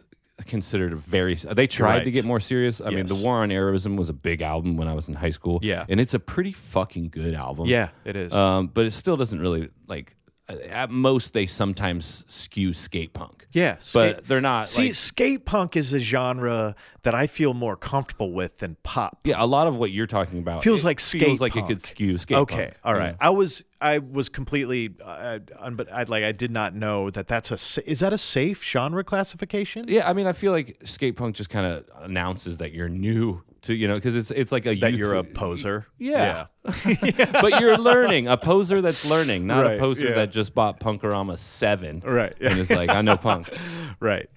[SPEAKER 1] considered a very they tried to
[SPEAKER 2] right.
[SPEAKER 1] get more serious i mean the
[SPEAKER 2] Yes.
[SPEAKER 1] war on terrorism was a big album when i was in high school
[SPEAKER 2] Yeah.
[SPEAKER 1] and it's a pretty fucking good album
[SPEAKER 2] yeah, it is.
[SPEAKER 1] Um, but it still doesn't really like at most they sometimes skew skate punk.
[SPEAKER 2] Yeah,
[SPEAKER 1] but
[SPEAKER 2] skate-
[SPEAKER 1] they're not.
[SPEAKER 2] See,
[SPEAKER 1] like,
[SPEAKER 2] skate punk is a genre that I feel more comfortable with than pop.
[SPEAKER 1] yeah, a lot of what you're talking about
[SPEAKER 2] feels
[SPEAKER 1] it
[SPEAKER 2] like skate.
[SPEAKER 1] feels like
[SPEAKER 2] punk.
[SPEAKER 1] it could skew skate.
[SPEAKER 2] Okay,
[SPEAKER 1] punk.
[SPEAKER 2] all right.
[SPEAKER 1] Yeah.
[SPEAKER 2] I was I was completely, uh, un- but I like I did not know that that's a sa- is that a safe genre classification?
[SPEAKER 1] Yeah, I mean, I feel like skate punk just kind of announces that you're new to you know because it's it's like a
[SPEAKER 2] That
[SPEAKER 1] youth-
[SPEAKER 2] you're a poser.
[SPEAKER 1] Yeah. but you're learning a poser that's learning, not
[SPEAKER 2] Right,
[SPEAKER 1] a poser
[SPEAKER 2] yeah.
[SPEAKER 1] that just bought Punkorama Seven,
[SPEAKER 2] Right, yeah.
[SPEAKER 1] And it's like I know punk.
[SPEAKER 2] yeah, right.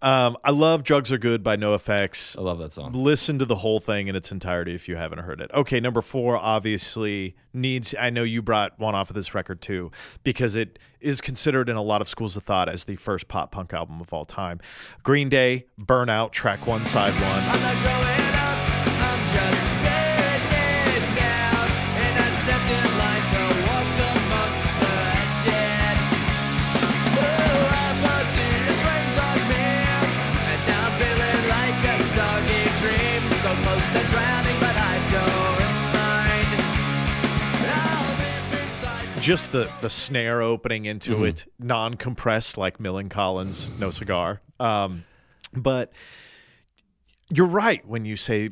[SPEAKER 2] Um, I love "Drugs Are Good" by NoFX.
[SPEAKER 1] I love that song.
[SPEAKER 2] Listen to the whole thing in its entirety if you haven't heard it. Okay, number four obviously needs. I know you brought one off of this record too, because it is considered in a lot of schools of thought as the first pop punk album of all time. Green Day, Burnout, track one, side one.
[SPEAKER 3] I'm not growing up, I'm just getting out. And I stepped in line to walk amongst the dead. Oh, I put these reins on me, and now I'm feeling like a soggy dream. So close to drowning, but I don't mind. I'll live inside.
[SPEAKER 2] Just the the snare opening into
[SPEAKER 1] Mm-hmm.
[SPEAKER 2] it, non compressed like Millen Collins, no cigar. Um, but you're right when you say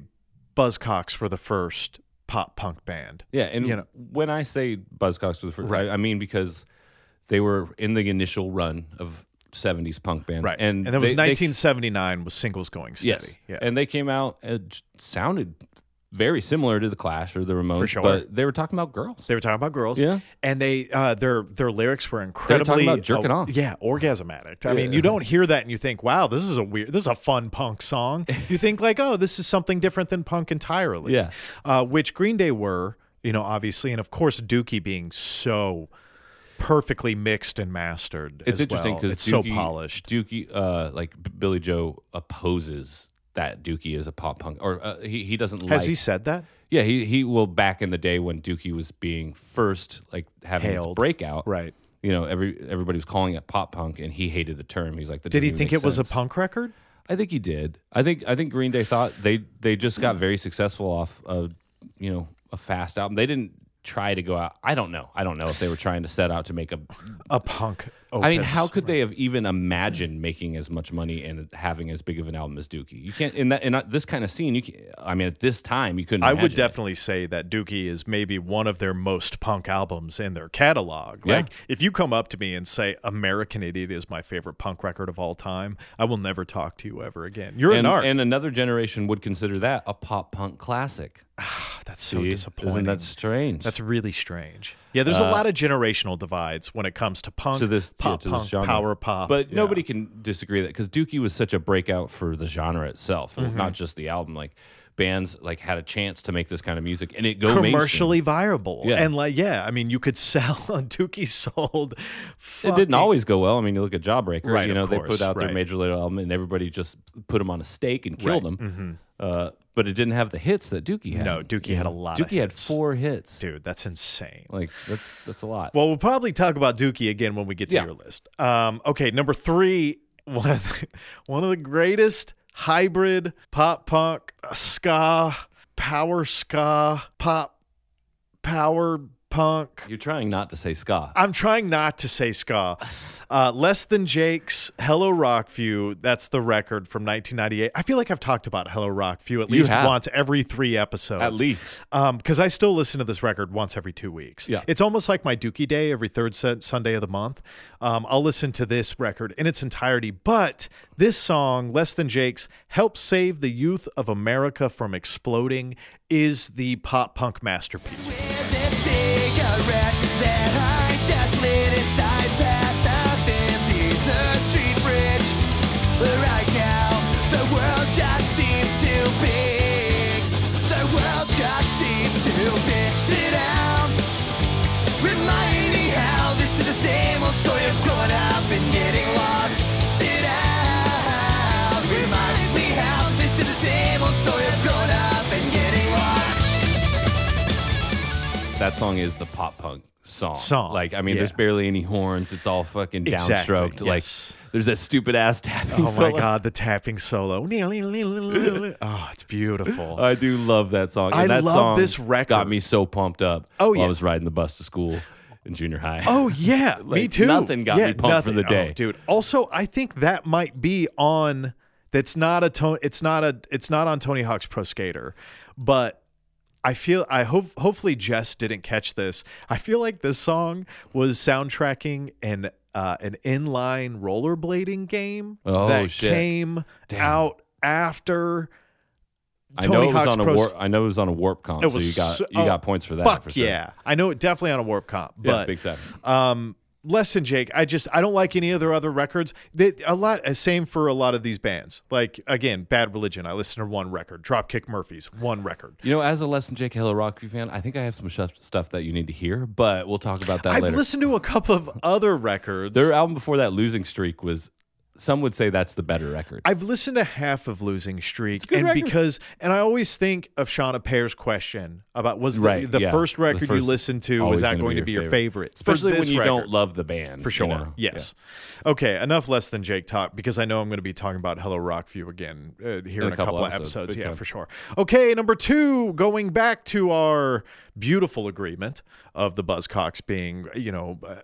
[SPEAKER 2] Buzzcocks were the first pop punk band.
[SPEAKER 1] Yeah, and
[SPEAKER 2] You know.
[SPEAKER 1] when I say Buzzcocks was the first, I, I mean because they were in the initial run of '70s punk bands,
[SPEAKER 2] Right.
[SPEAKER 1] And
[SPEAKER 2] that was
[SPEAKER 1] they- they-
[SPEAKER 2] 1979 was singles going steady.
[SPEAKER 1] Yes.
[SPEAKER 2] Yeah.
[SPEAKER 1] And they came out and j- sounded very similar to the Clash or the Ramones,
[SPEAKER 2] sure.
[SPEAKER 1] but they were talking about girls.
[SPEAKER 2] they were talking about girls.
[SPEAKER 1] Yeah.
[SPEAKER 2] And they uh, their their lyrics were
[SPEAKER 1] talking
[SPEAKER 2] incredibly
[SPEAKER 1] about jerking
[SPEAKER 2] oh,
[SPEAKER 1] off.
[SPEAKER 2] Yeah, orgasm addict. I mean, you don't hear that and you think, wow, this is a weird this is a fun punk song. You think like, oh, this is something different than punk entirely.
[SPEAKER 1] Yeah.
[SPEAKER 2] Uh, which Green Day were, you know, obviously, and of course Dookie being so perfectly mixed and mastered.
[SPEAKER 1] it's
[SPEAKER 2] as
[SPEAKER 1] interesting
[SPEAKER 2] well.
[SPEAKER 1] because
[SPEAKER 2] it's so polished.
[SPEAKER 1] Dookie, uh, like B- Billy Joe opposes that Dookie is a pop punk, or uh, he he doesn't
[SPEAKER 2] Has
[SPEAKER 1] like.
[SPEAKER 2] he said that?
[SPEAKER 1] yeah, he he will back in the day when Dookie was being first, like having its
[SPEAKER 2] Hailed.
[SPEAKER 1] breakout,
[SPEAKER 2] Right.
[SPEAKER 1] You know, every everybody was calling it pop punk, and he hated the term. He's like, that
[SPEAKER 2] Did he
[SPEAKER 1] doesn't even
[SPEAKER 2] think
[SPEAKER 1] make
[SPEAKER 2] it was a
[SPEAKER 1] sense.
[SPEAKER 2] punk record?
[SPEAKER 1] I think he did. I think I think Green Day thought they they just got very successful off of you know a fast album. They didn't try to go out. I don't know. I don't know if they were trying to set out to make a.
[SPEAKER 2] A punk.
[SPEAKER 1] I mean,
[SPEAKER 2] opus.
[SPEAKER 1] how could they have even imagined making as much money and having as big of an album as Dookie? You can't in that in uh, this kind of scene. You can, I mean, at this time, you couldn't.
[SPEAKER 2] I would
[SPEAKER 1] imagine it.
[SPEAKER 2] definitely say that Dookie is maybe one of their most punk albums in their catalog. Like, if you come up to me and say "American Idiot" is my favorite punk record of all time, I will never talk to you ever again. You're
[SPEAKER 1] And,
[SPEAKER 2] an art.
[SPEAKER 1] and another generation would consider that a pop punk classic.
[SPEAKER 2] that's so
[SPEAKER 1] See?
[SPEAKER 2] disappointing.
[SPEAKER 1] Isn't that strange?
[SPEAKER 2] That's really strange. Yeah, there's a lot of generational divides when it comes to punk,
[SPEAKER 1] to this
[SPEAKER 2] pop
[SPEAKER 1] to this
[SPEAKER 2] punk,
[SPEAKER 1] genre.
[SPEAKER 2] power pop.
[SPEAKER 1] But
[SPEAKER 2] Yeah.
[SPEAKER 1] nobody can disagree that because Dookie was such a breakout for the genre itself,
[SPEAKER 2] Mm-hmm.
[SPEAKER 1] and not just the album. Like bands like had a chance to make this kind of music, and it go mainstream.
[SPEAKER 2] commercially viable.
[SPEAKER 1] Yeah.
[SPEAKER 2] And like, yeah, I mean, you could sell on Dookie sold.
[SPEAKER 1] It
[SPEAKER 2] fucking-
[SPEAKER 1] didn't always go well. I mean, you look at Jawbreaker.
[SPEAKER 2] Right,
[SPEAKER 1] you know,
[SPEAKER 2] of
[SPEAKER 1] they
[SPEAKER 2] course,
[SPEAKER 1] put out their
[SPEAKER 2] right.
[SPEAKER 1] major label album, and everybody just put them on a stake and killed
[SPEAKER 2] Right, Mm-hmm.
[SPEAKER 1] them. Uh, but it didn't have the hits that Dookie had.
[SPEAKER 2] No, Dookie had a lot
[SPEAKER 1] Dookie
[SPEAKER 2] of
[SPEAKER 1] had
[SPEAKER 2] hits.
[SPEAKER 1] four hits.
[SPEAKER 2] Dude, that's insane.
[SPEAKER 1] Like that's that's a lot.
[SPEAKER 2] Well, we'll probably talk about Dookie again when we get to
[SPEAKER 1] Yeah.
[SPEAKER 2] your list. Um, okay, number three, one of the, one of the greatest hybrid pop punk uh, ska power ska pop power punk.
[SPEAKER 1] You're trying not to say ska.
[SPEAKER 2] I'm trying not to say ska. Uh, Less than Jake's Hello Rockview. That's the record from 1998. I feel like I've talked about Hello Rockview at
[SPEAKER 1] You
[SPEAKER 2] least
[SPEAKER 1] have.
[SPEAKER 2] once every three episodes
[SPEAKER 1] at least
[SPEAKER 2] because Um, I still listen to this record once every two weeks.
[SPEAKER 1] Yeah.
[SPEAKER 2] it's almost like my Dookie Day every third sun- Sunday of the month. Um, I'll listen to this record in its entirety, but this song, "Less Than Jake's," helps save the youth of America from exploding. Is the pop punk masterpiece?
[SPEAKER 3] With this cigarette that I just lit inside past the 53rd Street Bridge. Right now, the world just seems too big. The world just seems too big. Sit down. Remind me how this is the same old story of growing up and getting lost. Sit down. Remind me how this is the same old story of growing up and getting lost.
[SPEAKER 1] that song is the pop punk song.
[SPEAKER 2] Song,
[SPEAKER 1] Like I mean,
[SPEAKER 2] yeah.
[SPEAKER 1] there's barely any horns. It's all fucking
[SPEAKER 2] Exactly,
[SPEAKER 1] downstroked.
[SPEAKER 2] yes.
[SPEAKER 1] Like there's that stupid ass tapping.
[SPEAKER 2] Oh my
[SPEAKER 1] solo.
[SPEAKER 2] god, the tapping solo! Oh, it's beautiful.
[SPEAKER 1] I do love that song. And
[SPEAKER 2] I
[SPEAKER 1] that
[SPEAKER 2] love
[SPEAKER 1] song
[SPEAKER 2] this record.
[SPEAKER 1] Got me so pumped up.
[SPEAKER 2] Oh,
[SPEAKER 1] while
[SPEAKER 2] yeah.
[SPEAKER 1] I was riding the bus to school. in junior high.
[SPEAKER 2] Oh yeah, me
[SPEAKER 1] Like,
[SPEAKER 2] too.
[SPEAKER 1] nothing got me
[SPEAKER 2] Yeah,
[SPEAKER 1] pumped for the
[SPEAKER 2] nothing.
[SPEAKER 1] day.
[SPEAKER 2] Oh, dude. Also, I think that might be on. That's not a tone. It's not a. It's not on Tony Hawk's Pro Skater, but I feel. I hope. Hopefully, Jess didn't catch this. I feel like this song was soundtracking an uh, an inline rollerblading game
[SPEAKER 1] Oh,
[SPEAKER 2] that
[SPEAKER 1] shit.
[SPEAKER 2] came out after.
[SPEAKER 1] I know it was
[SPEAKER 2] Hawk's
[SPEAKER 1] on a
[SPEAKER 2] Pro
[SPEAKER 1] warp. I know it was on a warp comp,
[SPEAKER 2] It
[SPEAKER 1] so you
[SPEAKER 2] was
[SPEAKER 1] got
[SPEAKER 2] so-
[SPEAKER 1] you got
[SPEAKER 2] oh,
[SPEAKER 1] points for that.
[SPEAKER 2] Fuck
[SPEAKER 1] for sure.
[SPEAKER 2] yeah! I know it definitely on a warp comp,
[SPEAKER 1] yeah,
[SPEAKER 2] but
[SPEAKER 1] big time.
[SPEAKER 2] um less than jake i just i don't like any of their other records they a lot uh, same for a lot of these bands like again bad religion i listen to one record dropkick murphys one record
[SPEAKER 1] You know, as a lesson Jake Hello Rocky fan, I think I have some sh- stuff that you need to hear, but we'll talk about that
[SPEAKER 2] i've
[SPEAKER 1] later.
[SPEAKER 2] listened to a couple of other records
[SPEAKER 1] Their album before that, Losing Streak, was some would say that's the better record.
[SPEAKER 2] I've listened to half of Losing Streak,
[SPEAKER 1] good
[SPEAKER 2] and
[SPEAKER 1] record.
[SPEAKER 2] because, and I always think of Shauna Pear's question about was the,
[SPEAKER 1] Right,
[SPEAKER 2] the
[SPEAKER 1] yeah.
[SPEAKER 2] first
[SPEAKER 1] The
[SPEAKER 2] record you
[SPEAKER 1] first-
[SPEAKER 2] listened to
[SPEAKER 1] always
[SPEAKER 2] was that
[SPEAKER 1] gonna
[SPEAKER 2] going
[SPEAKER 1] be
[SPEAKER 2] to be
[SPEAKER 1] your
[SPEAKER 2] your favorite,
[SPEAKER 1] favorite.
[SPEAKER 2] For
[SPEAKER 1] especially when
[SPEAKER 2] this
[SPEAKER 1] you
[SPEAKER 2] record.
[SPEAKER 1] don't love the band
[SPEAKER 2] For sure.
[SPEAKER 1] You know?
[SPEAKER 2] Yes. Okay. Enough less than Jake talk because I know I'm going to be talking about Hello Rock View again uh, here in, a couple, of episodes.
[SPEAKER 1] Big
[SPEAKER 2] Yeah,
[SPEAKER 1] time.
[SPEAKER 2] for sure. Okay. Number two, going back to our beautiful agreement of the Buzzcocks being, you know, uh,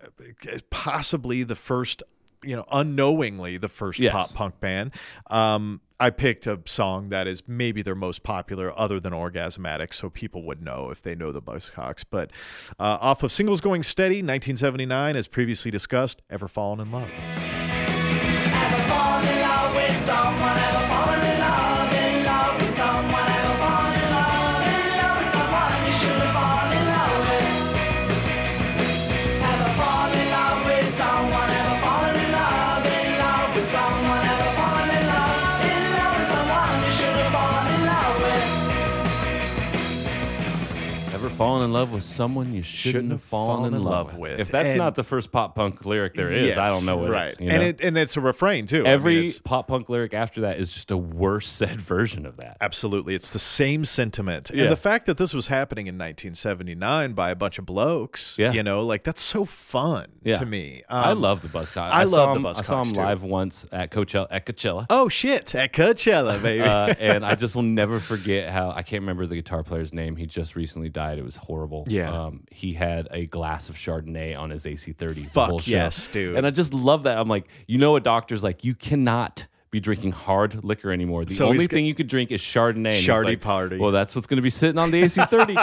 [SPEAKER 2] possibly the first, you know, unknowingly the first
[SPEAKER 1] Yes.
[SPEAKER 2] pop punk band. Um, I picked a song that is maybe their most popular, other than Orgasmatic, so people would know if they know the Buzzcocks. But uh, off of Singles Going Steady, 1979, as previously discussed, Ever Fallen in Love.
[SPEAKER 5] Ever fallen in love with someone? Ever fallen in love? In love with someone? Ever fallen in love? In love with someone you shouldn't fall in love with. Ever fallen in love with someone? Ever fallen in love? In love with someone? Ever fallen in love? In love with someone you shouldn't fall in love with.
[SPEAKER 1] Ever fallen in love with someone you shouldn't, have fallen, in love, with? If that's
[SPEAKER 2] And-
[SPEAKER 1] not the first pop punk lyric there is, I don't know what
[SPEAKER 2] right.
[SPEAKER 1] it is. you
[SPEAKER 2] and
[SPEAKER 1] know?
[SPEAKER 2] it and it's a refrain too. I mean,
[SPEAKER 1] Every
[SPEAKER 2] it's-
[SPEAKER 1] pop punk lyric after that is just a worse said version of that.
[SPEAKER 2] Absolutely. It's the same sentiment.
[SPEAKER 1] Yeah.
[SPEAKER 2] And the fact that this was happening in 1979 by a bunch of blokes,
[SPEAKER 1] Yeah.
[SPEAKER 2] you know, like that's so fun
[SPEAKER 1] Yeah.
[SPEAKER 2] to me.
[SPEAKER 1] I
[SPEAKER 2] Um,
[SPEAKER 1] love the Buzzcocks.
[SPEAKER 2] I
[SPEAKER 1] saw
[SPEAKER 2] love the
[SPEAKER 1] 'em- I saw
[SPEAKER 2] Buzzcocks,
[SPEAKER 1] them
[SPEAKER 2] too.
[SPEAKER 1] live once at Coachella, at Coachella.
[SPEAKER 2] Oh, shit. At Coachella, baby.
[SPEAKER 1] uh, and I just will never forget how I can't remember the guitar player's name. He just recently died. It was horrible.
[SPEAKER 2] Yeah.
[SPEAKER 1] um, he had a glass of Chardonnay on his AC30.
[SPEAKER 2] Fuck
[SPEAKER 1] the whole show.
[SPEAKER 2] yes, dude.
[SPEAKER 1] And I just love that. I'm like, you know, a doctor's like, you cannot be drinking hard liquor anymore. The
[SPEAKER 2] So
[SPEAKER 1] only
[SPEAKER 2] he's go-
[SPEAKER 1] thing you could drink is Chardonnay. And he's
[SPEAKER 2] Shardy
[SPEAKER 1] like,
[SPEAKER 2] party.
[SPEAKER 1] Well, that's what's going to be sitting on the AC30.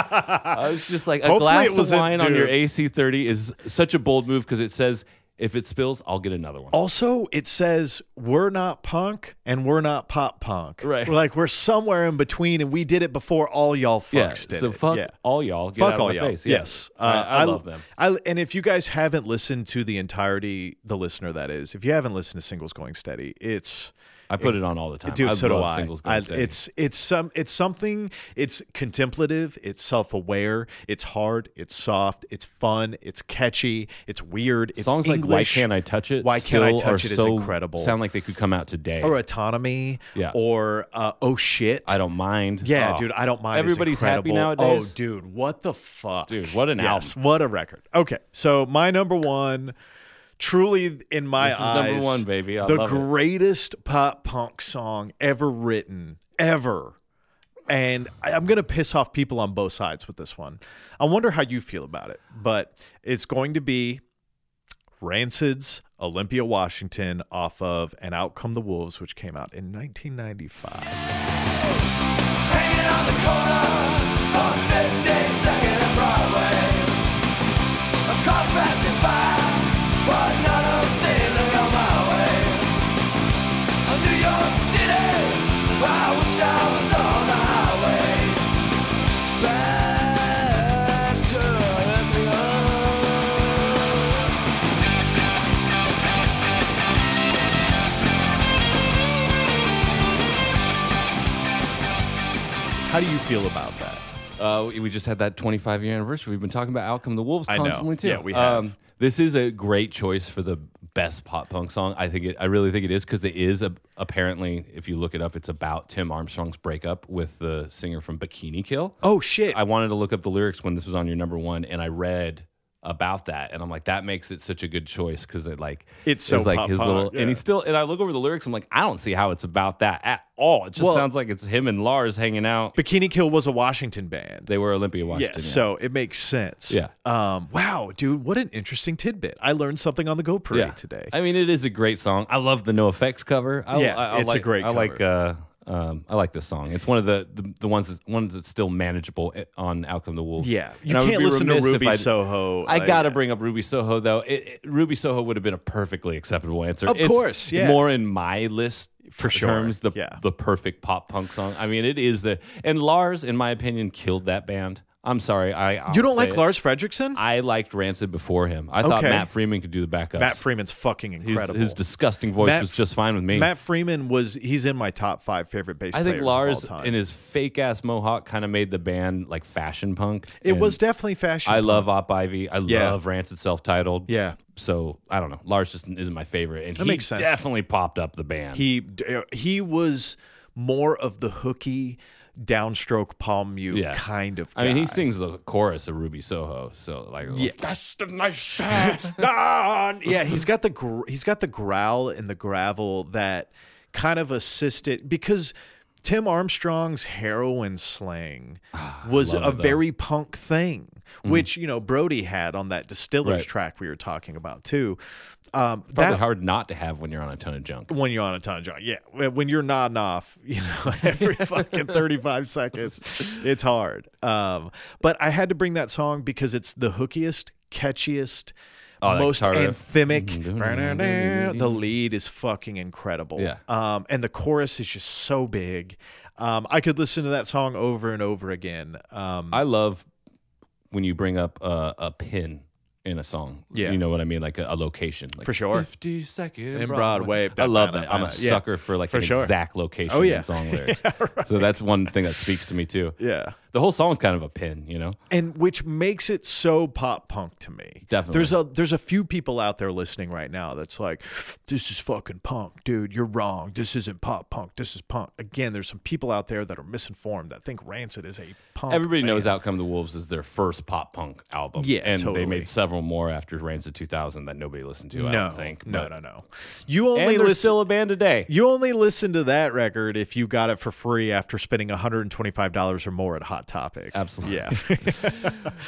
[SPEAKER 1] I was just like, a
[SPEAKER 2] Hopefully it
[SPEAKER 1] glass of
[SPEAKER 2] wasn't,
[SPEAKER 1] wine on
[SPEAKER 2] dude.
[SPEAKER 1] your AC30 is such a bold move because it says. If it spills, I'll get another one.
[SPEAKER 2] also, it says we're not punk and we're not pop punk.
[SPEAKER 1] Right.
[SPEAKER 2] We're like we're somewhere in between, and we did it before all y'all fucks
[SPEAKER 1] yeah.
[SPEAKER 2] did
[SPEAKER 1] So
[SPEAKER 2] it.
[SPEAKER 1] fuck
[SPEAKER 2] Yeah.
[SPEAKER 1] all y'all. Get
[SPEAKER 2] Fuck
[SPEAKER 1] out
[SPEAKER 2] all
[SPEAKER 1] of my
[SPEAKER 2] y'all.
[SPEAKER 1] face. Yeah.
[SPEAKER 2] Yes,
[SPEAKER 1] I, I
[SPEAKER 2] l-
[SPEAKER 1] love them.
[SPEAKER 2] I, and if you guys haven't listened to the entirety, the listener that is, if you haven't listened to singles going steady, it's
[SPEAKER 1] I put it on all the time.
[SPEAKER 2] dude.
[SPEAKER 1] I
[SPEAKER 2] so
[SPEAKER 1] love
[SPEAKER 2] do I.
[SPEAKER 1] Singles
[SPEAKER 2] I-
[SPEAKER 1] Gold Steady.
[SPEAKER 2] It's it's some it's something. It's contemplative. It's self aware. It's hard. It's soft. It's fun. It's catchy. It's weird. It's
[SPEAKER 1] songs like "Why
[SPEAKER 2] English.
[SPEAKER 1] Can't I Touch It"?
[SPEAKER 2] Why Can't I
[SPEAKER 1] still
[SPEAKER 2] Touch
[SPEAKER 1] are
[SPEAKER 2] It is
[SPEAKER 1] so-
[SPEAKER 2] incredible.
[SPEAKER 1] Sound like they could come out today.
[SPEAKER 2] or autonomy
[SPEAKER 1] Yeah.
[SPEAKER 2] or uh, oh shit
[SPEAKER 1] I don't mind.
[SPEAKER 2] yeah
[SPEAKER 1] Oh.
[SPEAKER 2] dude i don't mind It's
[SPEAKER 1] Everybody's happy
[SPEAKER 2] incredible.
[SPEAKER 1] nowadays.
[SPEAKER 2] oh dude what the fuck
[SPEAKER 1] Dude, what an
[SPEAKER 2] yes,
[SPEAKER 1] album.
[SPEAKER 2] what a record okay so my number one truly in my
[SPEAKER 1] This is
[SPEAKER 2] eyes
[SPEAKER 1] number one, baby. I
[SPEAKER 2] the
[SPEAKER 1] love it.
[SPEAKER 2] greatest pop punk song ever written ever and I- I'm gonna piss off people on both sides with this one. I wonder how you feel about it, but it's going to be Rancid's Olympia, Washington, off of "And Out Come the Wolves," which came out in 1995.
[SPEAKER 4] Hanging on the corner of 52nd and Broadway. A car's passing by, but none of them seem to go my way. A New York City, I wish I was on the highway. Back to Olympia.
[SPEAKER 2] How do you feel about that?
[SPEAKER 1] Uh, we we just had that 25 year anniversary. We've been talking about "Outcome the Wolves"
[SPEAKER 2] I know.
[SPEAKER 1] constantly too. Um,
[SPEAKER 2] Yeah, we have.
[SPEAKER 1] this is a great choice for the best pop punk song. I think it. I really think it is because it is a, apparently, if you look it up, it's about Tim Armstrong's breakup with the singer from Bikini Kill.
[SPEAKER 2] Oh shit!
[SPEAKER 1] I wanted to look up the lyrics when this was on your number one, and I read about that, and I'm like, that makes it such a good choice because it like
[SPEAKER 2] It's so
[SPEAKER 1] like
[SPEAKER 2] pop
[SPEAKER 1] his
[SPEAKER 2] punk,
[SPEAKER 1] little
[SPEAKER 2] yeah.
[SPEAKER 1] and he's still and I look over the lyrics, I'm like, I don't see how it's about that at all. It just
[SPEAKER 2] Well-
[SPEAKER 1] sounds like it's him and Lars hanging out.
[SPEAKER 2] Bikini Kill was a Washington band.
[SPEAKER 1] They were Olympia Washington.
[SPEAKER 2] yeah, so it makes sense.
[SPEAKER 1] Yeah.
[SPEAKER 2] Um. Wow, dude, what an interesting tidbit. I learned something on the Go Parade today.
[SPEAKER 1] I mean, it is a great song. I love the No Effects cover. I,
[SPEAKER 2] Yeah,
[SPEAKER 1] I, I
[SPEAKER 2] it's a
[SPEAKER 1] like,
[SPEAKER 2] great
[SPEAKER 1] I like. Uh, um, I like this song. It's one of the the, the ones that's one that's still manageable eh, on Out Come the Wolves.
[SPEAKER 2] Yeah. You
[SPEAKER 1] And I would
[SPEAKER 2] can't
[SPEAKER 1] be
[SPEAKER 2] listen to
[SPEAKER 1] remiss if
[SPEAKER 2] Ruby
[SPEAKER 1] I-
[SPEAKER 2] Soho,
[SPEAKER 1] I
[SPEAKER 2] uh,
[SPEAKER 1] gotta
[SPEAKER 2] yeah.
[SPEAKER 1] bring up Ruby Soho though. It, it- Ruby Soho would have been a perfectly acceptable answer.
[SPEAKER 2] Of course, yeah.
[SPEAKER 1] More in my list
[SPEAKER 2] For
[SPEAKER 1] t-
[SPEAKER 2] sure,
[SPEAKER 1] Terms the
[SPEAKER 2] yeah.
[SPEAKER 1] the perfect pop punk song. I mean, it is the and Lars, in my opinion, killed that band. I'm sorry. I I'll
[SPEAKER 2] you don't
[SPEAKER 1] say
[SPEAKER 2] like
[SPEAKER 1] it.
[SPEAKER 2] Lars Fredrickson?
[SPEAKER 1] I liked Rancid before him. I thought
[SPEAKER 2] Okay.
[SPEAKER 1] Matt Freeman could do the backups.
[SPEAKER 2] Matt Freeman's fucking
[SPEAKER 1] His,
[SPEAKER 2] incredible.
[SPEAKER 1] his disgusting voice
[SPEAKER 2] Matt-
[SPEAKER 1] was just fine with me.
[SPEAKER 2] Matt Freeman was he's in my top five favorite bass.
[SPEAKER 1] I think
[SPEAKER 2] players of all
[SPEAKER 1] Lars
[SPEAKER 2] time.
[SPEAKER 1] and his fake ass mohawk kind of made the band like fashion punk.
[SPEAKER 2] it
[SPEAKER 1] And
[SPEAKER 2] was definitely fashion.
[SPEAKER 1] I
[SPEAKER 2] punk.
[SPEAKER 1] love Op Ivy. I
[SPEAKER 2] Yeah.
[SPEAKER 1] love Rancid self titled.
[SPEAKER 2] Yeah.
[SPEAKER 1] So I don't know. Lars just isn't my favorite, and he
[SPEAKER 2] makes sense.
[SPEAKER 1] definitely popped up the band.
[SPEAKER 2] he he was more of the hooky downstroke palm mute
[SPEAKER 1] Yeah.
[SPEAKER 2] kind of.
[SPEAKER 1] I mean, he
[SPEAKER 2] guy.
[SPEAKER 1] sings the chorus of Ruby Soho. So like,
[SPEAKER 2] Yeah.
[SPEAKER 1] that's the nice. ass."
[SPEAKER 2] yeah, he's got the gr- he's got the growl and the gravel that kind of assisted because Tim Armstrong's heroin slang was
[SPEAKER 1] Ah, love
[SPEAKER 2] a
[SPEAKER 1] it, though. Mm-hmm.
[SPEAKER 2] very punk thing, which you know Brody had on that Distillers
[SPEAKER 1] Right.
[SPEAKER 2] track we were talking about too. Um,
[SPEAKER 1] Probably
[SPEAKER 2] that
[SPEAKER 1] hard not to have when you're on a ton of junk.
[SPEAKER 2] when you're on a ton of junk, yeah, when when you're nodding off, you know, every fucking 35 seconds, it's hard. Um, but I had to bring that song because it's the hookiest, catchiest.
[SPEAKER 1] Oh, that
[SPEAKER 2] most
[SPEAKER 1] guitar riff.
[SPEAKER 2] anthemic. the lead is fucking incredible.
[SPEAKER 1] Yeah.
[SPEAKER 2] Um, and the chorus is just so big. Um, I could listen to that song over and over again. Um,
[SPEAKER 1] I love when you bring up a, a pin in a song.
[SPEAKER 2] Yeah.
[SPEAKER 1] You know what I mean? Like a, a location. Like
[SPEAKER 2] For sure.
[SPEAKER 1] 50 second
[SPEAKER 2] In Broadway.
[SPEAKER 1] I love that.
[SPEAKER 2] Ba-ba-da-ba-da.
[SPEAKER 1] I'm a
[SPEAKER 2] Yeah.
[SPEAKER 1] sucker for like
[SPEAKER 2] For
[SPEAKER 1] an
[SPEAKER 2] sure.
[SPEAKER 1] exact location
[SPEAKER 2] Oh, yeah.
[SPEAKER 1] in song lyrics. So that's one thing that speaks to me too.
[SPEAKER 2] yeah.
[SPEAKER 1] The whole song's kind of a pin, you know?
[SPEAKER 2] and which makes it so pop punk to me.
[SPEAKER 1] Definitely.
[SPEAKER 2] there's a there's a few people out there listening right now that's like, this is fucking punk, dude. You're wrong. This isn't pop punk. This is punk. Again, there's some people out there that are misinformed that think Rancid is a punk.
[SPEAKER 1] Everybody knows
[SPEAKER 2] band.
[SPEAKER 1] Out Come the Wolves is their first pop punk album.
[SPEAKER 2] Yeah,
[SPEAKER 1] And
[SPEAKER 2] totally.
[SPEAKER 1] they made several more after Rancid 2000 that nobody listened to, I
[SPEAKER 2] No,
[SPEAKER 1] don't think. but-
[SPEAKER 2] no, no, no. You only
[SPEAKER 1] And they're
[SPEAKER 2] listen.
[SPEAKER 1] still a band today.
[SPEAKER 2] you only listen to that record if you got it for free after spending $125 or more at Hot Topic.
[SPEAKER 1] Absolutely.
[SPEAKER 2] Yeah.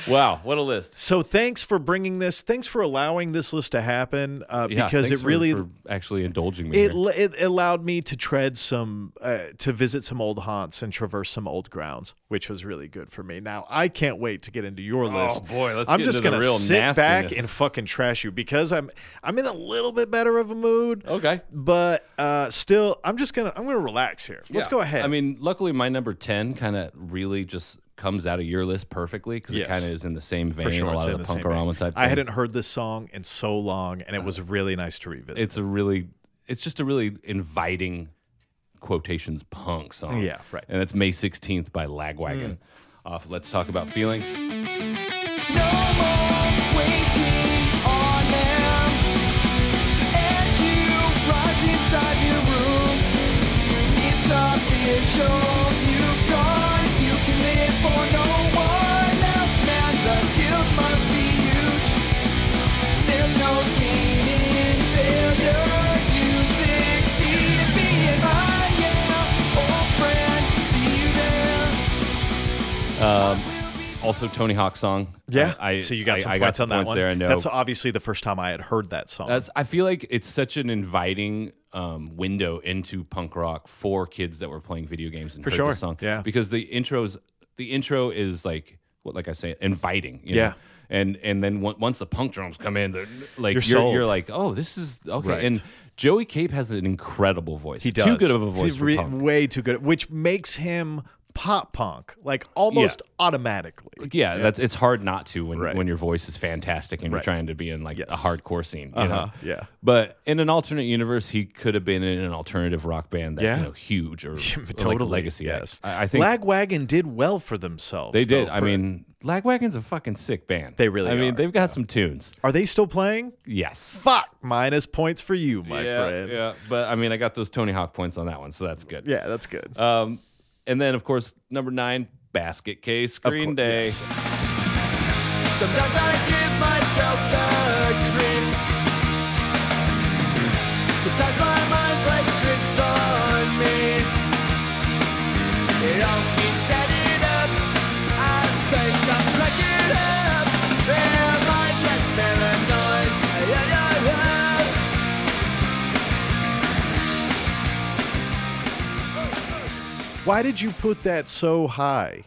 [SPEAKER 1] Wow, what a list.
[SPEAKER 2] so thanks for bringing this. Thanks for allowing this list to happen uh,
[SPEAKER 1] Yeah,
[SPEAKER 2] because it
[SPEAKER 1] thanks for-
[SPEAKER 2] really
[SPEAKER 1] for actually indulging me. here.
[SPEAKER 2] it, l- it allowed me to tread some uh, to visit some old haunts and traverse some old grounds which was really good for me now i can't wait to get into your list
[SPEAKER 1] Oh, boy, let's
[SPEAKER 2] i'm
[SPEAKER 1] get
[SPEAKER 2] just
[SPEAKER 1] into the
[SPEAKER 2] gonna
[SPEAKER 1] real
[SPEAKER 2] sit back
[SPEAKER 1] nastiness.
[SPEAKER 2] and fucking trash you because i'm i'm in a little bit better of a mood
[SPEAKER 1] Okay.
[SPEAKER 2] but uh still i'm just gonna i'm gonna relax here let's
[SPEAKER 1] Yeah.
[SPEAKER 2] go ahead
[SPEAKER 1] I mean, luckily, my number 10 kind of really just comes out of your list perfectly because
[SPEAKER 2] Yes.
[SPEAKER 1] it kind of is in the same vein,
[SPEAKER 2] for sure
[SPEAKER 1] a
[SPEAKER 2] it's
[SPEAKER 1] lot
[SPEAKER 2] in
[SPEAKER 1] of the,
[SPEAKER 2] same
[SPEAKER 1] punkorama
[SPEAKER 2] vein.
[SPEAKER 1] type
[SPEAKER 2] i
[SPEAKER 1] thing.
[SPEAKER 2] hadn't heard this song in so long and it was really nice to revisit
[SPEAKER 1] It's a really, it's just a really inviting quotations punk song.
[SPEAKER 2] Yeah, right. Mm.
[SPEAKER 1] And that's May 16th by Lagwagon. Off Let's Talk About Feelings.
[SPEAKER 3] No more waiting on them as you rise inside your rooms. It's official, you've gone. You can live for no one else. Man, the guilt must be huge. There's no gain in failure. You succeed at being mine, yeah, old friend. See you there.
[SPEAKER 1] Also, Tony Hawk song.
[SPEAKER 2] yeah,
[SPEAKER 1] I, I-
[SPEAKER 2] so you got
[SPEAKER 1] I-
[SPEAKER 2] some
[SPEAKER 1] I
[SPEAKER 2] points on that
[SPEAKER 1] points
[SPEAKER 2] one.
[SPEAKER 1] there. I know.
[SPEAKER 2] That's obviously the first time I had heard that song.
[SPEAKER 1] That's. I feel like it's such an inviting um, window into punk rock for kids that were playing video games and
[SPEAKER 2] For
[SPEAKER 1] heard
[SPEAKER 2] sure.
[SPEAKER 1] this song.
[SPEAKER 2] Yeah.
[SPEAKER 1] Because the intros, the intro is like what, like I say, inviting. you
[SPEAKER 2] Yeah.
[SPEAKER 1] know? And and then on- once the punk drums come in, they're like
[SPEAKER 2] You're
[SPEAKER 1] you're you're,
[SPEAKER 2] sold.
[SPEAKER 1] like, oh, this is okay.
[SPEAKER 2] Right.
[SPEAKER 1] And Joey Cape has an incredible voice.
[SPEAKER 2] He does.
[SPEAKER 1] Too good of a voice
[SPEAKER 2] He's
[SPEAKER 1] for
[SPEAKER 2] re-
[SPEAKER 1] punk.
[SPEAKER 2] Way too good, which makes him pop punk, like almost automatically.
[SPEAKER 1] Yeah, that's it's hard not to when
[SPEAKER 2] Right.
[SPEAKER 1] when your voice is fantastic and
[SPEAKER 2] Right.
[SPEAKER 1] you're trying to be in like
[SPEAKER 2] Yes.
[SPEAKER 1] a hardcore scene. You
[SPEAKER 2] Uh-huh,
[SPEAKER 1] know?
[SPEAKER 2] yeah.
[SPEAKER 1] But in an alternate universe, he could have been in an alternative rock band that
[SPEAKER 2] Yeah.
[SPEAKER 1] you know huge or, or, like,
[SPEAKER 2] totally.
[SPEAKER 1] legacy.
[SPEAKER 2] Yes,
[SPEAKER 1] I, I think
[SPEAKER 2] Lagwagon did well for themselves.
[SPEAKER 1] they did.
[SPEAKER 2] though,
[SPEAKER 1] I
[SPEAKER 2] for-
[SPEAKER 1] mean, Lagwagon's a fucking sick band.
[SPEAKER 2] They really
[SPEAKER 1] I mean,
[SPEAKER 2] are,
[SPEAKER 1] they've got some tunes.
[SPEAKER 2] are they still playing?
[SPEAKER 1] Yes.
[SPEAKER 2] Fuck, minus points for you, my
[SPEAKER 1] yeah,
[SPEAKER 2] friend. Yeah.
[SPEAKER 1] yeah. But I mean, I got those Tony Hawk points on that one, so that's good.
[SPEAKER 2] that's good.
[SPEAKER 1] Um, and then of course number nine, Basket Case, Green
[SPEAKER 2] course,
[SPEAKER 1] Day.
[SPEAKER 2] yes.
[SPEAKER 3] Sometimes I give myself
[SPEAKER 4] myself the creeps. Sometimes my mind plays tricks on me. It all keeps adding up. I think I'm cracking up. Am I just paranoid? Yeah, yeah, yeah.
[SPEAKER 2] Why did you put that so high?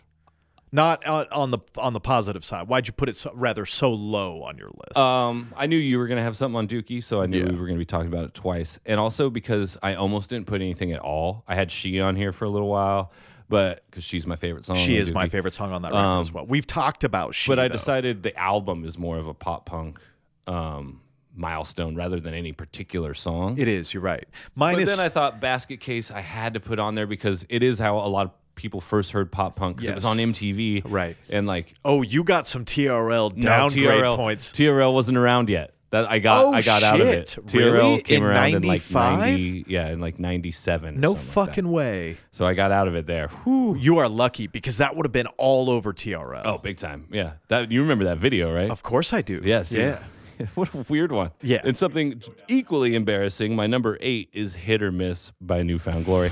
[SPEAKER 2] Not on, on the on the positive side. Why'd you put it so, rather so low on your list?
[SPEAKER 1] Um, I knew you were going to have something on Dookie, so I knew we
[SPEAKER 2] Yeah.
[SPEAKER 1] were going to be talking about it twice. And also because I almost didn't put anything at all. I had She on here for a little while, but because she's my favorite song.
[SPEAKER 2] she
[SPEAKER 1] on
[SPEAKER 2] is my
[SPEAKER 1] Dookie.
[SPEAKER 2] favorite song on that record as well. We've talked about she,
[SPEAKER 1] um, But I
[SPEAKER 2] though.
[SPEAKER 1] decided the album is more of a pop punk um, milestone rather than any particular song.
[SPEAKER 2] it is. You're right.
[SPEAKER 1] but
[SPEAKER 2] Minus
[SPEAKER 1] then I thought Basket Case I had to put on there because it is how a lot of people first heard pop punk 'cause it was
[SPEAKER 2] Yes.
[SPEAKER 1] on MTV.
[SPEAKER 2] Right.
[SPEAKER 1] And like
[SPEAKER 2] oh, you got some TRL
[SPEAKER 1] No,
[SPEAKER 2] downgrade points.
[SPEAKER 1] TRL wasn't around yet. That I got.
[SPEAKER 2] Oh,
[SPEAKER 1] I got out of it.
[SPEAKER 2] shit.
[SPEAKER 1] TRL
[SPEAKER 2] Really?
[SPEAKER 1] came
[SPEAKER 2] In
[SPEAKER 1] around in
[SPEAKER 2] 95?
[SPEAKER 1] like ninety. Yeah, in like ninety seven.
[SPEAKER 2] no fucking way.
[SPEAKER 1] So I got out of it there. Whew.
[SPEAKER 2] You are lucky because that would have been all over TRL.
[SPEAKER 1] Oh, big time. Yeah. That you remember that video, right?
[SPEAKER 2] of course I do.
[SPEAKER 1] Yes.
[SPEAKER 2] Yeah.
[SPEAKER 1] what a weird one.
[SPEAKER 2] Yeah.
[SPEAKER 1] And something equally embarrassing. My number eight is Hit or Miss by Newfound Glory.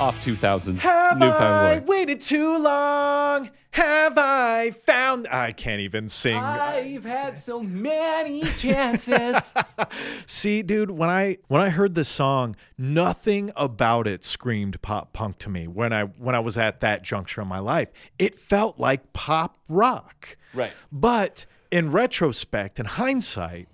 [SPEAKER 1] Off two thousands.
[SPEAKER 2] Have I
[SPEAKER 1] Newfound Glory.
[SPEAKER 2] waited too long? Have I found? I can't even sing.
[SPEAKER 1] I've had so many chances.
[SPEAKER 2] See, dude, when I when I heard this song, nothing about it screamed pop punk to me. When I when I was at that juncture in my life, it felt like pop rock.
[SPEAKER 1] Right.
[SPEAKER 2] But in retrospect, in hindsight,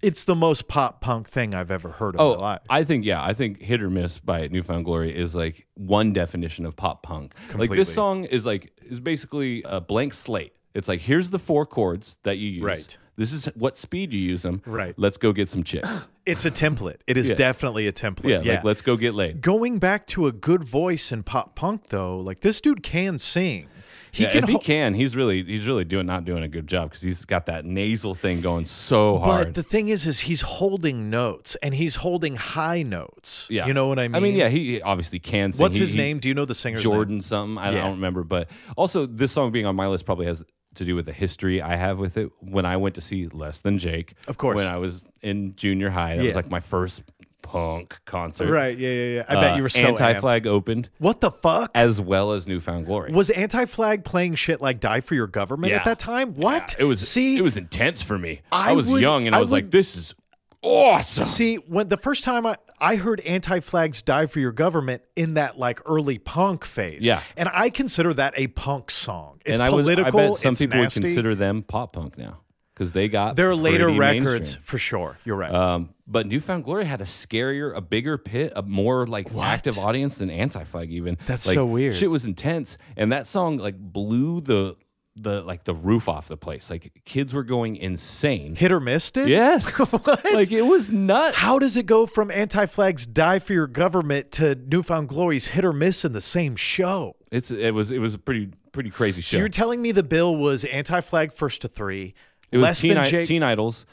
[SPEAKER 2] it's the most pop punk thing I've ever heard in my life.
[SPEAKER 1] Oh, I think yeah, I think Hit or Miss by Newfound Glory is like one definition of pop punk. Like
[SPEAKER 2] Completely.
[SPEAKER 1] this song is like is basically a blank slate. It's like here's the four chords that you use.
[SPEAKER 2] Right.
[SPEAKER 1] This is what speed you use them.
[SPEAKER 2] Right.
[SPEAKER 1] Let's go get some chicks.
[SPEAKER 2] It's a template. It is
[SPEAKER 1] Yeah.
[SPEAKER 2] definitely a template.
[SPEAKER 1] yeah,
[SPEAKER 2] Yeah.
[SPEAKER 1] Like let's go get laid.
[SPEAKER 2] Going back to a good voice in pop punk though, like this dude can sing. He
[SPEAKER 1] Yeah,
[SPEAKER 2] can
[SPEAKER 1] if he
[SPEAKER 2] ho-
[SPEAKER 1] can, he's really he's really doing not doing a good job because he's got that nasal thing going so hard.
[SPEAKER 2] But the thing is, is he's holding notes and he's holding high notes.
[SPEAKER 1] yeah.
[SPEAKER 2] You know what I mean?
[SPEAKER 1] I mean, yeah, he he obviously can sing.
[SPEAKER 2] What's
[SPEAKER 1] He-
[SPEAKER 2] his
[SPEAKER 1] he-
[SPEAKER 2] name? Do you know the singer's
[SPEAKER 1] Jordan
[SPEAKER 2] name?
[SPEAKER 1] something. I
[SPEAKER 2] Yeah.
[SPEAKER 1] don't remember. But also, this song being on my list probably has to do with the history I have with it. When I went to see Less Than Jake,
[SPEAKER 2] Of course.
[SPEAKER 1] when I was in junior high, that was
[SPEAKER 2] Yeah.
[SPEAKER 1] like my first punk concert.
[SPEAKER 2] Right. Yeah, yeah, yeah. I bet
[SPEAKER 1] Uh,
[SPEAKER 2] you were so amped.
[SPEAKER 1] Anti-flag opened
[SPEAKER 2] What the fuck?
[SPEAKER 1] as well as Newfound Glory.
[SPEAKER 2] was anti-flag playing shit like "Die for Your Government"
[SPEAKER 1] Yeah.
[SPEAKER 2] at that time? What?
[SPEAKER 1] Yeah, it was.
[SPEAKER 2] See,
[SPEAKER 1] it was intense for me.
[SPEAKER 2] I
[SPEAKER 1] I, was
[SPEAKER 2] would-
[SPEAKER 1] young and I,
[SPEAKER 2] I
[SPEAKER 1] was like,
[SPEAKER 2] would-
[SPEAKER 1] "This is awesome."
[SPEAKER 2] See, when the first time I, I heard anti-flags die for your government in that like early punk phase.
[SPEAKER 1] Yeah.
[SPEAKER 2] And I consider that a punk song. It's
[SPEAKER 1] and I was. I
[SPEAKER 2] political.
[SPEAKER 1] bet some
[SPEAKER 2] it's
[SPEAKER 1] people
[SPEAKER 2] nasty.
[SPEAKER 1] would consider them pop punk now because they got
[SPEAKER 2] their later
[SPEAKER 1] pretty
[SPEAKER 2] records
[SPEAKER 1] mainstream.
[SPEAKER 2] for sure. You're right.
[SPEAKER 1] Um, but Newfound Glory had a scarier, a bigger pit, a more like active audience than Anti Flag. Even
[SPEAKER 2] That's
[SPEAKER 1] Like,
[SPEAKER 2] so weird.
[SPEAKER 1] Shit was intense, and that song like blew the the like the roof off the place. Like kids were going insane.
[SPEAKER 2] Hit or miss it?
[SPEAKER 1] Yes,
[SPEAKER 2] What?
[SPEAKER 1] like it was nuts.
[SPEAKER 2] How does it go from anti-flags die for your government to newfound glory's hit or miss in the same show?
[SPEAKER 1] it's it was it was a pretty pretty crazy show.
[SPEAKER 2] You're telling me the bill was anti-flag first to three,
[SPEAKER 1] it was
[SPEAKER 2] less
[SPEAKER 1] teen,
[SPEAKER 2] than
[SPEAKER 1] I-
[SPEAKER 2] Jake.
[SPEAKER 1] teen idols,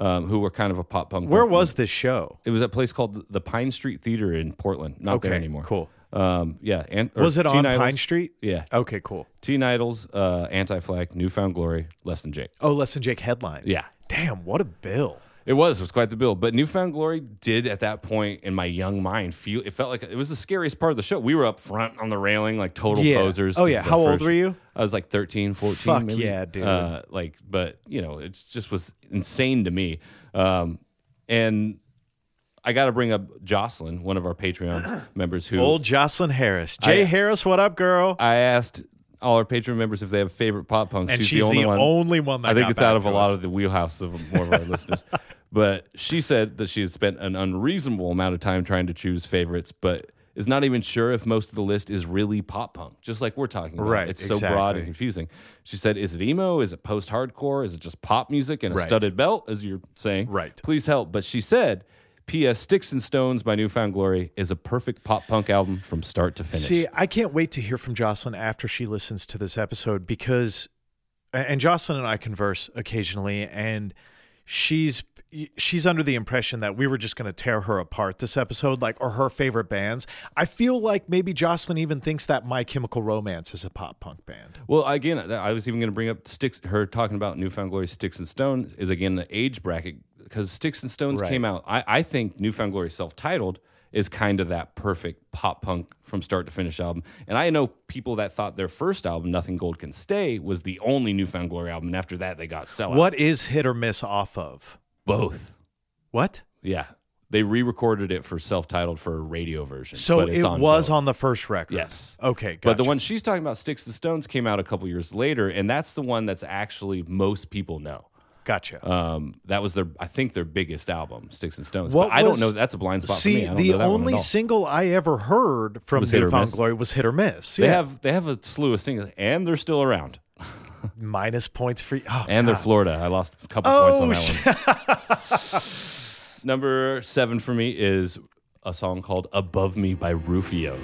[SPEAKER 1] um, who were kind of a pop punk.
[SPEAKER 2] Where
[SPEAKER 1] punk
[SPEAKER 2] was this show?
[SPEAKER 1] it? Was at a place called the Pine Street Theater in Portland. Not there
[SPEAKER 2] Okay,
[SPEAKER 1] anymore.
[SPEAKER 2] cool.
[SPEAKER 1] Um, yeah. And, or
[SPEAKER 2] Was it
[SPEAKER 1] Teen
[SPEAKER 2] on
[SPEAKER 1] Idols.
[SPEAKER 2] Pine Street?
[SPEAKER 1] Yeah.
[SPEAKER 2] Okay, cool.
[SPEAKER 1] Teen Idols, uh, Anti Flag, Newfound Glory, Less Than Jake.
[SPEAKER 2] Oh, less than Jake headline.
[SPEAKER 1] Yeah.
[SPEAKER 2] Damn, what a bill.
[SPEAKER 1] It was, it was quite the bill. But Newfound Glory did at that point in my young mind feel it felt like it was the scariest part of the show. We were up front on the railing, like total
[SPEAKER 2] Yeah.
[SPEAKER 1] posers.
[SPEAKER 2] Oh,
[SPEAKER 1] 'cause
[SPEAKER 2] yeah.
[SPEAKER 1] the
[SPEAKER 2] How old
[SPEAKER 1] first-
[SPEAKER 2] were you?
[SPEAKER 1] I was like 13, 14.
[SPEAKER 2] Fuck
[SPEAKER 1] maybe.
[SPEAKER 2] yeah, dude.
[SPEAKER 1] Uh, like, but you know, it just was insane to me. Um, and I got to bring up Jocelyn, one of our Patreon members who
[SPEAKER 2] Old Jocelyn Harris. Jay
[SPEAKER 1] I-
[SPEAKER 2] Harris, what up, girl?
[SPEAKER 1] I asked all our Patreon members if they have favorite pop punks.
[SPEAKER 2] and
[SPEAKER 1] she's,
[SPEAKER 2] she's
[SPEAKER 1] the only one.
[SPEAKER 2] one that
[SPEAKER 1] I think
[SPEAKER 2] got
[SPEAKER 1] it's out
[SPEAKER 2] back
[SPEAKER 1] of a
[SPEAKER 2] to
[SPEAKER 1] lot
[SPEAKER 2] us.
[SPEAKER 1] of the wheelhouse of more of our listeners. But she said that she had spent an unreasonable amount of time trying to choose favorites, but is not even sure if most of the list is really pop punk, just like we're talking about.
[SPEAKER 2] Right,
[SPEAKER 1] It's so broad
[SPEAKER 2] exactly.
[SPEAKER 1] and confusing. She said, Is it emo? Is it post hardcore? Is it just pop music and a
[SPEAKER 2] Right.
[SPEAKER 1] studded belt, as you're saying?
[SPEAKER 2] Right.
[SPEAKER 1] Please help. But she said, P.S. Sticks and Stones by Newfound Glory is a perfect pop punk album from start to finish.
[SPEAKER 2] See, I can't wait to hear from Jocelyn after she listens to this episode because, and Jocelyn and I converse occasionally, and she's she's under the impression that we were just going to tear her apart this episode, like or her favorite bands. I feel like maybe Jocelyn even thinks that My Chemical Romance is a pop punk band.
[SPEAKER 1] Well, again, I was even going to bring up Sticks. Her talking about Newfound Glory, Sticks and Stones is again the age bracket because Sticks and Stones
[SPEAKER 2] Right.
[SPEAKER 1] came out. I, I think Newfound Glory, self-titled, is kind of that perfect pop punk from start to finish album. And I know people that thought their first album, Nothing Gold Can Stay, was the only Newfound Glory album. And after that, they got sellout.
[SPEAKER 2] What is hit or miss off of?
[SPEAKER 1] Both.
[SPEAKER 2] What?
[SPEAKER 1] Yeah, they re-recorded it for self-titled for a radio version.
[SPEAKER 2] So
[SPEAKER 1] but it's
[SPEAKER 2] it
[SPEAKER 1] on
[SPEAKER 2] was
[SPEAKER 1] both.
[SPEAKER 2] on the first record.
[SPEAKER 1] Yes.
[SPEAKER 2] Okay. Gotcha.
[SPEAKER 1] But the one she's talking about, Sticks and Stones, came out a couple years later, and that's the one that's actually most people know.
[SPEAKER 2] Gotcha.
[SPEAKER 1] Um, that was their, I think, their biggest album, Sticks and Stones.
[SPEAKER 2] What
[SPEAKER 1] but I don't
[SPEAKER 2] was-
[SPEAKER 1] know. That's a blind spot
[SPEAKER 2] See,
[SPEAKER 1] for me. I don't
[SPEAKER 2] the
[SPEAKER 1] know that one
[SPEAKER 2] only
[SPEAKER 1] at all.
[SPEAKER 2] single I ever heard from
[SPEAKER 1] Was Hit or
[SPEAKER 2] Newfound
[SPEAKER 1] Miss?
[SPEAKER 2] Glory was Hit or Miss.
[SPEAKER 1] they
[SPEAKER 2] Yeah.
[SPEAKER 1] have they have a slew of singles, and they're still around,
[SPEAKER 2] minus points for oh,
[SPEAKER 1] and they're
[SPEAKER 2] God.
[SPEAKER 1] Florida. I lost a couple points on
[SPEAKER 2] Oh
[SPEAKER 1] that
[SPEAKER 2] shit!
[SPEAKER 1] one. Number seven for me is a song called "Above Me" by Rufio.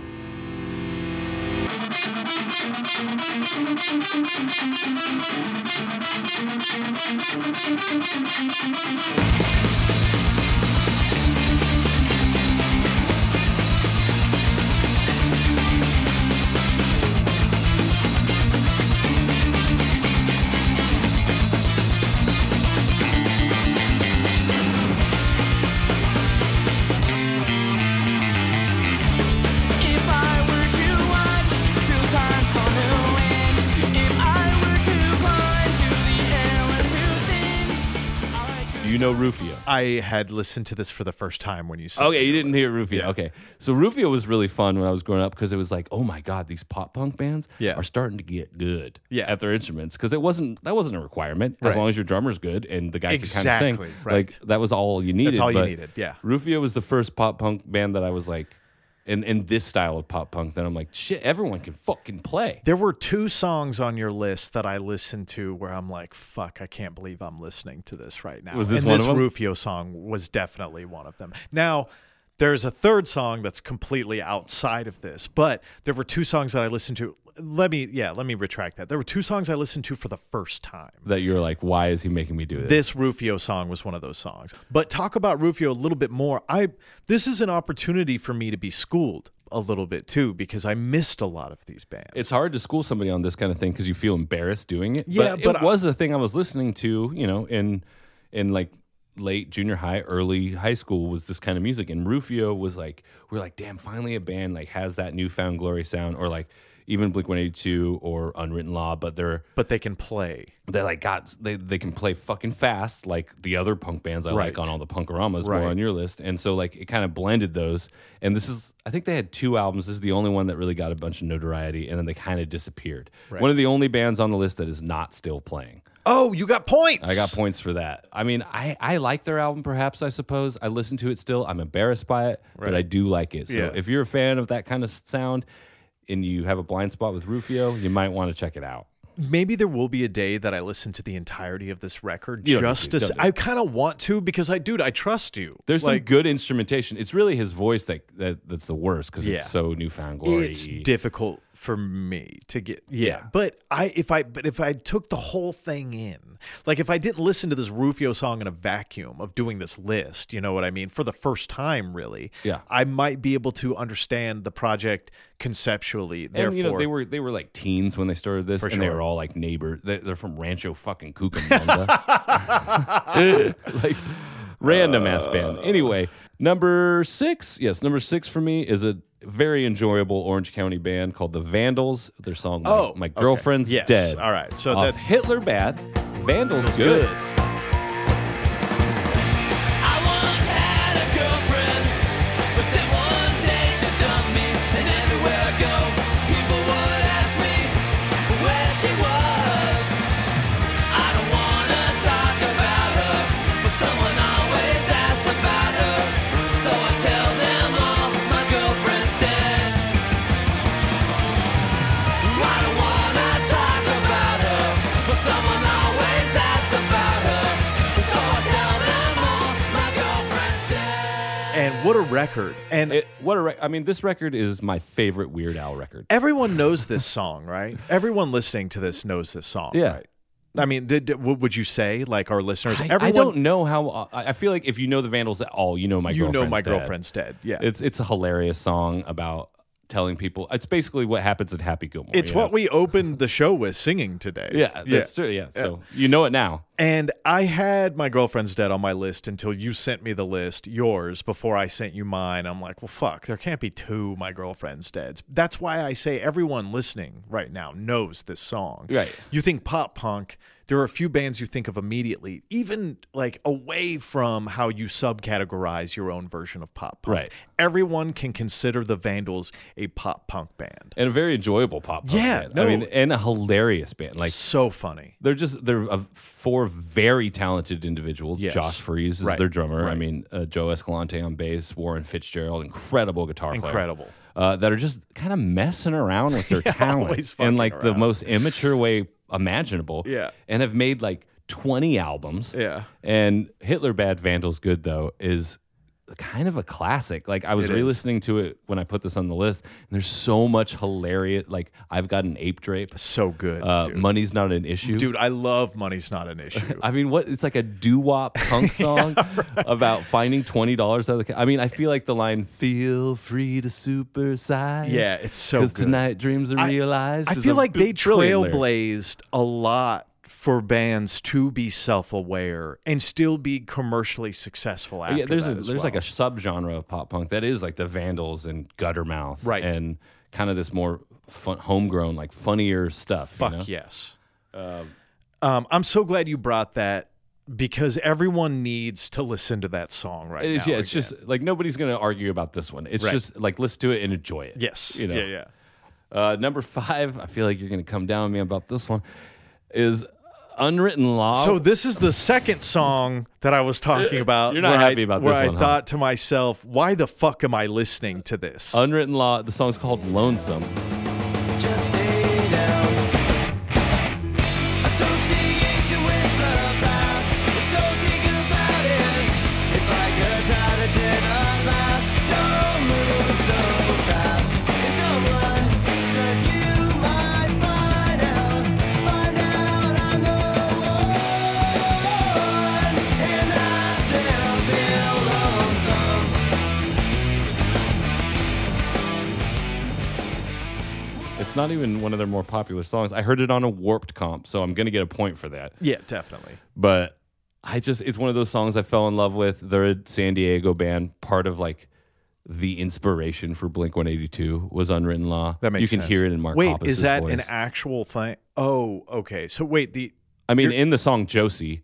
[SPEAKER 3] If I were to run two times for the wind, if I were to climb to the air was too thin, I could.
[SPEAKER 1] Do you know Rufio?
[SPEAKER 2] I had listened to this for the first time when you said.
[SPEAKER 1] Okay, you
[SPEAKER 2] it
[SPEAKER 1] didn't
[SPEAKER 2] was.
[SPEAKER 1] hear Rufio.
[SPEAKER 2] Yeah.
[SPEAKER 1] Okay, so Rufio was really fun when I was growing up because it was like, oh my god, these pop punk bands
[SPEAKER 2] Yeah.
[SPEAKER 1] are starting to get good
[SPEAKER 2] Yeah.
[SPEAKER 1] at their instruments because it wasn't that wasn't a requirement as
[SPEAKER 2] Right.
[SPEAKER 1] long as your drummer's good and the guy can kind of
[SPEAKER 2] Exactly,
[SPEAKER 1] sing.
[SPEAKER 2] right.
[SPEAKER 1] Like that was all you needed.
[SPEAKER 2] all you
[SPEAKER 1] but
[SPEAKER 2] needed, yeah.
[SPEAKER 1] Rufio was the first pop punk band that I was like, in in this style of pop punk that I'm like, shit, everyone can fucking play.
[SPEAKER 2] There were two songs on your list that I listened to where I'm like, "Fuck, I can't believe I'm listening to this right now."
[SPEAKER 1] Was this
[SPEAKER 2] and
[SPEAKER 1] one
[SPEAKER 2] this
[SPEAKER 1] of them?
[SPEAKER 2] Rufio song was definitely one of them. Now, there's a third song that's completely outside of this, but there were two songs that I listened to. Let me, yeah, let me retract that. There were two songs I listened to for the first time.
[SPEAKER 1] That you're like, why is he making me do this?
[SPEAKER 2] this Rufio song was one of those songs. But talk about Rufio a little bit more. I this is an opportunity for me to be schooled a little bit too because I missed a lot of these bands.
[SPEAKER 1] it's hard to school somebody on this kind of thing because you feel embarrassed doing it.
[SPEAKER 2] Yeah,
[SPEAKER 1] but,
[SPEAKER 2] but
[SPEAKER 1] it
[SPEAKER 2] I-
[SPEAKER 1] was the thing I was listening to, you know, in in like late junior high, early high school was this kind of music, and Rufio was like, we're like, damn, finally a band like has that newfound glory sound, or like even Blink One Eighty Two or Unwritten Law, but they're
[SPEAKER 2] but they can play.
[SPEAKER 1] they like got they, they can play fucking fast like the other punk bands I
[SPEAKER 2] Right.
[SPEAKER 1] like on all the punkaramas
[SPEAKER 2] Right.
[SPEAKER 1] more on your list and so like it kind of blended those and this is I think they had two albums this is the only one that really got a bunch of notoriety and then they kind of disappeared one of the only bands on the list that is not still playing
[SPEAKER 2] Oh, you got points.
[SPEAKER 1] I got points for that I mean I I like their album perhaps I suppose I listen to it still I'm embarrassed by it but I do like it so
[SPEAKER 2] Yeah.
[SPEAKER 1] if you're a fan of that kind of sound and you have a blind spot with Rufio you might want to check it out
[SPEAKER 2] Maybe there will be a day that I listen to the entirety of this record
[SPEAKER 1] You don't
[SPEAKER 2] just
[SPEAKER 1] need to,
[SPEAKER 2] to.
[SPEAKER 1] don't do
[SPEAKER 2] I kind of want to because I, dude, I trust you.
[SPEAKER 1] There's
[SPEAKER 2] like
[SPEAKER 1] some good instrumentation. It's really his voice that, that that's the worst because
[SPEAKER 2] Yeah.
[SPEAKER 1] it's so newfound glory.
[SPEAKER 2] it's difficult for me to get yeah, but i if i but if i took the whole thing in like if i didn't listen to this rufio song in a vacuum of doing this list you know what i mean for the first time really
[SPEAKER 1] Yeah.
[SPEAKER 2] i might be able to understand the project conceptually therefore
[SPEAKER 1] and you know they were they were like teens when they started this, and they
[SPEAKER 2] sure.
[SPEAKER 1] were all like neighbor. They, they're from Rancho fucking Cucamonga, like random ass band.
[SPEAKER 2] Uh.
[SPEAKER 1] Anyway, number six, yes, number six for me is a very enjoyable Orange County band called the Vandals. Their song,
[SPEAKER 2] Oh,
[SPEAKER 1] my, My
[SPEAKER 2] okay.
[SPEAKER 1] girlfriend's
[SPEAKER 2] Yes.
[SPEAKER 1] dead.
[SPEAKER 2] All right. So
[SPEAKER 1] Off
[SPEAKER 2] that's-
[SPEAKER 1] Hitler bad. Vandals
[SPEAKER 2] good
[SPEAKER 1] good.
[SPEAKER 3] I once had a girlfriend, but then one day she dumped me, and everywhere I go, people would ask me where she was. I don't wanna talk about her, but someone always asks about her, so I tell them all my girlfriend's dead. I don't wanna talk about her, but someone always asks about her.
[SPEAKER 2] and what a record. And
[SPEAKER 1] It, what a rec- I mean, this record is my favorite Weird Al record.
[SPEAKER 2] everyone knows this song, right? Everyone listening to this knows this song,
[SPEAKER 1] Yeah.
[SPEAKER 2] right? I mean, did, did- what would you say, like our listeners?
[SPEAKER 1] I,
[SPEAKER 2] everyone,
[SPEAKER 1] I don't know how. uh, I I feel like if you know the Vandals at all, you know my
[SPEAKER 2] you know
[SPEAKER 1] Girlfriend's
[SPEAKER 2] my
[SPEAKER 1] Dead.
[SPEAKER 2] girlfriend's dead. Yeah,
[SPEAKER 1] It's it's a hilarious song about telling people. It's basically what happens at Happy Gilmore.
[SPEAKER 2] It's
[SPEAKER 1] you
[SPEAKER 2] what
[SPEAKER 1] know?
[SPEAKER 2] we opened the show with singing today.
[SPEAKER 1] Yeah, that's true. Yeah, so you know it now.
[SPEAKER 2] And I had my girlfriend's dead on my list until you sent me the list, yours, before I sent you mine. I'm like, well, fuck, there can't be two my girlfriend's deads. That's why I say everyone listening right now knows this song.
[SPEAKER 1] Right.
[SPEAKER 2] You think pop punk, there are a few bands you think of immediately, even like away from how you subcategorize your own version of pop punk.
[SPEAKER 1] Right.
[SPEAKER 2] Everyone can consider the Vandals a pop punk band.
[SPEAKER 1] And a very enjoyable pop. punk
[SPEAKER 2] Yeah,
[SPEAKER 1] band.
[SPEAKER 2] no.
[SPEAKER 1] I mean, and a hilarious band. Like
[SPEAKER 2] So funny.
[SPEAKER 1] they're just they're uh, four very talented individuals.
[SPEAKER 2] Yes.
[SPEAKER 1] Josh Freeze is
[SPEAKER 2] Right,
[SPEAKER 1] their drummer. I
[SPEAKER 2] right.
[SPEAKER 1] mean, uh, Joe Escalante on bass, Warren Fitzgerald, incredible guitar player.
[SPEAKER 2] Incredible.
[SPEAKER 1] Uh, that are just kind of messing around with their talent
[SPEAKER 2] always fucking
[SPEAKER 1] in like the
[SPEAKER 2] around.
[SPEAKER 1] most immature way imaginable.
[SPEAKER 2] Yeah.
[SPEAKER 1] and have made like twenty albums.
[SPEAKER 2] Yeah.
[SPEAKER 1] and Hitler Bad, Vandals Good though is kind of a classic. Like I was
[SPEAKER 2] It is.
[SPEAKER 1] re-listening to it when I put this on the list, and there's so much hilarious. Like I've got an ape drape.
[SPEAKER 2] So good.
[SPEAKER 1] Uh,
[SPEAKER 2] dude.
[SPEAKER 1] money's not an issue.
[SPEAKER 2] Dude, I love Money's Not an Issue.
[SPEAKER 1] I mean, what? It's like a doo wop punk song about finding twenty dollars out of the. Ca- I mean, I feel like the line "Feel free to supersize."
[SPEAKER 2] Yeah, it's so
[SPEAKER 1] because
[SPEAKER 2] good.
[SPEAKER 1] tonight dreams are
[SPEAKER 2] I-
[SPEAKER 1] realized.
[SPEAKER 2] I
[SPEAKER 1] is
[SPEAKER 2] feel
[SPEAKER 1] a
[SPEAKER 2] like
[SPEAKER 1] b-
[SPEAKER 2] they
[SPEAKER 1] brilliant lyric.
[SPEAKER 2] trailblazed a lot for bands to be self-aware and still be commercially successful after
[SPEAKER 1] Yeah, there's
[SPEAKER 2] that
[SPEAKER 1] a,
[SPEAKER 2] as
[SPEAKER 1] there's like a
[SPEAKER 2] well.
[SPEAKER 1] subgenre of pop punk that is like the Vandals and Guttermouth,
[SPEAKER 2] Right.
[SPEAKER 1] and kind of this more fun, homegrown, like funnier stuff. you
[SPEAKER 2] fuck
[SPEAKER 1] know?
[SPEAKER 2] yes. Um, I'm so glad you brought that because everyone needs to listen to that song right
[SPEAKER 1] It is,
[SPEAKER 2] now.
[SPEAKER 1] yeah, it's
[SPEAKER 2] again.
[SPEAKER 1] just like nobody's gonna argue about this one. It's
[SPEAKER 2] Right.
[SPEAKER 1] just like listen to it and enjoy it.
[SPEAKER 2] yes,
[SPEAKER 1] you know.
[SPEAKER 2] yeah, yeah.
[SPEAKER 1] Uh, number five, I feel like you're going to come down on me about this one, is Unwritten Law.
[SPEAKER 2] So this is the second song that I was talking about.
[SPEAKER 1] You're not
[SPEAKER 2] where
[SPEAKER 1] happy
[SPEAKER 2] I,
[SPEAKER 1] about
[SPEAKER 2] where
[SPEAKER 1] this
[SPEAKER 2] I
[SPEAKER 1] one, huh?
[SPEAKER 2] thought to myself, why the fuck am I listening to this?
[SPEAKER 1] Unwritten Law, the song's called Lonesome.
[SPEAKER 4] Just stay down.
[SPEAKER 5] Association with the past. So think about it. It's like a tie that didn't last. Don't move so fast. And don't run, 'cause you might find out. Find out I'm the one. And I still feel lonesome.
[SPEAKER 1] It's not even one of their more popular songs. I heard it on a warped comp, so I'm going to get a point for that.
[SPEAKER 2] yeah, definitely.
[SPEAKER 1] But I just, it's one of those songs I fell in love with. They're a San Diego band, part of like the inspiration for Blink 182 was Unwritten Law.
[SPEAKER 2] That makes
[SPEAKER 1] You can
[SPEAKER 2] sense.
[SPEAKER 1] hear it in Mark
[SPEAKER 2] Wait,
[SPEAKER 1] Hoppus's
[SPEAKER 2] is that
[SPEAKER 1] voice.
[SPEAKER 2] an actual thing? Oh, okay. So wait, the
[SPEAKER 1] I mean, in the song Josie,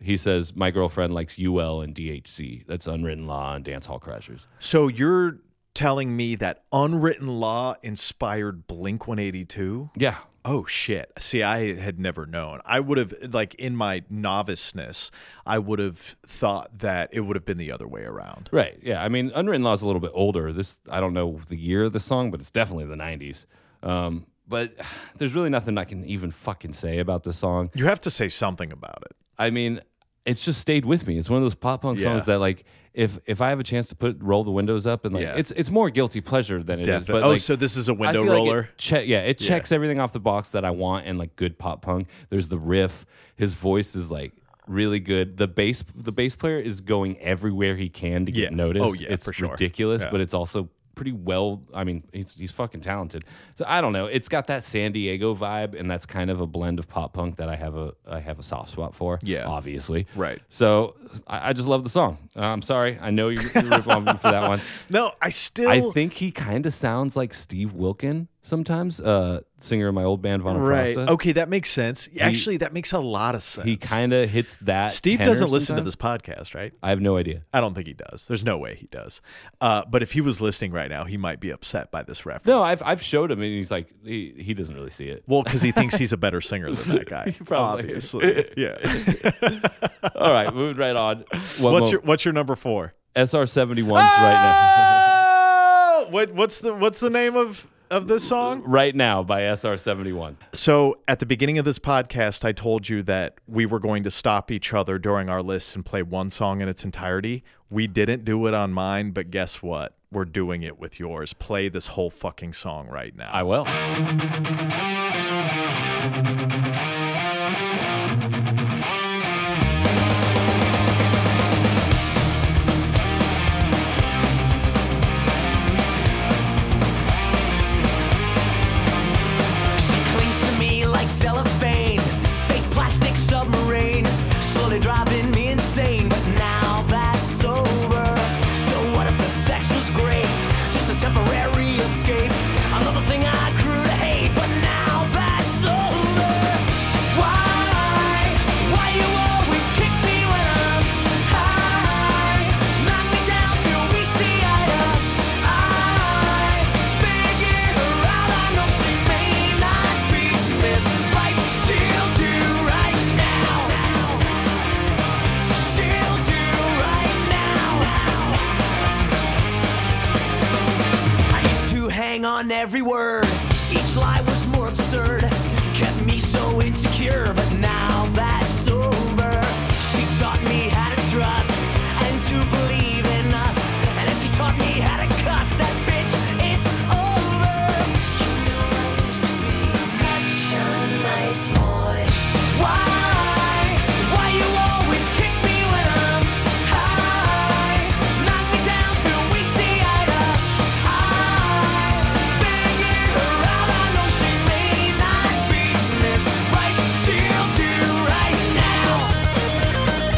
[SPEAKER 1] he says, My girlfriend likes UL and DHC. That's unwritten law and dance hall crashers.
[SPEAKER 2] so you're telling me that unwritten law inspired Blink 182?
[SPEAKER 1] Yeah.
[SPEAKER 2] Oh shit. See, I had never known. I would have like in my noviceness, I would have thought that it would have been the other way around.
[SPEAKER 1] Right. Yeah. I mean, Unwritten Law is a little bit older. This, I don't know the year of the song, but it's definitely the 90s. Um, but there's really nothing I can even fucking say about this song.
[SPEAKER 2] You have to say something about it.
[SPEAKER 1] I mean, it's just stayed with me. It's one of those pop punk songs
[SPEAKER 2] Yeah.
[SPEAKER 1] that, like, if if I have a chance to put roll the windows up and like,
[SPEAKER 2] Yeah.
[SPEAKER 1] it's it's more guilty pleasure than it is.
[SPEAKER 2] Definitely.
[SPEAKER 1] But
[SPEAKER 2] oh,
[SPEAKER 1] like,
[SPEAKER 2] so this is a
[SPEAKER 1] I
[SPEAKER 2] window
[SPEAKER 1] feel like
[SPEAKER 2] roller.
[SPEAKER 1] it che- yeah, it checks everything off the box that I want and like good pop punk. There's the riff. His voice is like really good. The bass the bass player is going everywhere he can to get
[SPEAKER 2] Yeah.
[SPEAKER 1] noticed.
[SPEAKER 2] Oh, yeah,
[SPEAKER 1] it's
[SPEAKER 2] for sure.
[SPEAKER 1] ridiculous,
[SPEAKER 2] Yeah.
[SPEAKER 1] but it's also pretty well. I mean, he's he's fucking talented. So I don't know. It's got that San Diego vibe, and that's kind of a blend of pop punk that I have a I have a soft spot for.
[SPEAKER 2] Yeah.
[SPEAKER 1] obviously.
[SPEAKER 2] Right.
[SPEAKER 1] So I, I just love the song. Uh, I'm sorry. I know you, you rip on me for that one.
[SPEAKER 2] no, I still
[SPEAKER 1] I think he kind of sounds like Steve Wilkin sometimes, uh, singer in my old band, Von
[SPEAKER 2] right. Oh.
[SPEAKER 1] Acosta.
[SPEAKER 2] Okay, that makes sense. Actually, that makes a lot of sense.
[SPEAKER 1] He kind of hits that.
[SPEAKER 2] Steve
[SPEAKER 1] tenor
[SPEAKER 2] doesn't listen to
[SPEAKER 1] sometimes.
[SPEAKER 2] this podcast, right?
[SPEAKER 1] I have no idea.
[SPEAKER 2] I don't think he does. There's no way he does. Uh, but if he was listening right now, he might be upset by this reference.
[SPEAKER 1] No, I've I've showed him, and he's like, he, he doesn't really see it.
[SPEAKER 2] well, because he thinks he's a better singer than that guy.
[SPEAKER 1] Probably.
[SPEAKER 2] Obviously, yeah.
[SPEAKER 1] All right, moving right on. One
[SPEAKER 2] What's
[SPEAKER 1] more.
[SPEAKER 2] your Ah! What's your number four?
[SPEAKER 1] SR 71s right now?
[SPEAKER 2] Oh, what What's the What's the name of of this song?
[SPEAKER 1] right now by SR71.
[SPEAKER 2] So, at the beginning of this podcast, I told you that we were going to stop each other during our list and play one song in its entirety. We didn't do it on mine, but guess what? We're doing it with yours. Play this whole fucking song right now.
[SPEAKER 1] I will.
[SPEAKER 3] She clings to me like cellophane, fake plastic submarine, slowly driving me insane. But now that's over. So what if the sex was great? Just a temporary escape. Another thing I grew to hate. But now that's over. Why? Why you always kick me when I'm high? Knock me down till we see eye to eye. Figure out I know she may not be this right, but she'll do right now. She'll do right now. I used to hang on every word. Each lie was more absurd. Kept me so insecure, but now that's over. She taught me how to trust and to believe in us. And then she taught me how to cuss. That bitch, it's over.
[SPEAKER 6] Such a nice boy.
[SPEAKER 3] Why? Why you always kick me when I'm high? Knock me down till we see eye to eye. Figure out I know she may not be this right, but she'll do right now.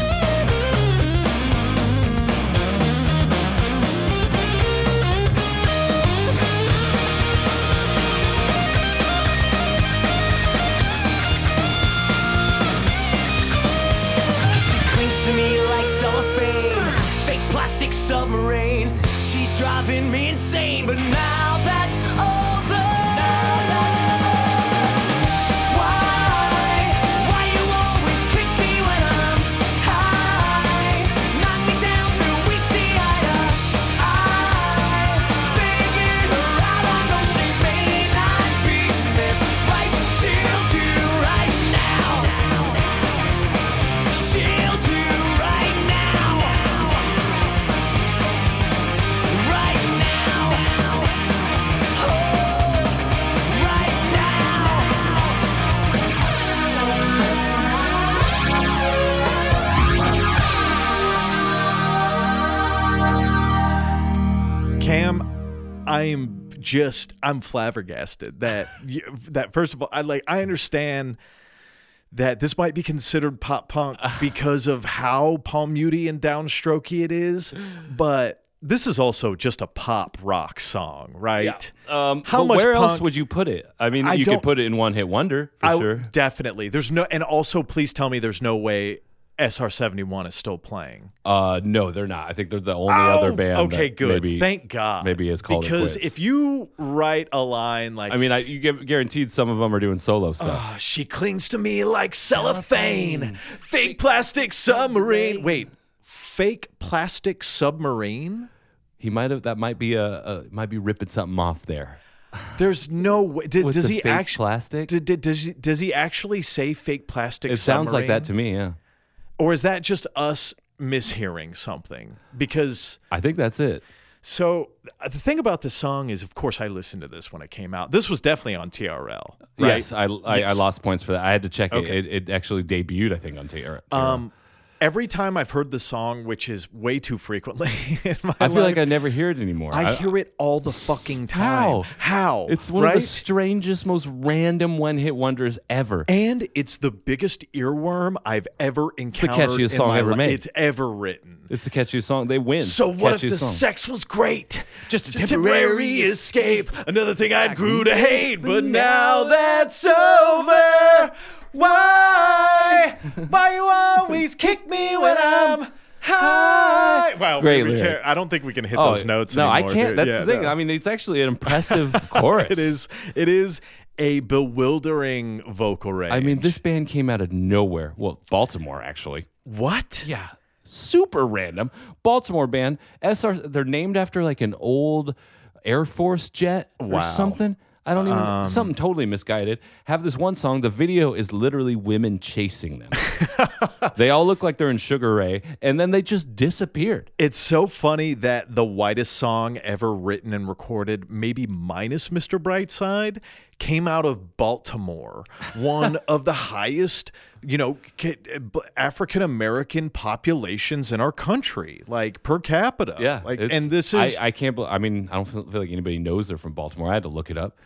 [SPEAKER 3] She clings to me like cellophane, fake plastic submarine. She's driving me insane, but now that's over. Why? Why you always kick me when I'm high? Knock me down till we see eye to eye. Figure out I know she may not be this right, but she'll do right now. She'll do right now. Right now. Oh, right now.
[SPEAKER 2] Cam, I am just I'm flabbergasted that you, that first of all I like I understand that this might be considered pop punk because of how palm muty and downstrokey it is, but this is also just a pop rock song, right?
[SPEAKER 1] Um,
[SPEAKER 2] How
[SPEAKER 1] but
[SPEAKER 2] much
[SPEAKER 1] where else
[SPEAKER 2] punk-
[SPEAKER 1] would you put it? I mean,
[SPEAKER 2] I
[SPEAKER 1] you
[SPEAKER 2] don't-
[SPEAKER 1] could put it in one hit wonder for
[SPEAKER 2] I-
[SPEAKER 1] sure.
[SPEAKER 2] Definitely. There's no and also please tell me there's no way SR71 is still playing.
[SPEAKER 1] Uh, no, they're not. I think they're the only
[SPEAKER 2] Oh,
[SPEAKER 1] other band.
[SPEAKER 2] Okay,
[SPEAKER 1] that
[SPEAKER 2] good.
[SPEAKER 1] Maybe,
[SPEAKER 2] Thank God.
[SPEAKER 1] maybe it's called it
[SPEAKER 2] Because
[SPEAKER 1] quits.
[SPEAKER 2] if you write a line like
[SPEAKER 1] I mean, I, you gu- guaranteed some of them are doing solo stuff.
[SPEAKER 2] Uh, She clings to me like cellophane. Fake plastic submarine. Wait, fake plastic submarine?
[SPEAKER 1] he might have. That might be a, a might be ripping something off there.
[SPEAKER 2] There's no way. Did,
[SPEAKER 1] With
[SPEAKER 2] does
[SPEAKER 1] the
[SPEAKER 2] he
[SPEAKER 1] fake
[SPEAKER 2] actually
[SPEAKER 1] plastic?
[SPEAKER 2] Did, did- does he, does he actually say fake plastic?
[SPEAKER 1] It sounds like that to
[SPEAKER 2] submarine?
[SPEAKER 1] me. Yeah,
[SPEAKER 2] Or is that just us mishearing something? Because
[SPEAKER 1] I think that's it.
[SPEAKER 2] so uh, the thing about this song is, of course, I listened to this when it came out. This was definitely on TRL. Right?
[SPEAKER 1] Yes, I, I, I
[SPEAKER 2] Yes.
[SPEAKER 1] lost points for that. I had to check
[SPEAKER 2] Okay.
[SPEAKER 1] it. it. It actually debuted, I think, on er, TR.
[SPEAKER 2] Um, every time I've heard the song, which is way too frequently in my
[SPEAKER 1] I feel like
[SPEAKER 2] life,
[SPEAKER 1] I never hear it anymore.
[SPEAKER 2] I, hear it all the fucking
[SPEAKER 1] How?
[SPEAKER 2] time. How?
[SPEAKER 1] It's one
[SPEAKER 2] right?
[SPEAKER 1] of the strangest, most random one-hit wonders ever.
[SPEAKER 2] and it's the biggest earworm I've ever
[SPEAKER 1] the
[SPEAKER 2] encountered.
[SPEAKER 1] catchiest
[SPEAKER 2] in
[SPEAKER 1] song
[SPEAKER 2] my
[SPEAKER 1] ever
[SPEAKER 2] li-
[SPEAKER 1] made.
[SPEAKER 2] It's ever written.
[SPEAKER 1] It's the catchiest song. They win.
[SPEAKER 2] So what if
[SPEAKER 1] Catchiest
[SPEAKER 2] the
[SPEAKER 1] song.
[SPEAKER 2] sex was great?
[SPEAKER 1] Just a temporary
[SPEAKER 2] escape. Another thing I grew to hate, but now that's over. Why? Why you always kick me when I'm high? Wow,
[SPEAKER 1] Great
[SPEAKER 2] we
[SPEAKER 1] lyric.
[SPEAKER 2] can't- I don't think we can hit
[SPEAKER 1] Oh,
[SPEAKER 2] those notes.
[SPEAKER 1] No,
[SPEAKER 2] anymore,
[SPEAKER 1] I can't.
[SPEAKER 2] dude.
[SPEAKER 1] That's
[SPEAKER 2] Yeah,
[SPEAKER 1] the thing.
[SPEAKER 2] no.
[SPEAKER 1] I mean, it's actually an impressive chorus.
[SPEAKER 2] it is. It is a bewildering vocal range.
[SPEAKER 1] I mean, this band came out of nowhere. Well, Baltimore actually.
[SPEAKER 2] what?
[SPEAKER 1] Yeah. Super random. Baltimore band. SR they're named after like an old Air Force jet or
[SPEAKER 2] Wow.
[SPEAKER 1] something. I don't even something totally misguided. Have this one song. The video is literally women chasing them. they all look like they're in Sugar Ray, and then they just disappeared.
[SPEAKER 2] It's so funny that the whitest song ever written and recorded, maybe minus Mr. Brightside, came out of Baltimore, one of the highest, you know, African American populations in our country, like per capita.
[SPEAKER 1] Yeah,
[SPEAKER 2] like,
[SPEAKER 1] it's-
[SPEAKER 2] and this is
[SPEAKER 1] I, I can't. bel I mean, I don't feel, feel like anybody knows they're from Baltimore. I had to look it up.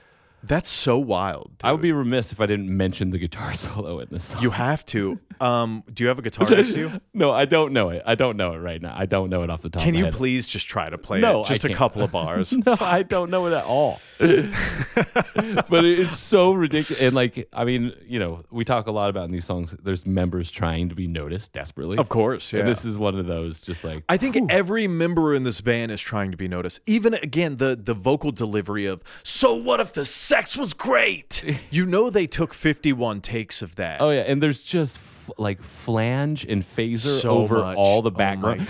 [SPEAKER 2] that's so wild.
[SPEAKER 1] I would be remiss if I didn't mention the guitar solo in this song.
[SPEAKER 2] You have to. Um, do you have a guitar next to you?
[SPEAKER 1] no, I don't know it. I don't know it right now. I don't know it off the top.
[SPEAKER 2] Can
[SPEAKER 1] of my
[SPEAKER 2] you
[SPEAKER 1] head.
[SPEAKER 2] please just try to play
[SPEAKER 1] No,
[SPEAKER 2] it?
[SPEAKER 1] I
[SPEAKER 2] Just a
[SPEAKER 1] can't.
[SPEAKER 2] couple of bars.
[SPEAKER 1] No, I don't know it at all. but it- it's so ridiculous. And like, I mean, you know, we talk a lot about in these songs. There's members trying to be noticed desperately.
[SPEAKER 2] Of course, yeah.
[SPEAKER 1] And this is one of those. Just like
[SPEAKER 2] I think every member in this band is trying to be noticed. Even again, the the vocal delivery of "So what if the sex was great?" You know they took fifty one takes of that.
[SPEAKER 1] Oh yeah, and there's just f- like flange and phaser
[SPEAKER 2] So
[SPEAKER 1] over
[SPEAKER 2] much.
[SPEAKER 1] all the
[SPEAKER 2] Oh my
[SPEAKER 1] background.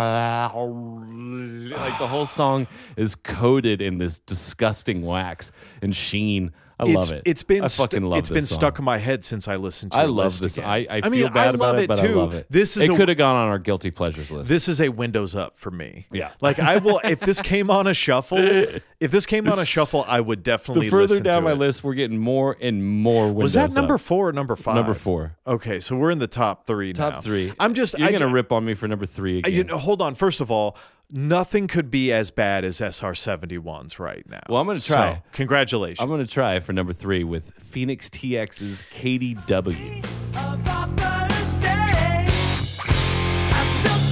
[SPEAKER 1] like the whole song is coated in this disgusting wax and sheen. I
[SPEAKER 2] it's,
[SPEAKER 1] love it.
[SPEAKER 2] It's been
[SPEAKER 1] I
[SPEAKER 2] stu-
[SPEAKER 1] fucking love
[SPEAKER 2] It's
[SPEAKER 1] this
[SPEAKER 2] been
[SPEAKER 1] song.
[SPEAKER 2] stuck in my head since I listened to.
[SPEAKER 1] I
[SPEAKER 2] your
[SPEAKER 1] love
[SPEAKER 2] list
[SPEAKER 1] this.
[SPEAKER 2] again.
[SPEAKER 1] I, I, feel
[SPEAKER 2] mean,
[SPEAKER 1] bad
[SPEAKER 2] I
[SPEAKER 1] about
[SPEAKER 2] love
[SPEAKER 1] it, but
[SPEAKER 2] too.
[SPEAKER 1] I love it.
[SPEAKER 2] This is
[SPEAKER 1] it
[SPEAKER 2] a-
[SPEAKER 1] could have gone on our guilty pleasures list.
[SPEAKER 2] This is a Windows up for me.
[SPEAKER 1] Yeah.
[SPEAKER 2] like I will. If this came on a shuffle, if this came on a shuffle, I would definitely.
[SPEAKER 1] the further
[SPEAKER 2] listen
[SPEAKER 1] down
[SPEAKER 2] to
[SPEAKER 1] my
[SPEAKER 2] it.
[SPEAKER 1] list, we're getting more and more. Windows
[SPEAKER 2] Was that number
[SPEAKER 1] up.
[SPEAKER 2] four or number five?
[SPEAKER 1] Number four.
[SPEAKER 2] Okay, so we're in the top three.
[SPEAKER 1] Top
[SPEAKER 2] now.
[SPEAKER 1] three.
[SPEAKER 2] I'm just.
[SPEAKER 1] You're
[SPEAKER 2] I,
[SPEAKER 1] gonna rip on me for number three
[SPEAKER 2] I-
[SPEAKER 1] again.
[SPEAKER 2] you know, hold on. First of all, nothing could be as bad as SR 71s right now.
[SPEAKER 1] Well, I'm gonna
[SPEAKER 2] So,
[SPEAKER 1] try.
[SPEAKER 2] congratulations.
[SPEAKER 1] I'm gonna try for number three with Phoenix TX's Katie W.
[SPEAKER 3] Of our first date, I still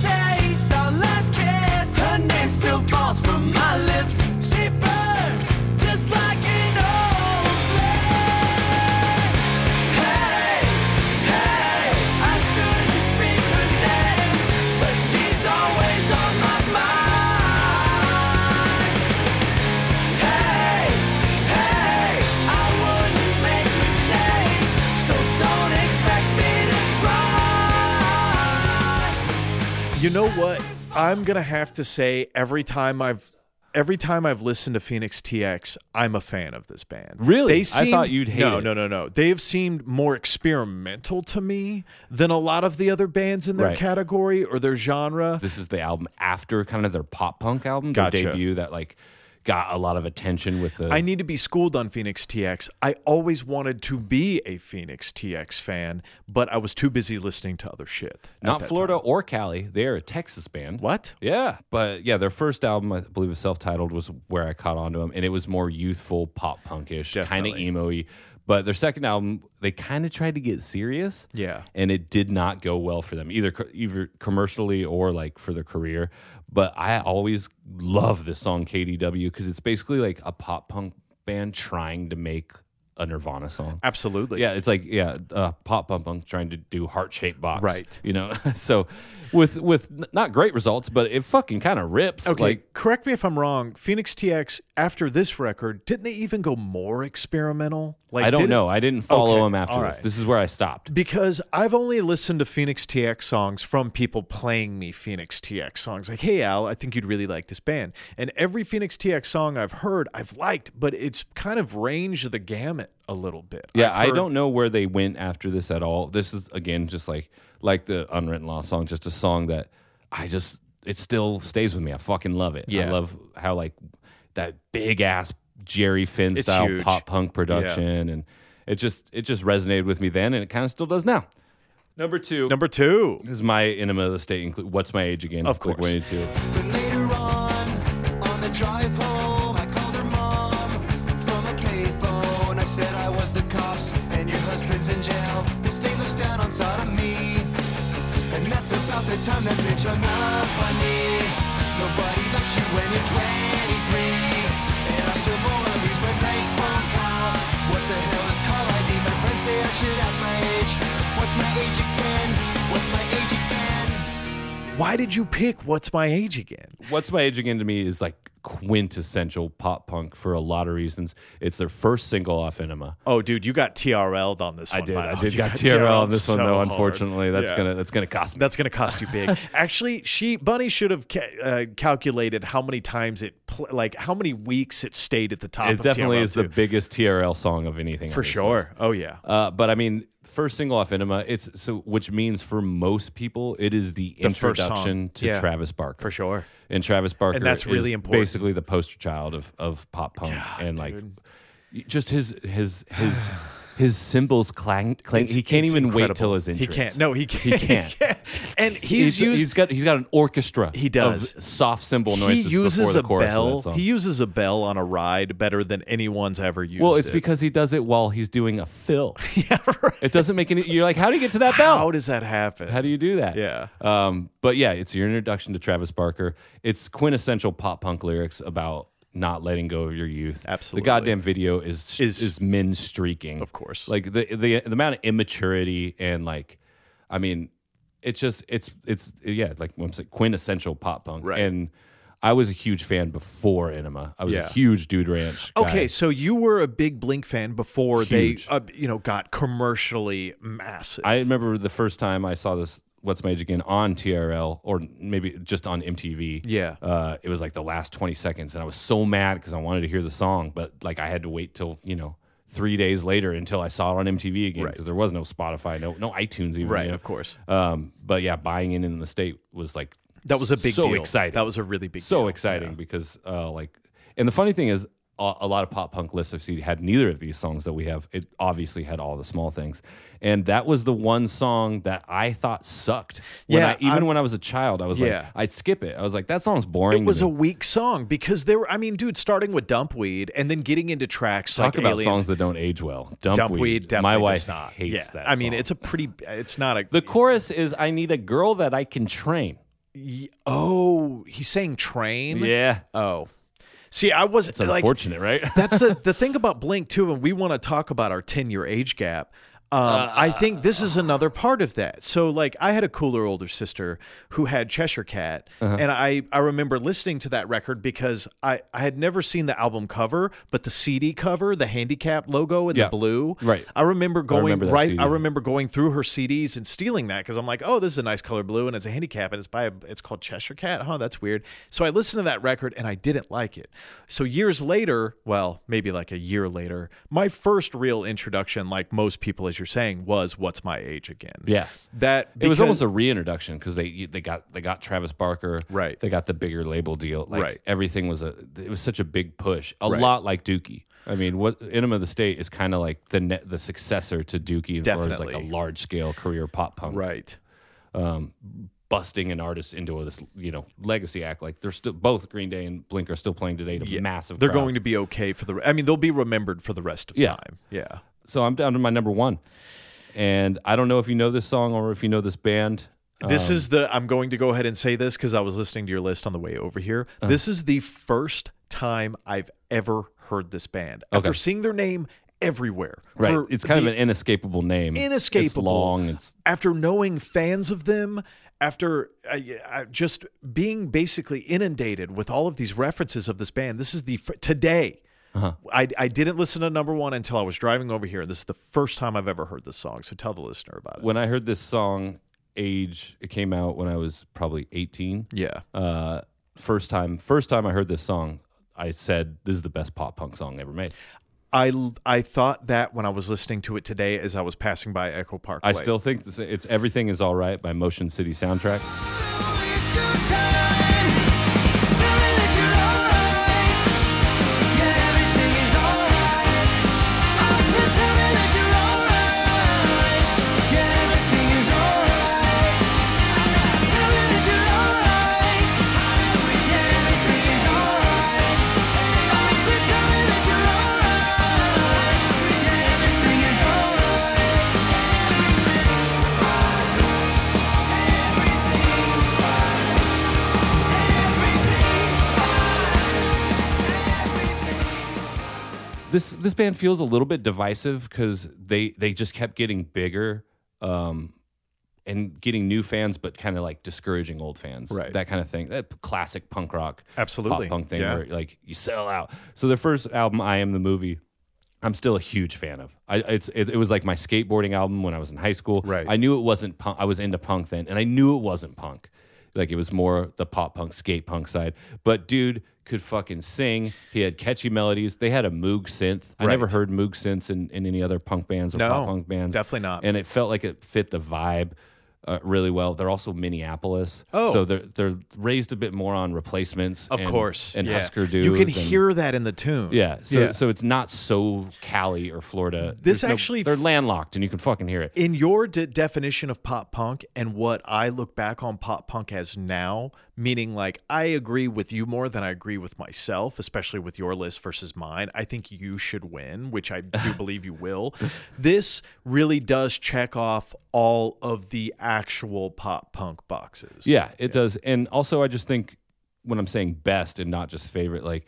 [SPEAKER 3] taste our last kiss. Her name still falls from my lips. She burns just like an old flame. Hey, hey, I shouldn't speak her name, but she's always on my mind. Hey, hey, I wouldn't make you change, so don't expect me to try.
[SPEAKER 2] you know what? I'm gonna have to say every time I've every time I've listened to Phoenix TX, I'm a fan of this band.
[SPEAKER 1] Really?
[SPEAKER 2] They
[SPEAKER 1] I
[SPEAKER 2] seem,
[SPEAKER 1] thought you'd hate
[SPEAKER 2] no,
[SPEAKER 1] it.
[SPEAKER 2] No, no, no, They have seemed more experimental to me than a lot of the other bands in their
[SPEAKER 1] Right.
[SPEAKER 2] category or their genre.
[SPEAKER 1] This is the album after kind of their pop punk album,
[SPEAKER 2] Gotcha.
[SPEAKER 1] their debut that like got a lot of attention with the.
[SPEAKER 2] I need to be schooled on Phoenix TX. I always wanted to be a Phoenix TX fan, but I was too busy listening to other shit. at
[SPEAKER 1] not
[SPEAKER 2] that
[SPEAKER 1] Florida
[SPEAKER 2] time.
[SPEAKER 1] or Cali. They are a Texas band.
[SPEAKER 2] What?
[SPEAKER 1] Yeah, but yeah, their first album, I believe, is self-titled, was where I caught on to them, and it was more youthful, pop punkish, kind of
[SPEAKER 2] Definitely.
[SPEAKER 1] emo-y. But their second album, they kind of tried to get serious,
[SPEAKER 2] Yeah.
[SPEAKER 1] and it did not go well for them either, co- either commercially or like for their career. But I always love this song KDW because it's basically like a pop punk band trying to make a Nirvana song.
[SPEAKER 2] Absolutely.
[SPEAKER 1] Yeah, it's like yeah, uh, pop punk punk trying to do heart shaped box,
[SPEAKER 2] Right.
[SPEAKER 1] You know, so with with n- not great results, but it fucking kind of rips.
[SPEAKER 2] Okay.
[SPEAKER 1] Like,
[SPEAKER 2] correct me if I'm wrong. Phoenix TX after this record, didn't they even go more experimental? Like
[SPEAKER 1] I don't
[SPEAKER 2] did-
[SPEAKER 1] know. I didn't follow
[SPEAKER 2] Okay,
[SPEAKER 1] him after
[SPEAKER 2] all
[SPEAKER 1] this.
[SPEAKER 2] right.
[SPEAKER 1] This is where I stopped.
[SPEAKER 2] Because I've only listened to Phoenix TX songs from people playing me Phoenix TX songs. Like, hey, Al, I think you'd really like this band. And every Phoenix TX song I've heard, I've liked, but it's kind of ranged the gamut a little bit.
[SPEAKER 1] Yeah,
[SPEAKER 2] I've
[SPEAKER 1] I
[SPEAKER 2] heard-
[SPEAKER 1] don't know where they went after this at all. This is again just like like the unwritten law song, just a song that I just it still stays with me. I fucking love it. I
[SPEAKER 2] Yeah.
[SPEAKER 1] love how like that big ass Jerry Finn
[SPEAKER 2] It's
[SPEAKER 1] style
[SPEAKER 2] huge.
[SPEAKER 1] pop punk production and it just it just resonated with me then and it kind of still does now. Number two.
[SPEAKER 2] Number two.
[SPEAKER 1] This is my enema of the state. Include what's my age again?
[SPEAKER 2] Of course.
[SPEAKER 1] Blink-182.
[SPEAKER 7] But later on, on the drive home, I called her mom from a payphone. I said I was the cops and your husband's in jail. The state looks down on sodomy. And that's about the time that bitch hung up on me. Nobody likes you when you're 23. And I still wanna lose my bank phone calls. What the hell is call ID? My friends say I should have my age. What's my age again? What's my age again?
[SPEAKER 2] Why did you pick What's My Age Again?
[SPEAKER 1] What's My Age Again to me is like quintessential pop punk for a lot of reasons. It's their first single off Enema.
[SPEAKER 2] Oh, dude, you got TRL'd on this
[SPEAKER 1] I
[SPEAKER 2] one.
[SPEAKER 1] did.
[SPEAKER 2] Miles.
[SPEAKER 1] I did
[SPEAKER 2] You
[SPEAKER 1] got TRL on this one
[SPEAKER 2] so
[SPEAKER 1] though.
[SPEAKER 2] hard.
[SPEAKER 1] Unfortunately, that's
[SPEAKER 2] Yeah.
[SPEAKER 1] gonna that's gonna cost me.
[SPEAKER 2] That's gonna cost you big. Actually, she Bunny should have ca- uh, calculated how many times it pl- like how many weeks it stayed at the top.
[SPEAKER 1] it
[SPEAKER 2] of
[SPEAKER 1] definitely
[SPEAKER 2] TRL
[SPEAKER 1] is the
[SPEAKER 2] too.
[SPEAKER 1] biggest TRL song of anything on
[SPEAKER 2] for
[SPEAKER 1] this
[SPEAKER 2] sure.
[SPEAKER 1] list.
[SPEAKER 2] Oh yeah,
[SPEAKER 1] Uh, but I mean, first single off Enema, it's so which means for most people, it is the,
[SPEAKER 2] first song.
[SPEAKER 1] introduction to
[SPEAKER 2] Yeah.
[SPEAKER 1] Travis Barker
[SPEAKER 2] for sure.
[SPEAKER 1] and Travis Barker,
[SPEAKER 2] that's really
[SPEAKER 1] is
[SPEAKER 2] important.
[SPEAKER 1] Basically, the poster child of of pop punk and like just his his his his cymbals clang. clang.
[SPEAKER 2] It's-
[SPEAKER 1] he can't
[SPEAKER 2] it's
[SPEAKER 1] even wait
[SPEAKER 2] incredible.
[SPEAKER 1] till his entrance.
[SPEAKER 2] He can't. No, he
[SPEAKER 1] He
[SPEAKER 2] can't.
[SPEAKER 1] can't.
[SPEAKER 2] And he's, used.
[SPEAKER 1] he's got he's got an orchestra.
[SPEAKER 2] He does.
[SPEAKER 1] of soft cymbal
[SPEAKER 2] he
[SPEAKER 1] noises before
[SPEAKER 2] uses
[SPEAKER 1] the
[SPEAKER 2] a
[SPEAKER 1] chorus of
[SPEAKER 2] bell.
[SPEAKER 1] that song.
[SPEAKER 2] He uses a bell on a ride better than anyone's ever used.
[SPEAKER 1] well, it's
[SPEAKER 2] it.
[SPEAKER 1] because he does it while he's doing a fill. It doesn't make any. You're like, how do you get to that bell?
[SPEAKER 2] how does that happen?
[SPEAKER 1] How do you do that?
[SPEAKER 2] Yeah.
[SPEAKER 1] Um, but yeah, it's your introduction to Travis Barker. It's quintessential pop punk lyrics about not letting go of your youth.
[SPEAKER 2] Absolutely.
[SPEAKER 1] The goddamn video is is,
[SPEAKER 2] Is-
[SPEAKER 1] men streaking. Of
[SPEAKER 2] course.
[SPEAKER 1] Like the, the the amount of immaturity and like I mean, it's just it's it's yeah, like what I'm saying, quintessential pop punk.
[SPEAKER 2] Right.
[SPEAKER 1] And I was a huge fan before Enema. I was
[SPEAKER 2] Yeah.
[SPEAKER 1] a huge Dude Ranch. guy.
[SPEAKER 2] Okay, so you were a big Blink fan before
[SPEAKER 1] Huge.
[SPEAKER 2] they, uh, you know, got commercially massive.
[SPEAKER 1] I remember the first time I saw this What's My Age Again on TRL or maybe just on MTV.
[SPEAKER 2] Yeah.
[SPEAKER 1] Uh, it was like the last 20 seconds. And I was so mad because I wanted to hear the song, but like I had to wait till, you know, three days later until I saw it on MTV again
[SPEAKER 2] Right.
[SPEAKER 1] because there was no Spotify, no no iTunes even.
[SPEAKER 2] Right,
[SPEAKER 1] you know?
[SPEAKER 2] of course.
[SPEAKER 1] Um, but yeah, buying in in the state was like
[SPEAKER 2] that was a big
[SPEAKER 1] so
[SPEAKER 2] deal.
[SPEAKER 1] exciting.
[SPEAKER 2] That was a really big
[SPEAKER 1] so
[SPEAKER 2] deal.
[SPEAKER 1] exciting because uh, like, and the funny thing is. A a lot of pop punk lists I've seen had neither of these songs that we have. It obviously had all the small things, and that was the one song that I thought sucked. When
[SPEAKER 2] Yeah,
[SPEAKER 1] I, even
[SPEAKER 2] I'm-
[SPEAKER 1] when I was a child, I was like,
[SPEAKER 2] Yeah.
[SPEAKER 1] I'd skip it. I was like, that song's boring.
[SPEAKER 2] It
[SPEAKER 1] to
[SPEAKER 2] was
[SPEAKER 1] me.
[SPEAKER 2] a weak song because there were, I mean, dude, starting with Dumpweed and then getting into tracks
[SPEAKER 1] talk
[SPEAKER 2] like
[SPEAKER 1] about
[SPEAKER 2] Aliens.
[SPEAKER 1] songs that don't age well. Dumpweed,
[SPEAKER 2] Dumpweed definitely
[SPEAKER 1] my
[SPEAKER 2] does
[SPEAKER 1] wife
[SPEAKER 2] not.
[SPEAKER 1] hates
[SPEAKER 2] yeah.
[SPEAKER 1] that.
[SPEAKER 2] I mean,
[SPEAKER 1] song.
[SPEAKER 2] it's a pretty, it's not a.
[SPEAKER 1] the chorus is I need a girl that I can train.
[SPEAKER 2] oh, he's saying train?
[SPEAKER 1] Yeah,
[SPEAKER 2] Oh. See, I wasn't.
[SPEAKER 1] it's
[SPEAKER 2] like,
[SPEAKER 1] unfortunate, right?
[SPEAKER 2] That's the, the thing about Blink too, and we want to talk about our ten year age gap. Um,
[SPEAKER 1] Uh,
[SPEAKER 2] I think this is another part of that. So, like, I had a cooler older sister who had Cheshire Cat,
[SPEAKER 1] Uh-huh.
[SPEAKER 2] and I I remember listening to that record because I I had never seen the album cover, but the CD cover, the handicap logo in
[SPEAKER 1] Yeah.
[SPEAKER 2] the blue.
[SPEAKER 1] Right.
[SPEAKER 2] I remember going
[SPEAKER 1] remember that
[SPEAKER 2] right.
[SPEAKER 1] CD.
[SPEAKER 2] I remember going through her CDs and stealing that because I'm like, oh, this is a nice color blue, and it's a handicap, and it's by a, it's called Cheshire Cat. Huh, that's weird. So I listened to that record and I didn't like it. So years later, well, maybe like a year later, my first real introduction, like most people, as you're saying, was "What's My Age Again."
[SPEAKER 1] Yeah.
[SPEAKER 2] that
[SPEAKER 1] it was
[SPEAKER 2] because-
[SPEAKER 1] almost a reintroduction because they they got they got Travis Barker
[SPEAKER 2] Right.
[SPEAKER 1] They got the bigger label deal. Like
[SPEAKER 2] Right.
[SPEAKER 1] everything was a it was such a big push. A
[SPEAKER 2] Right.
[SPEAKER 1] lot like Dookie. I mean, what Enema of the State is kind of like the net, the successor to Dookie as far as like a
[SPEAKER 2] Definitely.
[SPEAKER 1] large scale career pop punk,
[SPEAKER 2] right.
[SPEAKER 1] busting an artist into this you know legacy act. Like they're still both Green Day and Blink are still playing today to massive.
[SPEAKER 2] They're
[SPEAKER 1] crowds.
[SPEAKER 2] going to be okay for the. I mean, they'll be remembered for the rest of
[SPEAKER 1] Yeah.
[SPEAKER 2] time. Yeah.
[SPEAKER 1] So I'm down to my number one, and I don't know if you know this song or if you know this band.
[SPEAKER 2] This
[SPEAKER 1] Um,
[SPEAKER 2] is the. I'm going to go ahead and say this because I was listening to your list on the way over here.
[SPEAKER 1] Uh-huh.
[SPEAKER 2] This is the first time I've ever heard this band after seeing their name everywhere.
[SPEAKER 1] Right,
[SPEAKER 2] for
[SPEAKER 1] it's kind
[SPEAKER 2] the-
[SPEAKER 1] of an inescapable name. It's
[SPEAKER 2] inescapable.
[SPEAKER 1] long. It's
[SPEAKER 2] after knowing fans of them, after uh, uh, just being basically inundated with all of these references of this band, this is the fir- today.
[SPEAKER 1] Uh-huh.
[SPEAKER 2] I, I didn't listen to number one until I was driving over here. This is the first time I've ever heard this song. So tell the listener about it.
[SPEAKER 1] when I heard this song, age it came out when I was probably 18.
[SPEAKER 2] yeah.
[SPEAKER 1] Uh, first time, first time I heard this song, I said, "This is the best pop punk song ever made."
[SPEAKER 2] I, l- I thought that when I was listening to it today as I was passing by Echo Park.
[SPEAKER 1] I still think this, it's "Everything Is All Right" by Motion City Soundtrack. This this band feels a little bit divisive because they they just kept getting bigger. Um, and getting new fans, but kind of like discouraging old fans,
[SPEAKER 2] Right.
[SPEAKER 1] That kind of thing. That p- classic punk rock,
[SPEAKER 2] Absolutely.
[SPEAKER 1] pop punk thing
[SPEAKER 2] Yeah.
[SPEAKER 1] where like you sell out. So their first album, I Am the Movie. I'm still a huge fan of. I, it's it, it was like my skateboarding album when I was in high school.
[SPEAKER 2] Right.
[SPEAKER 1] I knew it wasn't punk. I was into punk then, and I knew it wasn't punk. Like it was more the pop punk, skate punk side. But dude could fucking sing. He had catchy melodies. They had a Moog synth. I never
[SPEAKER 2] Right.
[SPEAKER 1] heard Moog synths in, in any other punk bands or
[SPEAKER 2] No,
[SPEAKER 1] pop punk bands.
[SPEAKER 2] definitely not.
[SPEAKER 1] And it felt like it fit the vibe uh, really well. They're also Minneapolis.
[SPEAKER 2] Oh.
[SPEAKER 1] So they're they're raised a bit more on replacements.
[SPEAKER 2] Of
[SPEAKER 1] and-
[SPEAKER 2] course.
[SPEAKER 1] And
[SPEAKER 2] yeah.
[SPEAKER 1] Husker Du.
[SPEAKER 2] You can hear that in the tune.
[SPEAKER 1] Yeah. So so it's not so Cali or Florida.
[SPEAKER 2] This
[SPEAKER 1] There's no-
[SPEAKER 2] actually-
[SPEAKER 1] they're landlocked and you can fucking hear it.
[SPEAKER 2] in your de- definition of pop punk and what I look back on pop punk as now, meaning like I agree with you more than I agree with myself, especially with your list versus mine. I think you should win, which I do believe you will. This really does check off all of the actual pop punk boxes.
[SPEAKER 1] Yeah, it does. And also, I just think when I'm saying best and not just favorite, like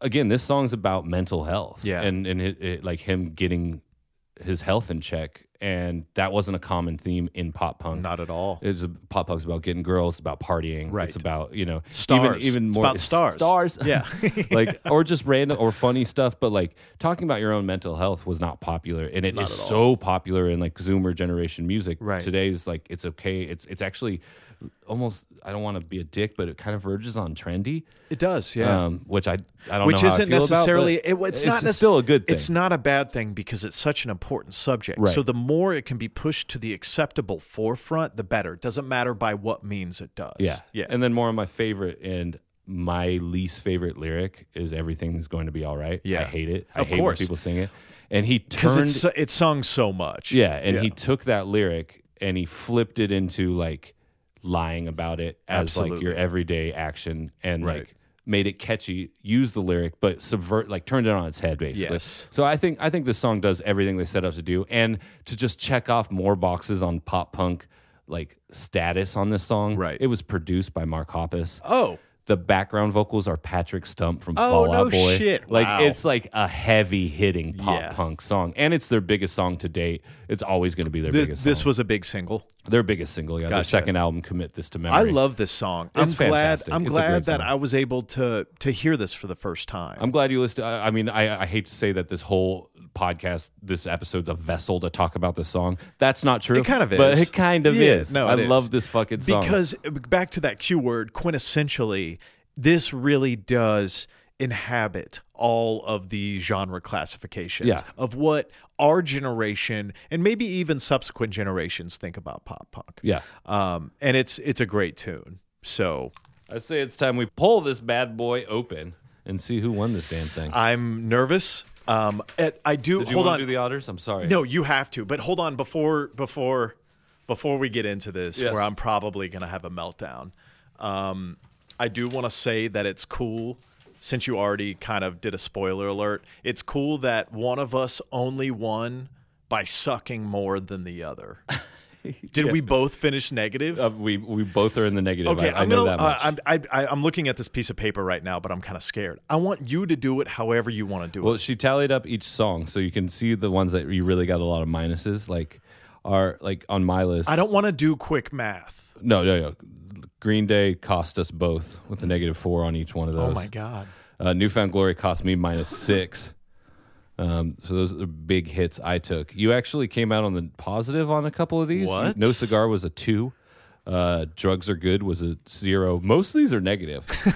[SPEAKER 1] again, this song's about mental health.
[SPEAKER 2] Yeah.
[SPEAKER 1] and and it, it, like him getting his health in check, and that wasn't a common theme in pop punk.
[SPEAKER 2] Not at all.
[SPEAKER 1] It's a, pop punk's about getting girls, it's about partying,
[SPEAKER 2] Right.
[SPEAKER 1] It's about you know
[SPEAKER 2] Stars.
[SPEAKER 1] even even
[SPEAKER 2] It's
[SPEAKER 1] more
[SPEAKER 2] about stars.
[SPEAKER 1] stars,
[SPEAKER 2] Yeah.
[SPEAKER 1] like or just random or funny stuff. But like talking about your own mental health was not popular, and it is so popular in like Zoomer generation music.
[SPEAKER 2] Right.
[SPEAKER 1] today's like it's okay. It's it's actually almost I don't want to be a dick, but it kind of verges on trendy.
[SPEAKER 2] It does. Yeah.
[SPEAKER 1] Um, which I I don't
[SPEAKER 2] which
[SPEAKER 1] know how I
[SPEAKER 2] isn't
[SPEAKER 1] feel about,
[SPEAKER 2] necessarily
[SPEAKER 1] but
[SPEAKER 2] it- it's, not nec-
[SPEAKER 1] still a good thing.
[SPEAKER 2] it's not a bad thing because it's such an important subject
[SPEAKER 1] Right.
[SPEAKER 2] so the more it can be pushed to the acceptable forefront the better it doesn't matter by what means it does
[SPEAKER 1] Yeah.
[SPEAKER 2] yeah
[SPEAKER 1] And then more of my favorite and my least favorite lyric is everything's going to be all right.
[SPEAKER 2] Yeah.
[SPEAKER 1] I hate it. I
[SPEAKER 2] Of
[SPEAKER 1] hate
[SPEAKER 2] course.
[SPEAKER 1] when people sing it. And he
[SPEAKER 2] because
[SPEAKER 1] turned
[SPEAKER 2] it's so- it's sung so much
[SPEAKER 1] Yeah, and he took that lyric and he flipped it into like lying about it as like your
[SPEAKER 2] Absolutely.
[SPEAKER 1] everyday action and
[SPEAKER 2] Right.
[SPEAKER 1] like made it catchy, used the lyric, but subvert like turned it on its head basically.
[SPEAKER 2] Yes.
[SPEAKER 1] So I think I think this song does everything they set out to do and to just check off more boxes on pop punk like status on this song.
[SPEAKER 2] Right.
[SPEAKER 1] It was produced by Mark Hoppus.
[SPEAKER 2] oh
[SPEAKER 1] The background vocals are Patrick Stump from
[SPEAKER 2] Oh,
[SPEAKER 1] Fall
[SPEAKER 2] no
[SPEAKER 1] Out Boy.
[SPEAKER 2] shit.
[SPEAKER 1] Like
[SPEAKER 2] Wow.
[SPEAKER 1] it's like a heavy hitting pop
[SPEAKER 2] Yeah.
[SPEAKER 1] punk song, and it's their biggest song to date. It's always going to be their
[SPEAKER 2] this,
[SPEAKER 1] biggest. This
[SPEAKER 2] this
[SPEAKER 1] song.
[SPEAKER 2] was a big single
[SPEAKER 1] was their biggest single. Yeah, their
[SPEAKER 2] Gotcha.
[SPEAKER 1] second album, Commit This to Memory.
[SPEAKER 2] I love this song. I'm
[SPEAKER 1] It's
[SPEAKER 2] glad.
[SPEAKER 1] fantastic.
[SPEAKER 2] I'm
[SPEAKER 1] It's a
[SPEAKER 2] glad
[SPEAKER 1] great
[SPEAKER 2] that
[SPEAKER 1] song.
[SPEAKER 2] I was able to to hear this for the first time.
[SPEAKER 1] I'm glad you listened. I, I mean, I, I hate to say that this whole podcast, this episode's a vessel to talk about this song. That's not true.
[SPEAKER 2] It kind of
[SPEAKER 1] but
[SPEAKER 2] is.
[SPEAKER 1] it kind of
[SPEAKER 2] Yeah,
[SPEAKER 1] is.
[SPEAKER 2] no,
[SPEAKER 1] I
[SPEAKER 2] it is.
[SPEAKER 1] love this fucking song
[SPEAKER 2] Because uh, back to that Q word, quintessentially, this really does inhabit all of the genre classifications
[SPEAKER 1] Yeah.
[SPEAKER 2] of what our generation and maybe even subsequent generations think about pop punk.
[SPEAKER 1] Yeah.
[SPEAKER 2] Um, and it's it's a great tune. So
[SPEAKER 1] I say it's time we pull this bad boy open and see who won this damn thing.
[SPEAKER 2] I'm nervous. Um, it, I
[SPEAKER 1] Did
[SPEAKER 2] do
[SPEAKER 1] you
[SPEAKER 2] Uh, hold
[SPEAKER 1] want
[SPEAKER 2] on.
[SPEAKER 1] to do the otters? I'm sorry.
[SPEAKER 2] No, you have to. But hold on before before before we get into this,
[SPEAKER 1] Yes.
[SPEAKER 2] where I'm probably gonna have a meltdown. Um, I do want to say that it's cool. Since you already kind of did a spoiler alert, it's cool that one of us only won by sucking more than the other. Did we both finish negative?
[SPEAKER 1] Uh, we we both are in the negative.
[SPEAKER 2] Okay,
[SPEAKER 1] I, I
[SPEAKER 2] am
[SPEAKER 1] know
[SPEAKER 2] gonna.
[SPEAKER 1] that much.
[SPEAKER 2] Uh, I'm, I, I, I'm looking at this piece of paper right now, but I'm kind of scared. I want you to do it however you want to do
[SPEAKER 1] Well,
[SPEAKER 2] it.
[SPEAKER 1] she tallied up each song, so you can see the ones that you really got a lot of minuses. Like, are like on my list.
[SPEAKER 2] I don't want to do quick math.
[SPEAKER 1] No, no, no. Green Day cost us both with a negative four on each one of those.
[SPEAKER 2] Oh my god.
[SPEAKER 1] Uh, Newfound Glory cost me minus six. Um, so those are big hits I took. You actually came out on the positive on a couple of these.
[SPEAKER 2] What?
[SPEAKER 1] No cigar was a two. Uh, drugs are good was a zero. Most of these are negative.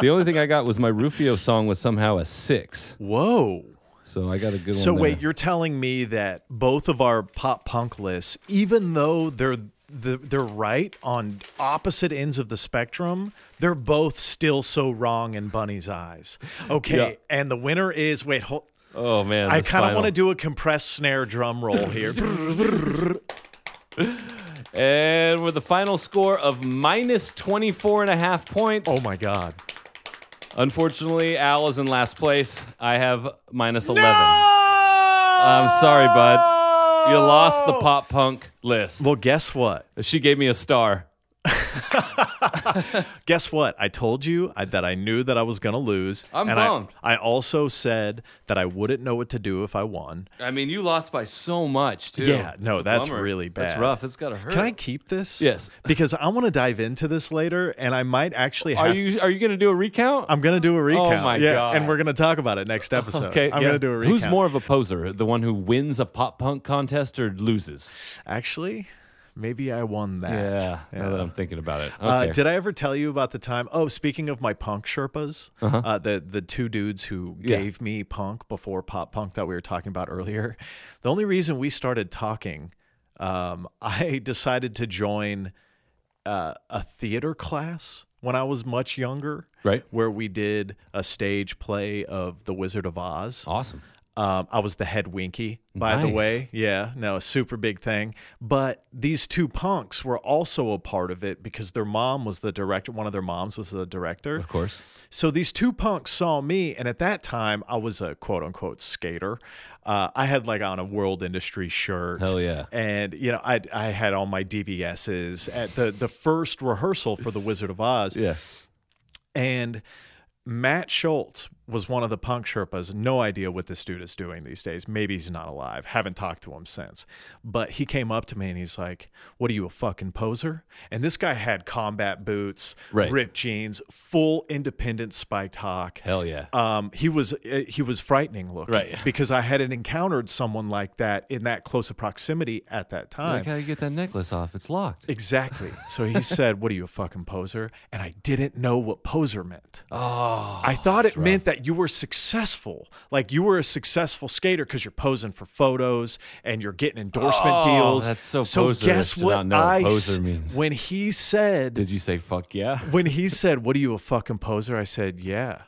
[SPEAKER 1] the only thing I got was my Rufio song was somehow a six.
[SPEAKER 2] Whoa.
[SPEAKER 1] So I got a good
[SPEAKER 2] So
[SPEAKER 1] one. there.
[SPEAKER 2] wait, you're telling me that both of our pop punk lists, even though they're the, they're right on opposite ends of the spectrum, they're both still so wrong in Bunny's eyes. Okay,
[SPEAKER 1] Yeah.
[SPEAKER 2] and the winner is wait, hold.
[SPEAKER 1] Oh man,
[SPEAKER 2] I
[SPEAKER 1] this
[SPEAKER 2] kind of
[SPEAKER 1] final.
[SPEAKER 2] want to do a compressed snare drum roll here.
[SPEAKER 1] And with the final score of minus 24 and a half points.
[SPEAKER 2] oh my god!
[SPEAKER 1] Unfortunately, Al is in last place. I have minus 11. I'm sorry,
[SPEAKER 2] Oh.
[SPEAKER 1] bud. You lost the pop punk list.
[SPEAKER 2] Well, guess what?
[SPEAKER 1] She gave me a star.
[SPEAKER 2] Guess what? I told you I, that I knew that I was going to lose.
[SPEAKER 1] I'm
[SPEAKER 2] and I-
[SPEAKER 1] bummed.
[SPEAKER 2] I, also said that I wouldn't know what to do if I won.
[SPEAKER 1] I mean, you lost by so much too.
[SPEAKER 2] Yeah, no,
[SPEAKER 1] It's a
[SPEAKER 2] that's
[SPEAKER 1] bummer.
[SPEAKER 2] really bad.
[SPEAKER 1] That's rough. It's gotta hurt.
[SPEAKER 2] Can I keep this?
[SPEAKER 1] Er. Yes.
[SPEAKER 2] Because I want to dive into this later, and I might actually have
[SPEAKER 1] Are you are you gonna do a recount?
[SPEAKER 2] I'm gonna do a recount.
[SPEAKER 1] my
[SPEAKER 2] yeah,
[SPEAKER 1] God.
[SPEAKER 2] and we're gonna talk about it next episode.
[SPEAKER 1] Okay,
[SPEAKER 2] I'm
[SPEAKER 1] yeah.
[SPEAKER 2] gonna do a recount.
[SPEAKER 1] Who's more of a poser, the one who wins a pop punk contest or loses?
[SPEAKER 2] Actually, maybe I won that.
[SPEAKER 1] Yeah, now that
[SPEAKER 2] Yeah.
[SPEAKER 1] I'm thinking about it.
[SPEAKER 2] Uh,
[SPEAKER 1] Okay.
[SPEAKER 2] did I ever tell you about the time? Oh, speaking of my punk Sherpas, uh the the two dudes who
[SPEAKER 1] Uh-huh. Yeah.
[SPEAKER 2] gave me punk before pop punk that we were talking about earlier. The only reason we started talking, um, I decided to join uh, a theater class when I was much younger,
[SPEAKER 1] Right.
[SPEAKER 2] Where we did a stage play of The Wizard of Oz.
[SPEAKER 1] awesome.
[SPEAKER 2] Um, I was the head winky, by the
[SPEAKER 1] Nice.
[SPEAKER 2] way. Yeah, no, a super big thing. But these two punks were also a part of it because their mom was the director. One of their moms was the director.
[SPEAKER 1] Of course.
[SPEAKER 2] So these two punks saw me, and at that time, I was a quote unquote skater. Uh, I had like on a World Industry shirt.
[SPEAKER 1] Hell yeah.
[SPEAKER 2] And you know, I I had all my DVSs at the the first rehearsal for The Wizard of Oz.
[SPEAKER 1] Yeah.
[SPEAKER 2] And Matt Schultz was one of the punk Sherpas. No idea what this dude is doing these days. Maybe he's not alive. Haven't talked to him since. But he came up to me and he's like, What are you, a fucking poser? And this guy had combat boots,
[SPEAKER 1] Right.
[SPEAKER 2] ripped jeans, full independent spiked hawk.
[SPEAKER 1] Hell yeah.
[SPEAKER 2] Um, he was uh, he was frightening looking
[SPEAKER 1] Right.
[SPEAKER 2] because I hadn't encountered someone like that in that close of proximity at that time.
[SPEAKER 1] Like how you get that necklace off? It's locked.
[SPEAKER 2] Exactly. So he said, What are you, a fucking poser? And I didn't know what poser meant. Oh. I thought it meant that you were successful. Like you were a successful skater because you're posing for photos and you're getting endorsement
[SPEAKER 1] Oh,
[SPEAKER 2] deals.
[SPEAKER 1] that's so
[SPEAKER 2] So
[SPEAKER 1] poserish
[SPEAKER 2] guess
[SPEAKER 1] to
[SPEAKER 2] what?
[SPEAKER 1] not know what
[SPEAKER 2] I,
[SPEAKER 1] poser
[SPEAKER 2] s-
[SPEAKER 1] means.
[SPEAKER 2] When he said,
[SPEAKER 1] Did you say fuck yeah?
[SPEAKER 2] When he said, What are you, a fucking poser? I said, Yeah.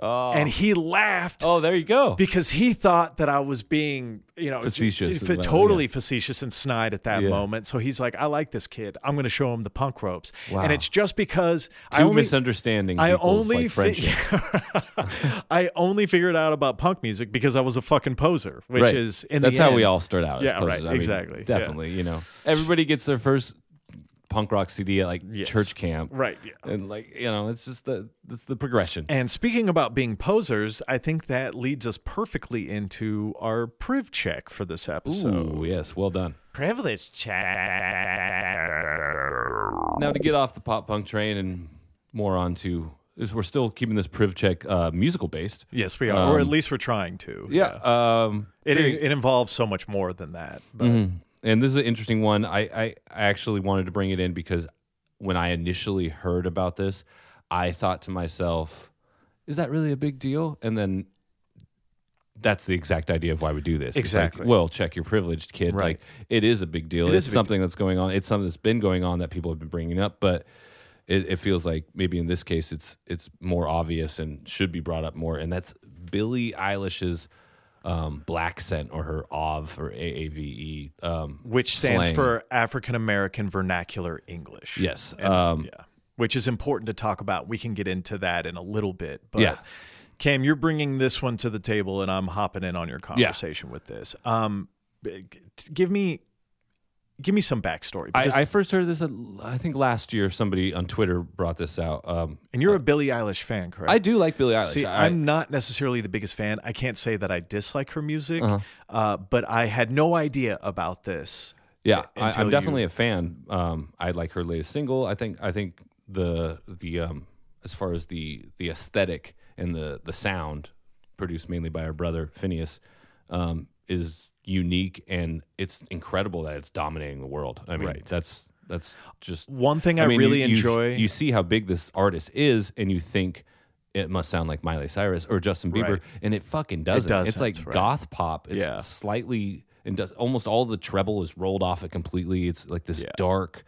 [SPEAKER 1] Oh,
[SPEAKER 2] And he laughed
[SPEAKER 1] oh there you go.
[SPEAKER 2] because he thought that I was being, you know,
[SPEAKER 1] Facetious
[SPEAKER 2] f-
[SPEAKER 1] about it,
[SPEAKER 2] totally facetious and snide at that
[SPEAKER 1] Yeah.
[SPEAKER 2] moment. So he's like, "I like this kid. I'm going to show him the punk ropes."
[SPEAKER 1] Wow.
[SPEAKER 2] And it's just because I
[SPEAKER 1] Two
[SPEAKER 2] only
[SPEAKER 1] misunderstandings
[SPEAKER 2] I
[SPEAKER 1] equals
[SPEAKER 2] only
[SPEAKER 1] like
[SPEAKER 2] fi-
[SPEAKER 1] friendship.
[SPEAKER 2] I only figured out about punk music because I was a fucking poser, which
[SPEAKER 1] right.
[SPEAKER 2] is in
[SPEAKER 1] That's
[SPEAKER 2] the
[SPEAKER 1] how
[SPEAKER 2] end-
[SPEAKER 1] we all start out.
[SPEAKER 2] Yeah,
[SPEAKER 1] as posers.
[SPEAKER 2] right,
[SPEAKER 1] I mean,
[SPEAKER 2] exactly, yeah.
[SPEAKER 1] definitely. You know, everybody gets their first punk rock CD at like church camp.
[SPEAKER 2] Right. Yeah.
[SPEAKER 1] And like you know, it's just the it's the progression.
[SPEAKER 2] And speaking about being posers, I think that leads us perfectly into our priv check for this episode.
[SPEAKER 1] Ooh, yes, well done.
[SPEAKER 2] Privilege check.
[SPEAKER 1] Now to get off the pop punk train and more onto is we're still keeping this priv check uh, musical based.
[SPEAKER 2] Yes, we are, or at least we're trying to.
[SPEAKER 1] Um, Yeah. Um,
[SPEAKER 2] It, it involves so much more than that. But
[SPEAKER 1] and this is an interesting one. I, I I actually wanted to bring it in because when I initially heard about this, I thought to myself, "Is that really a big deal?" And then that's the exact idea of why we do this. It's like,
[SPEAKER 2] Exactly.
[SPEAKER 1] well, check your privileged kid.
[SPEAKER 2] Right.
[SPEAKER 1] Like it is a big deal.
[SPEAKER 2] It is
[SPEAKER 1] it's
[SPEAKER 2] a big
[SPEAKER 1] something that's going on. It's something that's been going on that people have been bringing up, but. It, it feels like maybe in this case it's it's more obvious and should be brought up more, and that's Billie Eilish's um, black scent or her AV or AAVE, um,
[SPEAKER 2] which stands
[SPEAKER 1] slang.
[SPEAKER 2] for African American Vernacular English.
[SPEAKER 1] Yes.
[SPEAKER 2] And,
[SPEAKER 1] um,
[SPEAKER 2] yeah. Which is important to talk about. We can get into that in a little bit. But
[SPEAKER 1] Yeah.
[SPEAKER 2] Cam, you're bringing this one to the table, and I'm hopping in on your conversation with this. Um, b- g- give me, give me some backstory. because-
[SPEAKER 1] I, I first heard this, uh, I think last year, somebody on Twitter brought this out. Um,
[SPEAKER 2] and you're a Billie Eilish fan, correct?
[SPEAKER 1] I do like Billie Eilish.
[SPEAKER 2] See,
[SPEAKER 1] I,
[SPEAKER 2] I'm not necessarily the biggest fan. I can't say that I dislike her music,
[SPEAKER 1] Uh-huh.
[SPEAKER 2] uh but I had no idea about this.
[SPEAKER 1] yeah, I,
[SPEAKER 2] until
[SPEAKER 1] I'm
[SPEAKER 2] you-
[SPEAKER 1] definitely a fan. Um, I like her latest single. I think, I think the, the, um, as far as the, the aesthetic and the, the sound produced mainly by her brother, Phineas, um, is unique and it's incredible that it's dominating the world. I mean,
[SPEAKER 2] Right.
[SPEAKER 1] that's, that's just
[SPEAKER 2] One thing I,
[SPEAKER 1] mean, you-
[SPEAKER 2] really
[SPEAKER 1] you,
[SPEAKER 2] enjoy.
[SPEAKER 1] You see how big this artist is, and you think it must sound like Miley Cyrus or Justin Bieber,
[SPEAKER 2] Right.
[SPEAKER 1] and it fucking doesn't. It's
[SPEAKER 2] doesn't,
[SPEAKER 1] like
[SPEAKER 2] right.
[SPEAKER 1] goth pop. It's
[SPEAKER 2] Yeah.
[SPEAKER 1] slightly and does- almost all the treble is rolled off it completely. It's like this dark,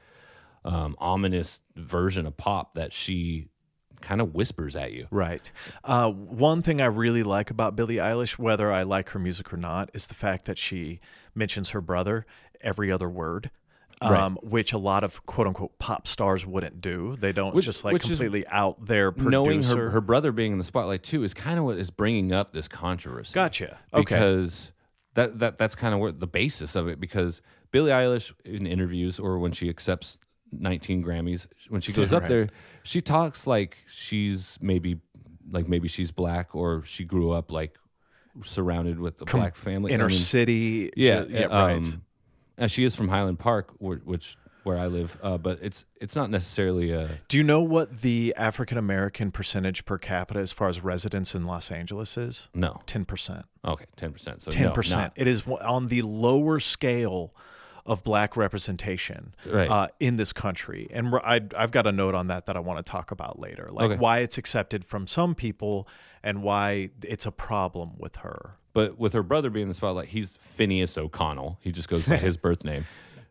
[SPEAKER 1] um, ominous version of pop that she kind of whispers at you.
[SPEAKER 2] Right. Uh, one thing I really like about Billie Eilish, whether I like her music or not, is the fact that she mentions her brother every other word. Um, Which a lot of quote unquote pop stars wouldn't do. They don't
[SPEAKER 1] Which-
[SPEAKER 2] just like
[SPEAKER 1] which is-
[SPEAKER 2] completely out their producer.
[SPEAKER 1] Knowing her, her brother being in the spotlight too is kind of what is bringing up this controversy.
[SPEAKER 2] Gotcha. Okay.
[SPEAKER 1] Because that, that that's kind of where the basis of it. Because Billie Eilish in interviews or when she accepts 19 Grammys. When she goes up
[SPEAKER 2] Right.
[SPEAKER 1] there, she talks like she's maybe like maybe she's black or she grew up like surrounded with a black family. I
[SPEAKER 2] inner
[SPEAKER 1] mean,
[SPEAKER 2] city.
[SPEAKER 1] yeah,
[SPEAKER 2] ju- yeah,
[SPEAKER 1] uh,
[SPEAKER 2] right.
[SPEAKER 1] um, and she is from Highland Park, wh- which where I live, uh, but it's it's not necessarily a
[SPEAKER 2] Do you know what the African American percentage per capita as far as residents in Los Angeles is?
[SPEAKER 1] no.
[SPEAKER 2] Ten percent.
[SPEAKER 1] Okay, ten percent. So no,
[SPEAKER 2] Ten percent.
[SPEAKER 1] not-
[SPEAKER 2] It is one- on the lower scale of black representation
[SPEAKER 1] Right.
[SPEAKER 2] uh, in this country, and we're- I, I've got a note on that that I want to talk about later, like
[SPEAKER 1] Okay.
[SPEAKER 2] why it's accepted from some people and why it's a problem with her.
[SPEAKER 1] But with her brother being in the spotlight, he's Phineas O'Connell. He just goes by his birth name.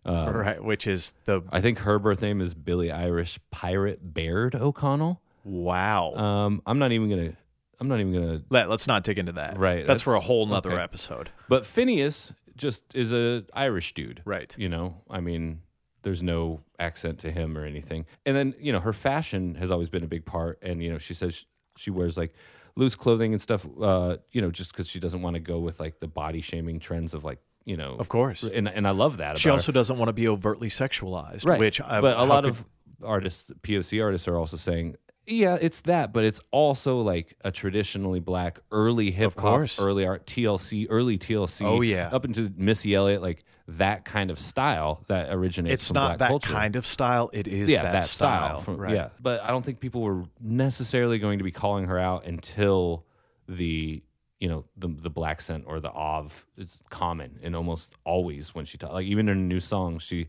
[SPEAKER 1] Um,
[SPEAKER 2] right, which is the
[SPEAKER 1] I think her birth name is Billie Irish Pirate Baird O'Connell.
[SPEAKER 2] wow.
[SPEAKER 1] Um, I'm not even gonna. I'm not even gonna.
[SPEAKER 2] Let, us not dig into that.
[SPEAKER 1] Right,
[SPEAKER 2] that's, for a
[SPEAKER 1] that's-
[SPEAKER 2] whole nother
[SPEAKER 1] okay.
[SPEAKER 2] episode.
[SPEAKER 1] But Phineas just is a Irish dude,
[SPEAKER 2] Right.
[SPEAKER 1] You know, I mean, there's no accent to him or anything. And then you know, her fashion has always been a big part. And you know, she says sh- she wears like loose clothing and stuff. Uh, you know, just because she doesn't want to go with like the body shaming trends of like you know,
[SPEAKER 2] Of course.
[SPEAKER 1] And and I love that.
[SPEAKER 2] She
[SPEAKER 1] about her.
[SPEAKER 2] also doesn't want to be overtly sexualized,
[SPEAKER 1] right?
[SPEAKER 2] which I,
[SPEAKER 1] but a
[SPEAKER 2] how
[SPEAKER 1] lot
[SPEAKER 2] could-
[SPEAKER 1] of artists, POC artists, are also saying, yeah, it's that, but it's also like a traditionally black early hip hop,
[SPEAKER 2] course.
[SPEAKER 1] early art, TLC, early TLC.
[SPEAKER 2] Oh, yeah.
[SPEAKER 1] up into Missy Elliott, like that kind of style that originates.
[SPEAKER 2] it's
[SPEAKER 1] from
[SPEAKER 2] not
[SPEAKER 1] black
[SPEAKER 2] that
[SPEAKER 1] culture.
[SPEAKER 2] kind of style. It is
[SPEAKER 1] Yeah,
[SPEAKER 2] that, style.
[SPEAKER 1] from-
[SPEAKER 2] right.
[SPEAKER 1] Yeah, but I don't think people were necessarily going to be calling her out until the you know the the black scent or the of it's common and almost always when she talks. Like even in a new song, she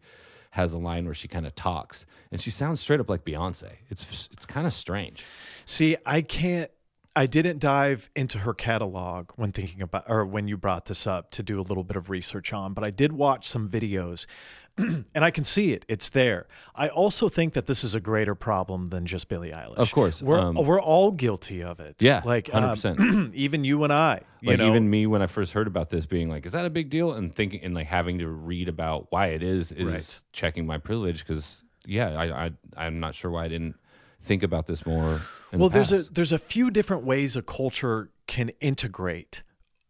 [SPEAKER 1] has a line where she kind of talks and she sounds straight up like Beyonce. It's it's kind of strange.
[SPEAKER 2] See, I can't. I didn't dive into her catalog when thinking about, or when you brought this up to do a little bit of research on, but I did watch some videos and I can see it. It's there. I also think that this is a greater problem than just Billie Eilish.
[SPEAKER 1] Of course,
[SPEAKER 2] We're,
[SPEAKER 1] um,
[SPEAKER 2] we're all guilty of it.
[SPEAKER 1] Yeah,
[SPEAKER 2] Like, um,
[SPEAKER 1] 100%.
[SPEAKER 2] even you and I, you
[SPEAKER 1] Like
[SPEAKER 2] know,
[SPEAKER 1] even me when I first heard about this, being like, "Is that a big deal?" and thinking and like having to read about why it is is
[SPEAKER 2] Right.
[SPEAKER 1] checking my privilege because yeah, I, I I'm not sure why I didn't think about this more. in
[SPEAKER 2] well
[SPEAKER 1] the
[SPEAKER 2] there's
[SPEAKER 1] past.
[SPEAKER 2] a there's a few different ways a culture can integrate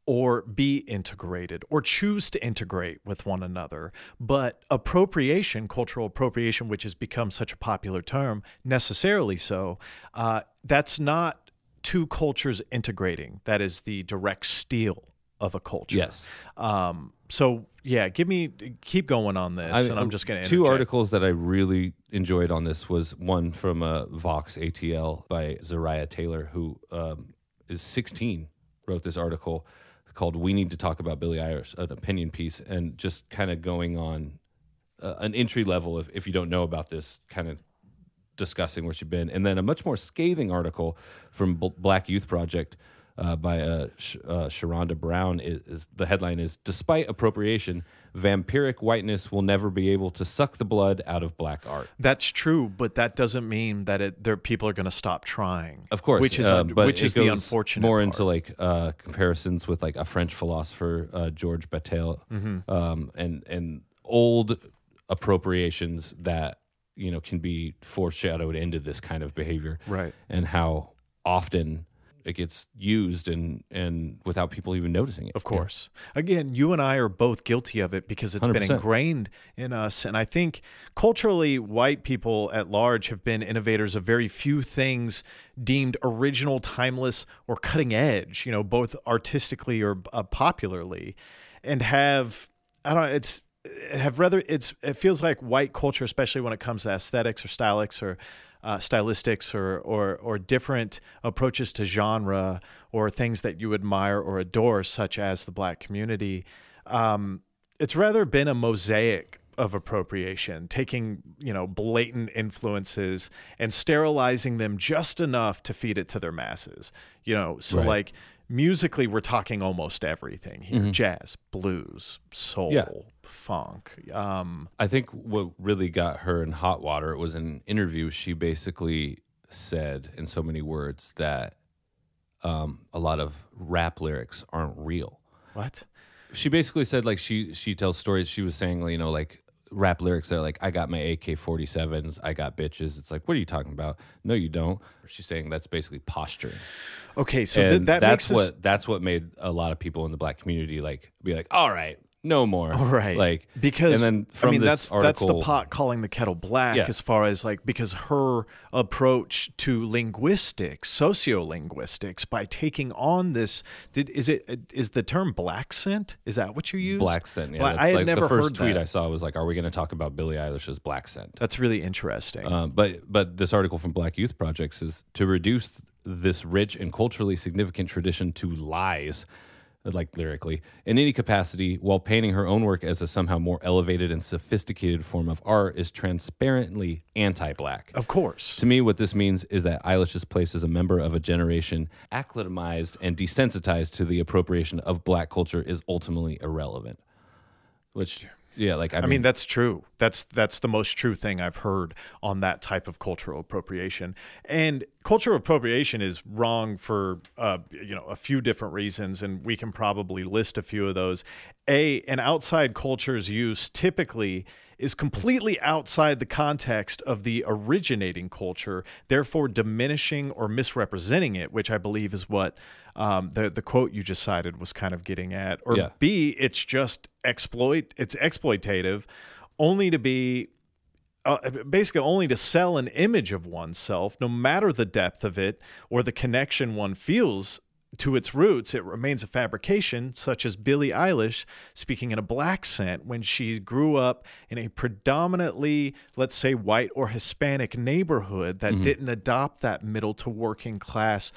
[SPEAKER 2] or be integrated or choose to integrate with one another but appropriation cultural appropriation which has become such a popular term necessarily so uh, that's not two cultures integrating that is the direct steal of a culture
[SPEAKER 1] Yes.
[SPEAKER 2] um, so yeah give me keep going on this
[SPEAKER 1] I-
[SPEAKER 2] and i'm just going to
[SPEAKER 1] two articles that I really enjoyed on this was one from uh, Vox ATL by Zariah Taylor, who um, is 16, wrote this article called "We Need to Talk About Billie Eilish," an opinion piece, and just kind of going on uh, an entry level if if you don't know about this kind of discussing where she's been, and then a much more scathing article from B- Black Youth Project uh, by uh, Sh- uh, Sharonda Brown. Is, is the headline is "Despite appropriation, vampiric whiteness will never be able to suck the blood out of black art."
[SPEAKER 2] That's true, but that doesn't mean that it, there people are going to stop trying.
[SPEAKER 1] Of course,
[SPEAKER 2] which is
[SPEAKER 1] uh,
[SPEAKER 2] un-
[SPEAKER 1] but
[SPEAKER 2] which
[SPEAKER 1] it
[SPEAKER 2] is
[SPEAKER 1] goes
[SPEAKER 2] the unfortunate
[SPEAKER 1] more
[SPEAKER 2] part.
[SPEAKER 1] into like uh, comparisons with like a French philosopher uh, George Bataille,
[SPEAKER 2] Mm-hmm.
[SPEAKER 1] um, and and old appropriations that you know can be foreshadowed into this kind of behavior,
[SPEAKER 2] Right.
[SPEAKER 1] And how often it gets used and and without people even noticing it.
[SPEAKER 2] Of course. Again, you and I are both guilty of it because it's been
[SPEAKER 1] 100%.
[SPEAKER 2] ingrained in us. And I think culturally, white people at large have been innovators of very few things deemed original, timeless, or cutting edge, you know, both artistically or uh, popularly, and have, I don't know, it's, have rather, it's, it feels like white culture, especially when it comes to aesthetics or stylics or, uh, stylistics or, or or different approaches to genre or things that you admire or adore, such as the black community. Um, it's rather been a mosaic of appropriation, taking you know blatant influences and sterilizing them just enough to feed it to their masses. You know, so
[SPEAKER 1] Right.
[SPEAKER 2] like musically, we're talking almost everything here: jazz, blues, soul,
[SPEAKER 1] Mm-hmm. Yeah.
[SPEAKER 2] funk. Um,
[SPEAKER 1] I think what really got her in hot water was an interview. She basically said in so many words that um, a lot of rap lyrics aren't real.
[SPEAKER 2] what?
[SPEAKER 1] She basically said like she she tells stories. She was saying you know like rap lyrics that are like I got my AK forty sevens, I got bitches. It's like what are you talking about? No, you don't. She's saying that's basically posturing,
[SPEAKER 2] Okay, so th-
[SPEAKER 1] and
[SPEAKER 2] that
[SPEAKER 1] that's
[SPEAKER 2] makes us-
[SPEAKER 1] what that's what made a lot of people in the black community like be like, all right, no more.
[SPEAKER 2] Right.
[SPEAKER 1] Like
[SPEAKER 2] because
[SPEAKER 1] and then from
[SPEAKER 2] I mean
[SPEAKER 1] this
[SPEAKER 2] that's
[SPEAKER 1] article,
[SPEAKER 2] that's the pot calling the kettle black
[SPEAKER 1] Yeah.
[SPEAKER 2] as far as like because her approach to linguistics, sociolinguistics by taking on this did, is it is the term black scent? Is that what you use?
[SPEAKER 1] Black scent. Yeah,
[SPEAKER 2] Black-
[SPEAKER 1] that's
[SPEAKER 2] I had
[SPEAKER 1] like
[SPEAKER 2] never
[SPEAKER 1] the first
[SPEAKER 2] heard
[SPEAKER 1] tweet
[SPEAKER 2] that.
[SPEAKER 1] I saw was like, "Are we going to talk about Billie Eilish's black scent?"
[SPEAKER 2] That's really interesting.
[SPEAKER 1] Uh, but but this article from Black Youth Project says to reduce this rich and culturally significant tradition to lies, like lyrically, in any capacity, while painting her own work as a somehow more elevated and sophisticated form of art, is transparently anti-black.
[SPEAKER 2] of course.
[SPEAKER 1] To me, what this means is that Eilish is placed as a member of a generation acclimatized and desensitized to the appropriation of black culture is ultimately irrelevant. Which, yeah, like I mean,
[SPEAKER 2] I mean that's true. That's that's the most true thing I've heard on that type of cultural appropriation. And cultural appropriation is wrong for uh, you know a few different reasons, and we can probably list a few of those. A an outside culture's use typically is completely outside the context of the originating culture, therefore diminishing or misrepresenting it, which I believe is what um, the the quote you just cited was kind of getting at. Or
[SPEAKER 1] Yeah.
[SPEAKER 2] B, it's just exploit. It's exploitative, only to be uh, basically only to sell an image of oneself, no matter the depth of it or the connection one feels to its roots, it remains a fabrication, such as Billie Eilish speaking in a black scent when she grew up in a predominantly, let's say, white or Hispanic neighborhood that didn't adopt that middle to working class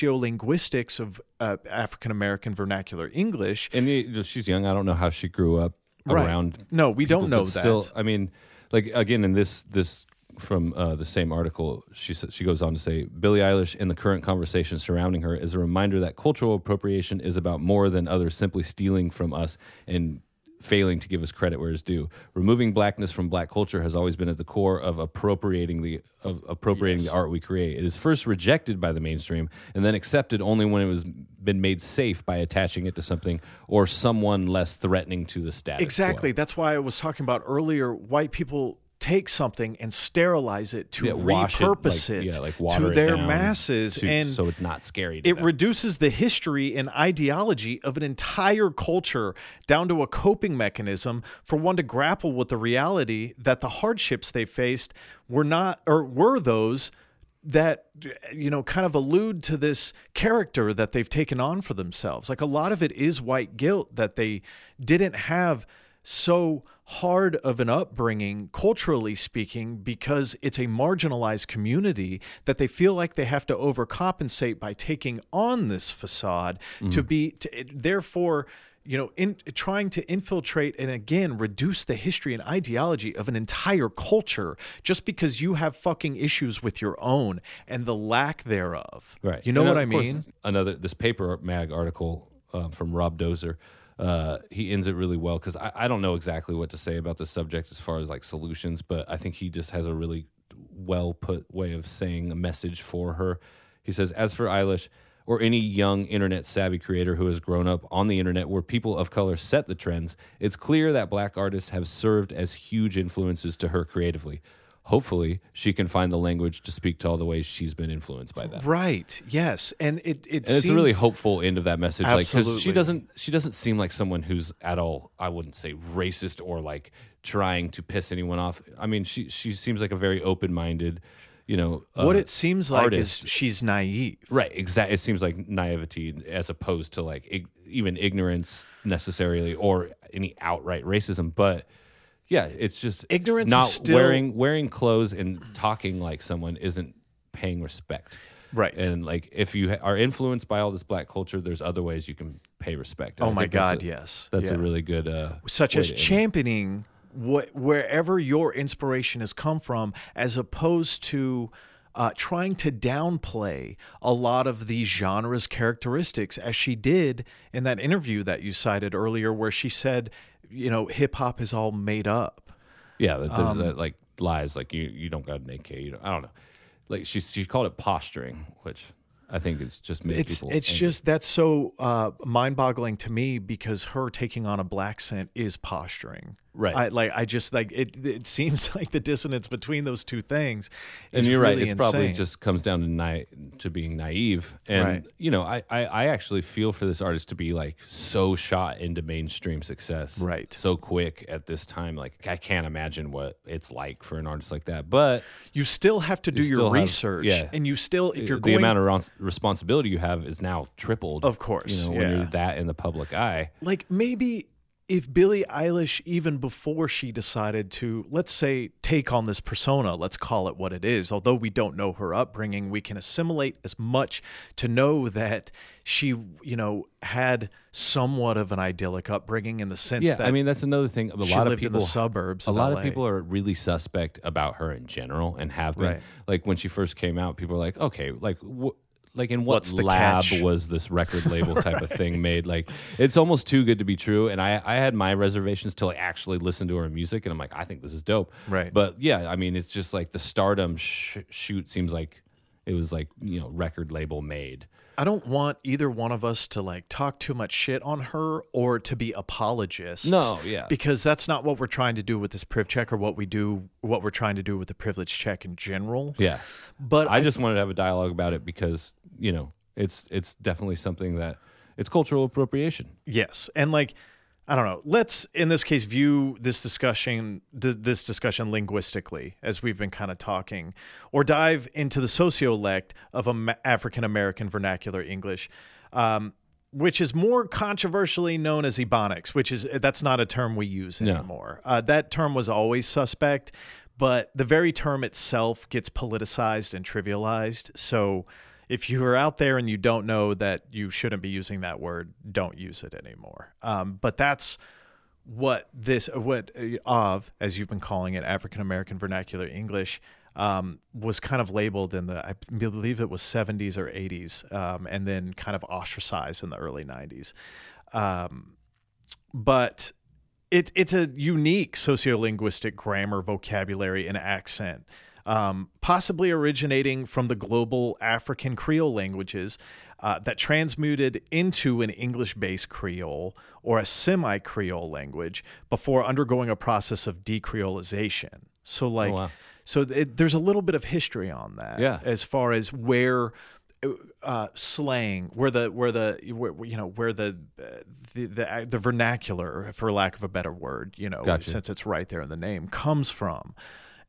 [SPEAKER 2] sociolinguistics of uh, African American vernacular English.
[SPEAKER 1] and you- she's young. I don't know how she grew up
[SPEAKER 2] Right.
[SPEAKER 1] around.
[SPEAKER 2] No, we
[SPEAKER 1] people,
[SPEAKER 2] don't know
[SPEAKER 1] but
[SPEAKER 2] that.
[SPEAKER 1] Still, I mean, like again in this this from uh, the same article, she sa- she goes on to say Billie Eilish in the current conversation surrounding her is a reminder that cultural appropriation is about more than others simply stealing from us and failing to give us credit where it's due. Removing blackness from black culture has always been at the core of appropriating the of appropriating the art we create. It is first rejected by the mainstream and then accepted only when it was been made safe by attaching it to something or someone less threatening to the status. quo.
[SPEAKER 2] Exactly. That's why I was talking about earlier. White people take something and sterilize it to
[SPEAKER 1] Yeah, wash it, like-
[SPEAKER 2] repurpose it,
[SPEAKER 1] yeah, like water
[SPEAKER 2] to
[SPEAKER 1] it
[SPEAKER 2] their
[SPEAKER 1] down
[SPEAKER 2] masses,
[SPEAKER 1] to-
[SPEAKER 2] and
[SPEAKER 1] so it's not scary. To
[SPEAKER 2] it
[SPEAKER 1] them.
[SPEAKER 2] reduces the history and ideology of an entire culture down to a coping mechanism for one to grapple with the reality that the hardships they faced were not or were those that you know kind of allude to this character that they've taken on for themselves like a lot of it is white guilt that they didn't have so hard of an upbringing, culturally speaking, because it's a marginalized community that they feel like they have to overcompensate by taking on this facade to
[SPEAKER 1] Mm.
[SPEAKER 2] be, to, it- therefore, you know, in trying to infiltrate and again reduce the history and ideology of an entire culture just because you have fucking issues with your own and the lack thereof.
[SPEAKER 1] Right.
[SPEAKER 2] You know
[SPEAKER 1] And
[SPEAKER 2] what I
[SPEAKER 1] of course,
[SPEAKER 2] mean?
[SPEAKER 1] Another this paper mag article uh, from Rob Dozer. Uh, he ends it really well because I, I don't know exactly what to say about this subject as far as like solutions, but I think he just has a really well put way of saying a message for her. He says, as for Eilish or any young internet savvy creator who has grown up on the internet where people of color set the trends, it's clear that black artists have served as huge influences to her creatively. Hopefully, she can find the language to speak to all the ways she's been influenced by that.
[SPEAKER 2] Right. Yes. And it, it
[SPEAKER 1] And it's a
[SPEAKER 2] seemed-
[SPEAKER 1] really hopeful end of that message, like because she
[SPEAKER 2] Absolutely.
[SPEAKER 1] doesn't she doesn't seem like someone who's at all I wouldn't say racist or like trying to piss anyone off. I mean, she she seems like a very open minded, you know.
[SPEAKER 2] what
[SPEAKER 1] uh,
[SPEAKER 2] it seems like
[SPEAKER 1] artist.
[SPEAKER 2] is she's naive.
[SPEAKER 1] right exactly. It seems like naivety as opposed to like ig- even ignorance necessarily or any outright racism, but. Yeah, it's just
[SPEAKER 2] Ignorance is
[SPEAKER 1] Not
[SPEAKER 2] still-
[SPEAKER 1] wearing wearing clothes and talking like someone isn't paying respect.
[SPEAKER 2] Right.
[SPEAKER 1] And like, if you ha- are influenced by all this black culture, there's other ways you can pay respect. And
[SPEAKER 2] Oh
[SPEAKER 1] I
[SPEAKER 2] my
[SPEAKER 1] think that's
[SPEAKER 2] God,
[SPEAKER 1] a-
[SPEAKER 2] yes.
[SPEAKER 1] that's a
[SPEAKER 2] Yeah.
[SPEAKER 1] really good uh,
[SPEAKER 2] such
[SPEAKER 1] way
[SPEAKER 2] as
[SPEAKER 1] to end it.
[SPEAKER 2] championing what wherever your inspiration has come from, as opposed to uh, trying to downplay a lot of the genre's characteristics, as she did in that interview that you cited earlier, where she said, "You know, hip hop is all made up."
[SPEAKER 1] Yeah, that, that,
[SPEAKER 2] um,
[SPEAKER 1] that, like lies, like you you don't got an AK. You don't, I don't know. Like she she called it posturing, which I think it's just made
[SPEAKER 2] It's
[SPEAKER 1] people.
[SPEAKER 2] it's
[SPEAKER 1] angry.
[SPEAKER 2] just that's so uh, mind boggling to me because her taking on a black scent is posturing.
[SPEAKER 1] Right.
[SPEAKER 2] I, like I just like it. It seems like the dissonance between those two things.
[SPEAKER 1] and
[SPEAKER 2] is
[SPEAKER 1] you're right.
[SPEAKER 2] really
[SPEAKER 1] It's probably
[SPEAKER 2] insane.
[SPEAKER 1] just comes down to na- to being naive, and
[SPEAKER 2] Right.
[SPEAKER 1] you know, I, I I actually feel for this artist to be like so shot into mainstream success,
[SPEAKER 2] Right.
[SPEAKER 1] So quick at this time, like I can't imagine what it's like for an artist like that. But
[SPEAKER 2] you still have to do your
[SPEAKER 1] still have-
[SPEAKER 2] research,
[SPEAKER 1] yeah.
[SPEAKER 2] and you still if you're
[SPEAKER 1] the
[SPEAKER 2] going
[SPEAKER 1] amount of ron- responsibility you have is now tripled,
[SPEAKER 2] Of course,
[SPEAKER 1] You know, when
[SPEAKER 2] yeah.
[SPEAKER 1] you're that in the public eye,
[SPEAKER 2] like maybe if Billie Eilish, even before she decided to, let's say, take on this persona, let's call it what it is, although we don't know her upbringing, we can assimilate as much to know that she, you know, had somewhat of an idyllic upbringing in the sense
[SPEAKER 1] yeah.
[SPEAKER 2] that
[SPEAKER 1] I mean, that's another thing. A
[SPEAKER 2] she
[SPEAKER 1] lot of
[SPEAKER 2] lived in
[SPEAKER 1] people
[SPEAKER 2] the suburbs.
[SPEAKER 1] a
[SPEAKER 2] of
[SPEAKER 1] lot
[SPEAKER 2] LA.
[SPEAKER 1] of people are really suspect about her in general and have been
[SPEAKER 2] Right.
[SPEAKER 1] like when she first came out people were like okay like wh- like in what
[SPEAKER 2] What's the
[SPEAKER 1] lab
[SPEAKER 2] catch?
[SPEAKER 1] was this record label type of thing made like it's almost too good to be true and i i had my reservations till i actually listened to her music and i'm like i think this is dope
[SPEAKER 2] Right.
[SPEAKER 1] but yeah i mean it's just like the stardom sh- shoot seems like it was like you know record label made
[SPEAKER 2] I don't want either one of us to like talk too much shit on her or to be apologists.
[SPEAKER 1] No, yeah.
[SPEAKER 2] Because that's not what we're trying to do with this priv check or what we do what we're trying to do with the privilege check in general.
[SPEAKER 1] yeah
[SPEAKER 2] But
[SPEAKER 1] I just wanted to have a dialogue about it because you know it's it's definitely something that it's cultural appropriation
[SPEAKER 2] yes. And like I don't know. Let's in this case view this discussion d- this discussion linguistically as we've been kind of talking or dive into the sociolect of Am- African American vernacular English. Um which is more controversially known as ebonics, which is that's not a term we use anymore. Uh, that term was always suspect, but the very term itself gets politicized and trivialized. So if you are out there and you don't know that you shouldn't be using that word, don't use it anymore. Um, but that's what this what uh, of as you've been calling it African American vernacular English um, was kind of labeled in the I believe it was 70s or 80s um, and then kind of ostracized in the early 90s but it, it's a unique sociolinguistic grammar, vocabulary, and accent, um, possibly originating from the global African Creole languages uh, that transmuted into an English based Creole or a semi Creole language before undergoing a process of decreolization. So, like,
[SPEAKER 1] Oh, wow.
[SPEAKER 2] so it, there's a little bit of history on that
[SPEAKER 1] Yeah.
[SPEAKER 2] as far as where uh, slang, where the where the where, you know where the, uh, the the the vernacular, for lack of a better word, you know,
[SPEAKER 1] Gotcha.
[SPEAKER 2] since it's right there in the name, comes from.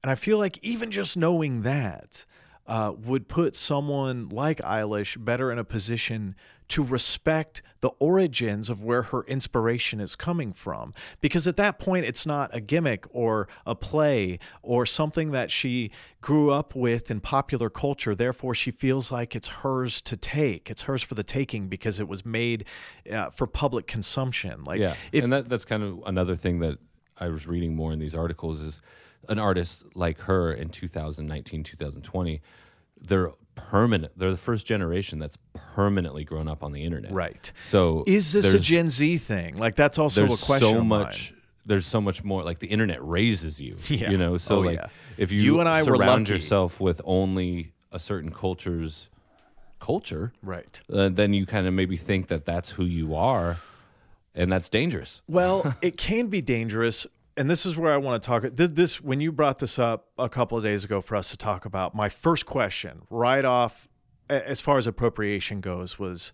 [SPEAKER 2] And I feel like even just knowing that uh, would put someone like Eilish better in a position to respect the origins of where her inspiration is coming from. Because at that point, it's not a gimmick or a play or something that she grew up with in popular culture. Therefore, she feels like it's hers to take. It's hers for the taking because it was made uh, for public consumption. Like,
[SPEAKER 1] yeah
[SPEAKER 2] if,
[SPEAKER 1] and that, that's kind of another thing that i was reading more in these articles is an artist like her in 2019 2020 they're permanent they're the first generation that's permanently grown up on the internet
[SPEAKER 2] right.
[SPEAKER 1] so
[SPEAKER 2] Is this a
[SPEAKER 1] there's-
[SPEAKER 2] Gen Z thing? Like, that's also a
[SPEAKER 1] there's
[SPEAKER 2] question.
[SPEAKER 1] so
[SPEAKER 2] of mine.
[SPEAKER 1] much there's so much more like the internet raises you
[SPEAKER 2] Yeah.
[SPEAKER 1] you know so
[SPEAKER 2] Oh,
[SPEAKER 1] like
[SPEAKER 2] yeah.
[SPEAKER 1] if you,
[SPEAKER 2] You and I were
[SPEAKER 1] surround
[SPEAKER 2] lucky.
[SPEAKER 1] yourself with only a certain culture's culture
[SPEAKER 2] Right.
[SPEAKER 1] uh, then you kind of maybe think that that's who you are and that's dangerous
[SPEAKER 2] Well, it can be dangerous, and this is where I want to talk. th- This when you brought this up a couple of days ago for us to talk about. My first question, right off, a- as far as appropriation goes, was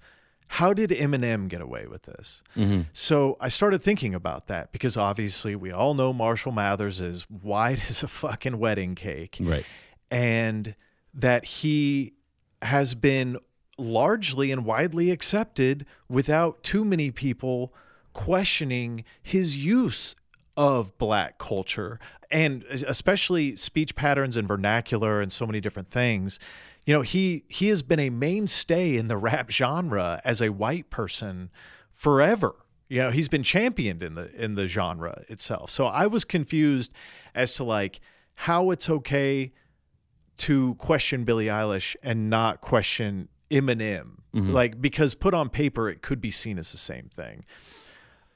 [SPEAKER 2] how did Eminem get away with this? So I started thinking about that because obviously we all know Marshall Mathers is wide as a fucking wedding cake,
[SPEAKER 1] right
[SPEAKER 2] and that he has been largely and widely accepted without too many people questioning his use of black culture and especially speech patterns and vernacular and so many different things you know he he has been a mainstay in the rap genre as a white person forever you know he's been championed in the in the genre itself so i was confused as to like how it's okay to question Billie Eilish and not question
[SPEAKER 1] Mm-hmm.
[SPEAKER 2] Eminem. Like, because put on paper, it could be seen as the same thing.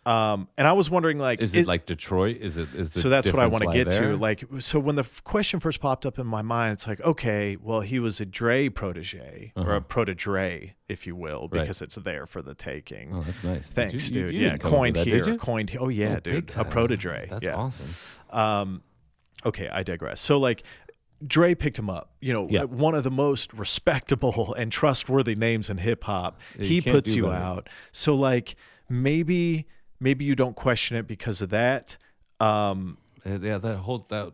[SPEAKER 2] Um, and I was wondering, like,
[SPEAKER 1] Is it, like Detroit? Is it is the
[SPEAKER 2] so that's what I
[SPEAKER 1] difference
[SPEAKER 2] want to
[SPEAKER 1] lie
[SPEAKER 2] get
[SPEAKER 1] there?
[SPEAKER 2] to. Like, so when the f- question first popped up in my mind, it's like, okay, well, he was a Dre protege or a protege, if you will,
[SPEAKER 1] Uh-huh. Right.
[SPEAKER 2] because it's there for the taking.
[SPEAKER 1] oh, that's nice. Did
[SPEAKER 2] Thanks,
[SPEAKER 1] you- you-
[SPEAKER 2] dude.
[SPEAKER 1] you
[SPEAKER 2] yeah,
[SPEAKER 1] didn't come up with
[SPEAKER 2] coined
[SPEAKER 1] that, did
[SPEAKER 2] here,
[SPEAKER 1] you?
[SPEAKER 2] coined. he- Oh yeah,
[SPEAKER 1] Oh, big
[SPEAKER 2] dude, a
[SPEAKER 1] time.
[SPEAKER 2] protege.
[SPEAKER 1] That's
[SPEAKER 2] yeah.
[SPEAKER 1] awesome.
[SPEAKER 2] Okay, I digress. So like. Dre picked him up. You know,
[SPEAKER 1] Yeah.
[SPEAKER 2] one of the most respectable and trustworthy names in hip hop.
[SPEAKER 1] you
[SPEAKER 2] he
[SPEAKER 1] can't
[SPEAKER 2] puts
[SPEAKER 1] do
[SPEAKER 2] you
[SPEAKER 1] better.
[SPEAKER 2] out. So like maybe maybe you don't question it because of that. Um,
[SPEAKER 1] Uh, yeah, that hold that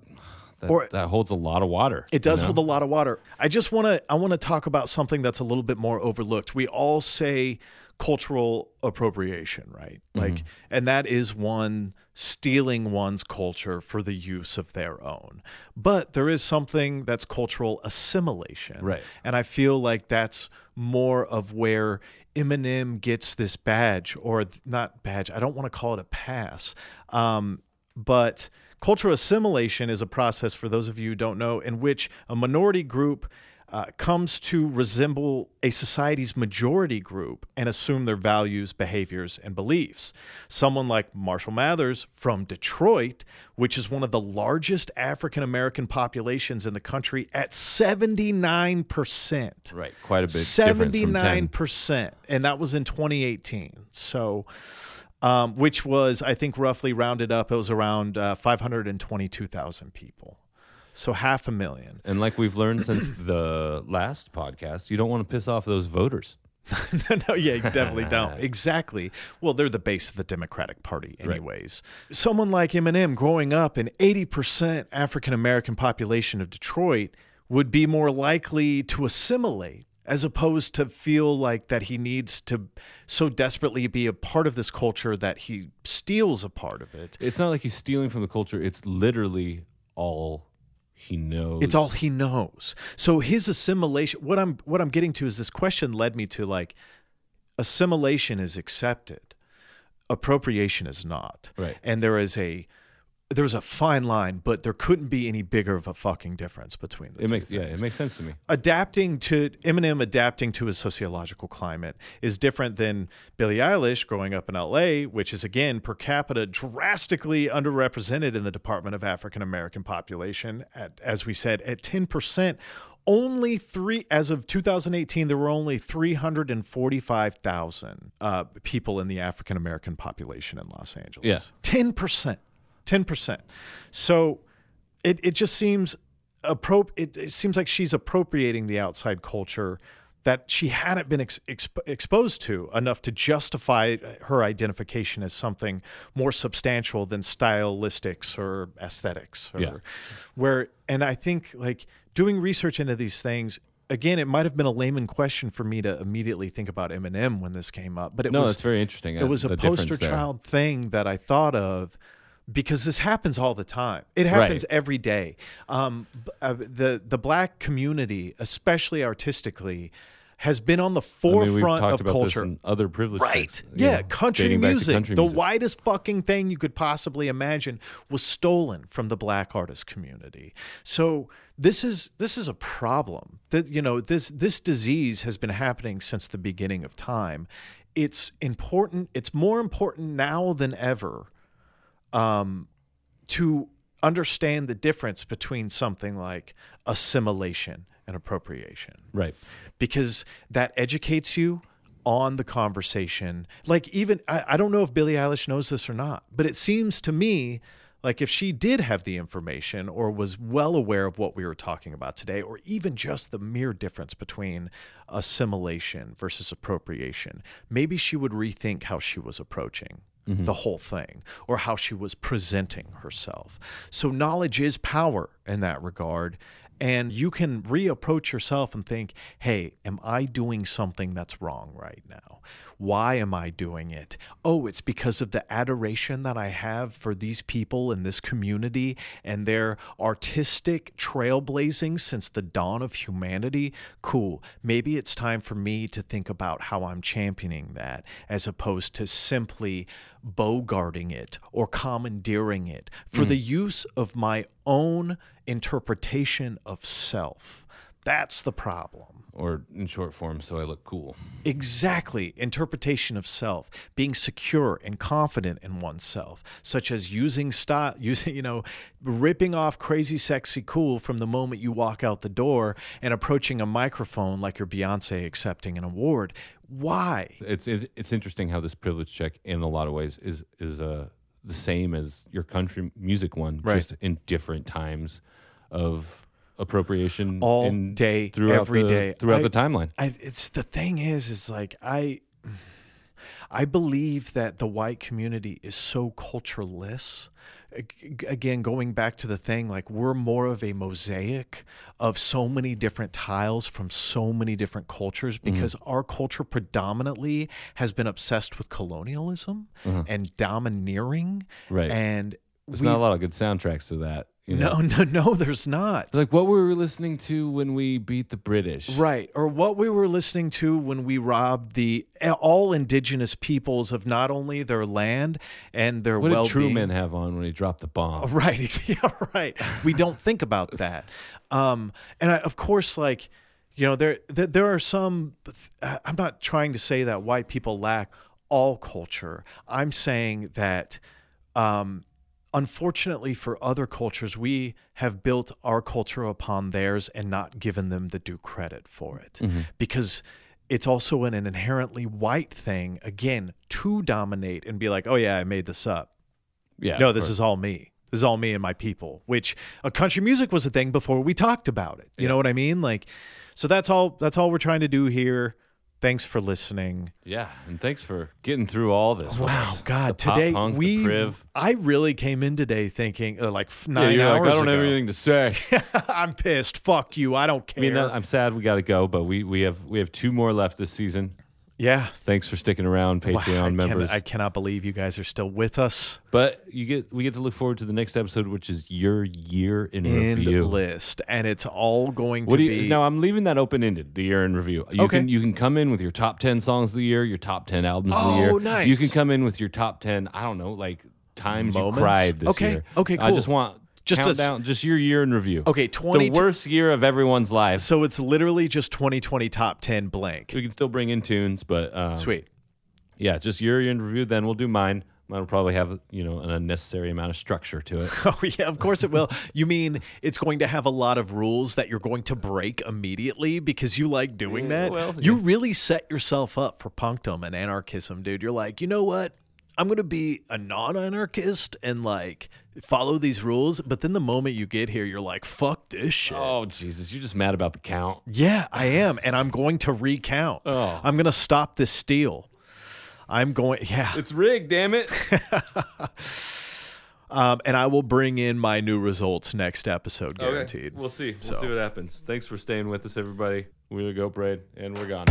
[SPEAKER 1] that,
[SPEAKER 2] Or-
[SPEAKER 1] that holds a lot of water.
[SPEAKER 2] It does hold a lot of water. I just want to I want to talk about something that's a little bit more overlooked. We all say cultural appropriation, right?
[SPEAKER 1] Mm-hmm.
[SPEAKER 2] Like and that is one stealing one's culture for the use of their own. But there is something that's cultural assimilation.
[SPEAKER 1] Right.
[SPEAKER 2] And I feel like that's more of where Eminem gets this badge, or th- not badge, I don't want to call it a pass. Um, but cultural assimilation is a process, for those of you who don't know, in which a minority group uh, comes to resemble a society's majority group and assume their values, behaviors, and beliefs. Someone like Marshall Mathers from Detroit, which is one of the largest African American populations in the country at 79%.
[SPEAKER 1] Right, quite a bit. difference from 10.
[SPEAKER 2] 79%. And that was in 2018. So. Um, which was, I think, roughly rounded up, it was around uh, 522,000 people. So half a million.
[SPEAKER 1] And like we've learned since the last podcast, you don't want to piss off those voters.
[SPEAKER 2] no, no, yeah, you definitely don't. Exactly. Well, they're the base of the Democratic Party, anyways. Someone like Eminem growing up in 80% African American population of Detroit would be more likely to assimilate as opposed to feel like that he needs to so desperately be a part of this culture that he steals a part of it.
[SPEAKER 1] It's not like he's stealing from the culture. It's literally all he knows.
[SPEAKER 2] It's all he knows. So his assimilation what I'm what I'm getting to is this question led me to like assimilation is accepted. Appropriation is not.
[SPEAKER 1] Right.
[SPEAKER 2] And there is a there's a fine line, but there couldn't be any bigger of a fucking difference between the
[SPEAKER 1] It
[SPEAKER 2] two.
[SPEAKER 1] makes yeah, it makes sense to me.
[SPEAKER 2] adapting to Eminem adapting to his sociological climate is different than Billie Eilish growing up in LA, which is again per capita drastically underrepresented in the Department of African American population at as we said at 10%. Only three, as of 2018, there were only 345,000 uh, people in the African American population in Los Angeles.
[SPEAKER 1] Yeah.
[SPEAKER 2] 10%. 10%. So it, it just seems appro- it, it seems like she's appropriating the outside culture that she hadn't been ex- exp- exposed to enough to justify her identification as something more substantial than stylistics or aesthetics or
[SPEAKER 1] Yeah.
[SPEAKER 2] where and I think like doing research into these things again it might have been a layman question for me to immediately think about Eminem when this came up but it
[SPEAKER 1] No,
[SPEAKER 2] was
[SPEAKER 1] that's very interesting. uh,
[SPEAKER 2] it was a
[SPEAKER 1] the difference
[SPEAKER 2] poster
[SPEAKER 1] there.
[SPEAKER 2] child thing that I thought of because this happens all the time. It happens every day. Um, b- uh, the the black community, especially artistically, has been on the
[SPEAKER 1] I mean,
[SPEAKER 2] forefront
[SPEAKER 1] we've talked
[SPEAKER 2] of
[SPEAKER 1] about
[SPEAKER 2] culture.
[SPEAKER 1] This in other privileges.
[SPEAKER 2] Right. Yeah, country, music, the widest fucking thing you could possibly imagine was stolen from the black artist community. So this is this is a problem. That you know, this this disease has been happening since the beginning of time. It's important, it's more important now than ever um, to understand the difference between something like assimilation and appropriation
[SPEAKER 1] Right.
[SPEAKER 2] because that educates you on the conversation. Like even I, I don't know if Billie Eilish knows this or not, but it seems to me like if she did have the information or was well aware of what we were talking about today, or even just the mere difference between assimilation versus appropriation, maybe she would rethink how she was approaching the whole thing or how she was presenting herself. So knowledge is power in that regard. And you can reapproach yourself and think, hey, am I doing something that's wrong right now? Why am I doing it? Oh, it's because of the adoration that I have for these people in this community and their artistic trailblazing since the dawn of humanity. Cool. Maybe it's time for me to think about how I'm championing that as opposed to simply bogarting it or commandeering it for the use of my own interpretation of self. That's the problem.
[SPEAKER 1] or in short form, so I look cool.
[SPEAKER 2] Exactly. Interpretation of self, being secure and confident in oneself, such as using style, using, you know, ripping off crazy, sexy, cool from the moment you walk out the door and approaching a microphone like you're Beyonce accepting an award. Why?
[SPEAKER 1] It's it's, it's interesting how this privilege check, in a lot of ways, is is uh, the same as your country music one,
[SPEAKER 2] Right.
[SPEAKER 1] just in different times of appropriation
[SPEAKER 2] All
[SPEAKER 1] in-
[SPEAKER 2] day,
[SPEAKER 1] throughout
[SPEAKER 2] every
[SPEAKER 1] the,
[SPEAKER 2] day.
[SPEAKER 1] throughout
[SPEAKER 2] I-
[SPEAKER 1] the timeline.
[SPEAKER 2] I, it's the thing is, is like I, I believe that the white community is so cultureless. Ag- Again, going back to the thing, like we're more of a mosaic of so many different tiles from so many different cultures
[SPEAKER 1] Mm-hmm.
[SPEAKER 2] because our culture predominantly has been obsessed with colonialism and domineering.
[SPEAKER 1] Uh-huh. Right.
[SPEAKER 2] And
[SPEAKER 1] There's not a lot of good soundtracks to that. You know?
[SPEAKER 2] no, no, no, there's not.
[SPEAKER 1] It's like what were we listening to when we beat the British?
[SPEAKER 2] Right. Or what we were listening to when we robbed the eh, all indigenous peoples of not only their land and their
[SPEAKER 1] What
[SPEAKER 2] well
[SPEAKER 1] did Truman have on when he dropped the bomb?
[SPEAKER 2] Right. yeah, right. We don't think about that. Um, and I, of course, like, you know, there, there, there are some, I- I'm not trying to say that white people lack all culture. I'm saying that, um, unfortunately for other cultures, we have built our culture upon theirs and not given them the due credit for it because it's also an inherently white thing, again, to dominate and be like, oh, yeah, I made this up
[SPEAKER 1] Yeah.
[SPEAKER 2] no, this is all me. This is all me and my people, which uh, country music was a thing before we talked about it. You know what I mean? Like, so that's all, that's all we're trying to do here. Thanks for listening.
[SPEAKER 1] Yeah, and thanks for getting through all this. with
[SPEAKER 2] Wow.
[SPEAKER 1] us.
[SPEAKER 2] God,
[SPEAKER 1] The pop
[SPEAKER 2] today
[SPEAKER 1] punk, the
[SPEAKER 2] we,
[SPEAKER 1] priv.
[SPEAKER 2] I really came in today thinking uh, like f-
[SPEAKER 1] Yeah,
[SPEAKER 2] nine
[SPEAKER 1] you're
[SPEAKER 2] hours
[SPEAKER 1] like I don't have
[SPEAKER 2] ago.
[SPEAKER 1] anything to say.
[SPEAKER 2] I'm pissed. Fuck you. I don't
[SPEAKER 1] I
[SPEAKER 2] care.
[SPEAKER 1] mean, uh, I'm sad we got to go, but we we have we have two more left this season.
[SPEAKER 2] yeah.
[SPEAKER 1] Thanks for sticking around,
[SPEAKER 2] Wow, I
[SPEAKER 1] Patreon
[SPEAKER 2] can-
[SPEAKER 1] members.
[SPEAKER 2] I cannot believe you guys are still with us.
[SPEAKER 1] but you get we get to look forward to the next episode, which is your year in
[SPEAKER 2] End
[SPEAKER 1] review.
[SPEAKER 2] list, and it's all going
[SPEAKER 1] What
[SPEAKER 2] to
[SPEAKER 1] do you
[SPEAKER 2] be
[SPEAKER 1] now? I'm leaving that open ended. The year in review. You
[SPEAKER 2] Okay.
[SPEAKER 1] can you can come in with your top ten songs of the year, your top ten albums of
[SPEAKER 2] Oh,
[SPEAKER 1] the year.
[SPEAKER 2] nice.
[SPEAKER 1] You can come in with your top ten. I don't know, like times
[SPEAKER 2] Moments?
[SPEAKER 1] you cried this
[SPEAKER 2] Okay,
[SPEAKER 1] year.
[SPEAKER 2] okay,
[SPEAKER 1] I
[SPEAKER 2] cool.
[SPEAKER 1] just want
[SPEAKER 2] Just
[SPEAKER 1] just
[SPEAKER 2] a s-
[SPEAKER 1] countdown, just your year in review.
[SPEAKER 2] Okay, 20
[SPEAKER 1] the worst year of everyone's life.
[SPEAKER 2] So it's literally just 2020 top 10 blank.
[SPEAKER 1] We can still bring in tunes, but um,
[SPEAKER 2] Sweet.
[SPEAKER 1] Yeah, just your year in review. Then we'll do mine. Mine will probably have you know an unnecessary amount of structure to it.
[SPEAKER 2] Oh yeah, of course it will. You mean it's going to have a lot of rules that you're going to break immediately because you like doing that?
[SPEAKER 1] well,
[SPEAKER 2] you really set yourself up for punctum and anarchism, dude. You're like, you know what? I'm going to be a non-anarchist and like follow these rules, but then the moment you get here, you're like, fuck this shit.
[SPEAKER 1] Oh Jesus, you're just mad about the count.
[SPEAKER 2] Yeah, I am, and I'm going to recount.
[SPEAKER 1] Oh.
[SPEAKER 2] I'm going to stop this steal. I'm going yeah.
[SPEAKER 1] It's rigged, damn it.
[SPEAKER 2] Um, and I will bring in my new results next episode guaranteed.
[SPEAKER 1] We'll see. We'll see what happens. Thanks for staying with us, everybody. We're gonna go braid, and we're gone.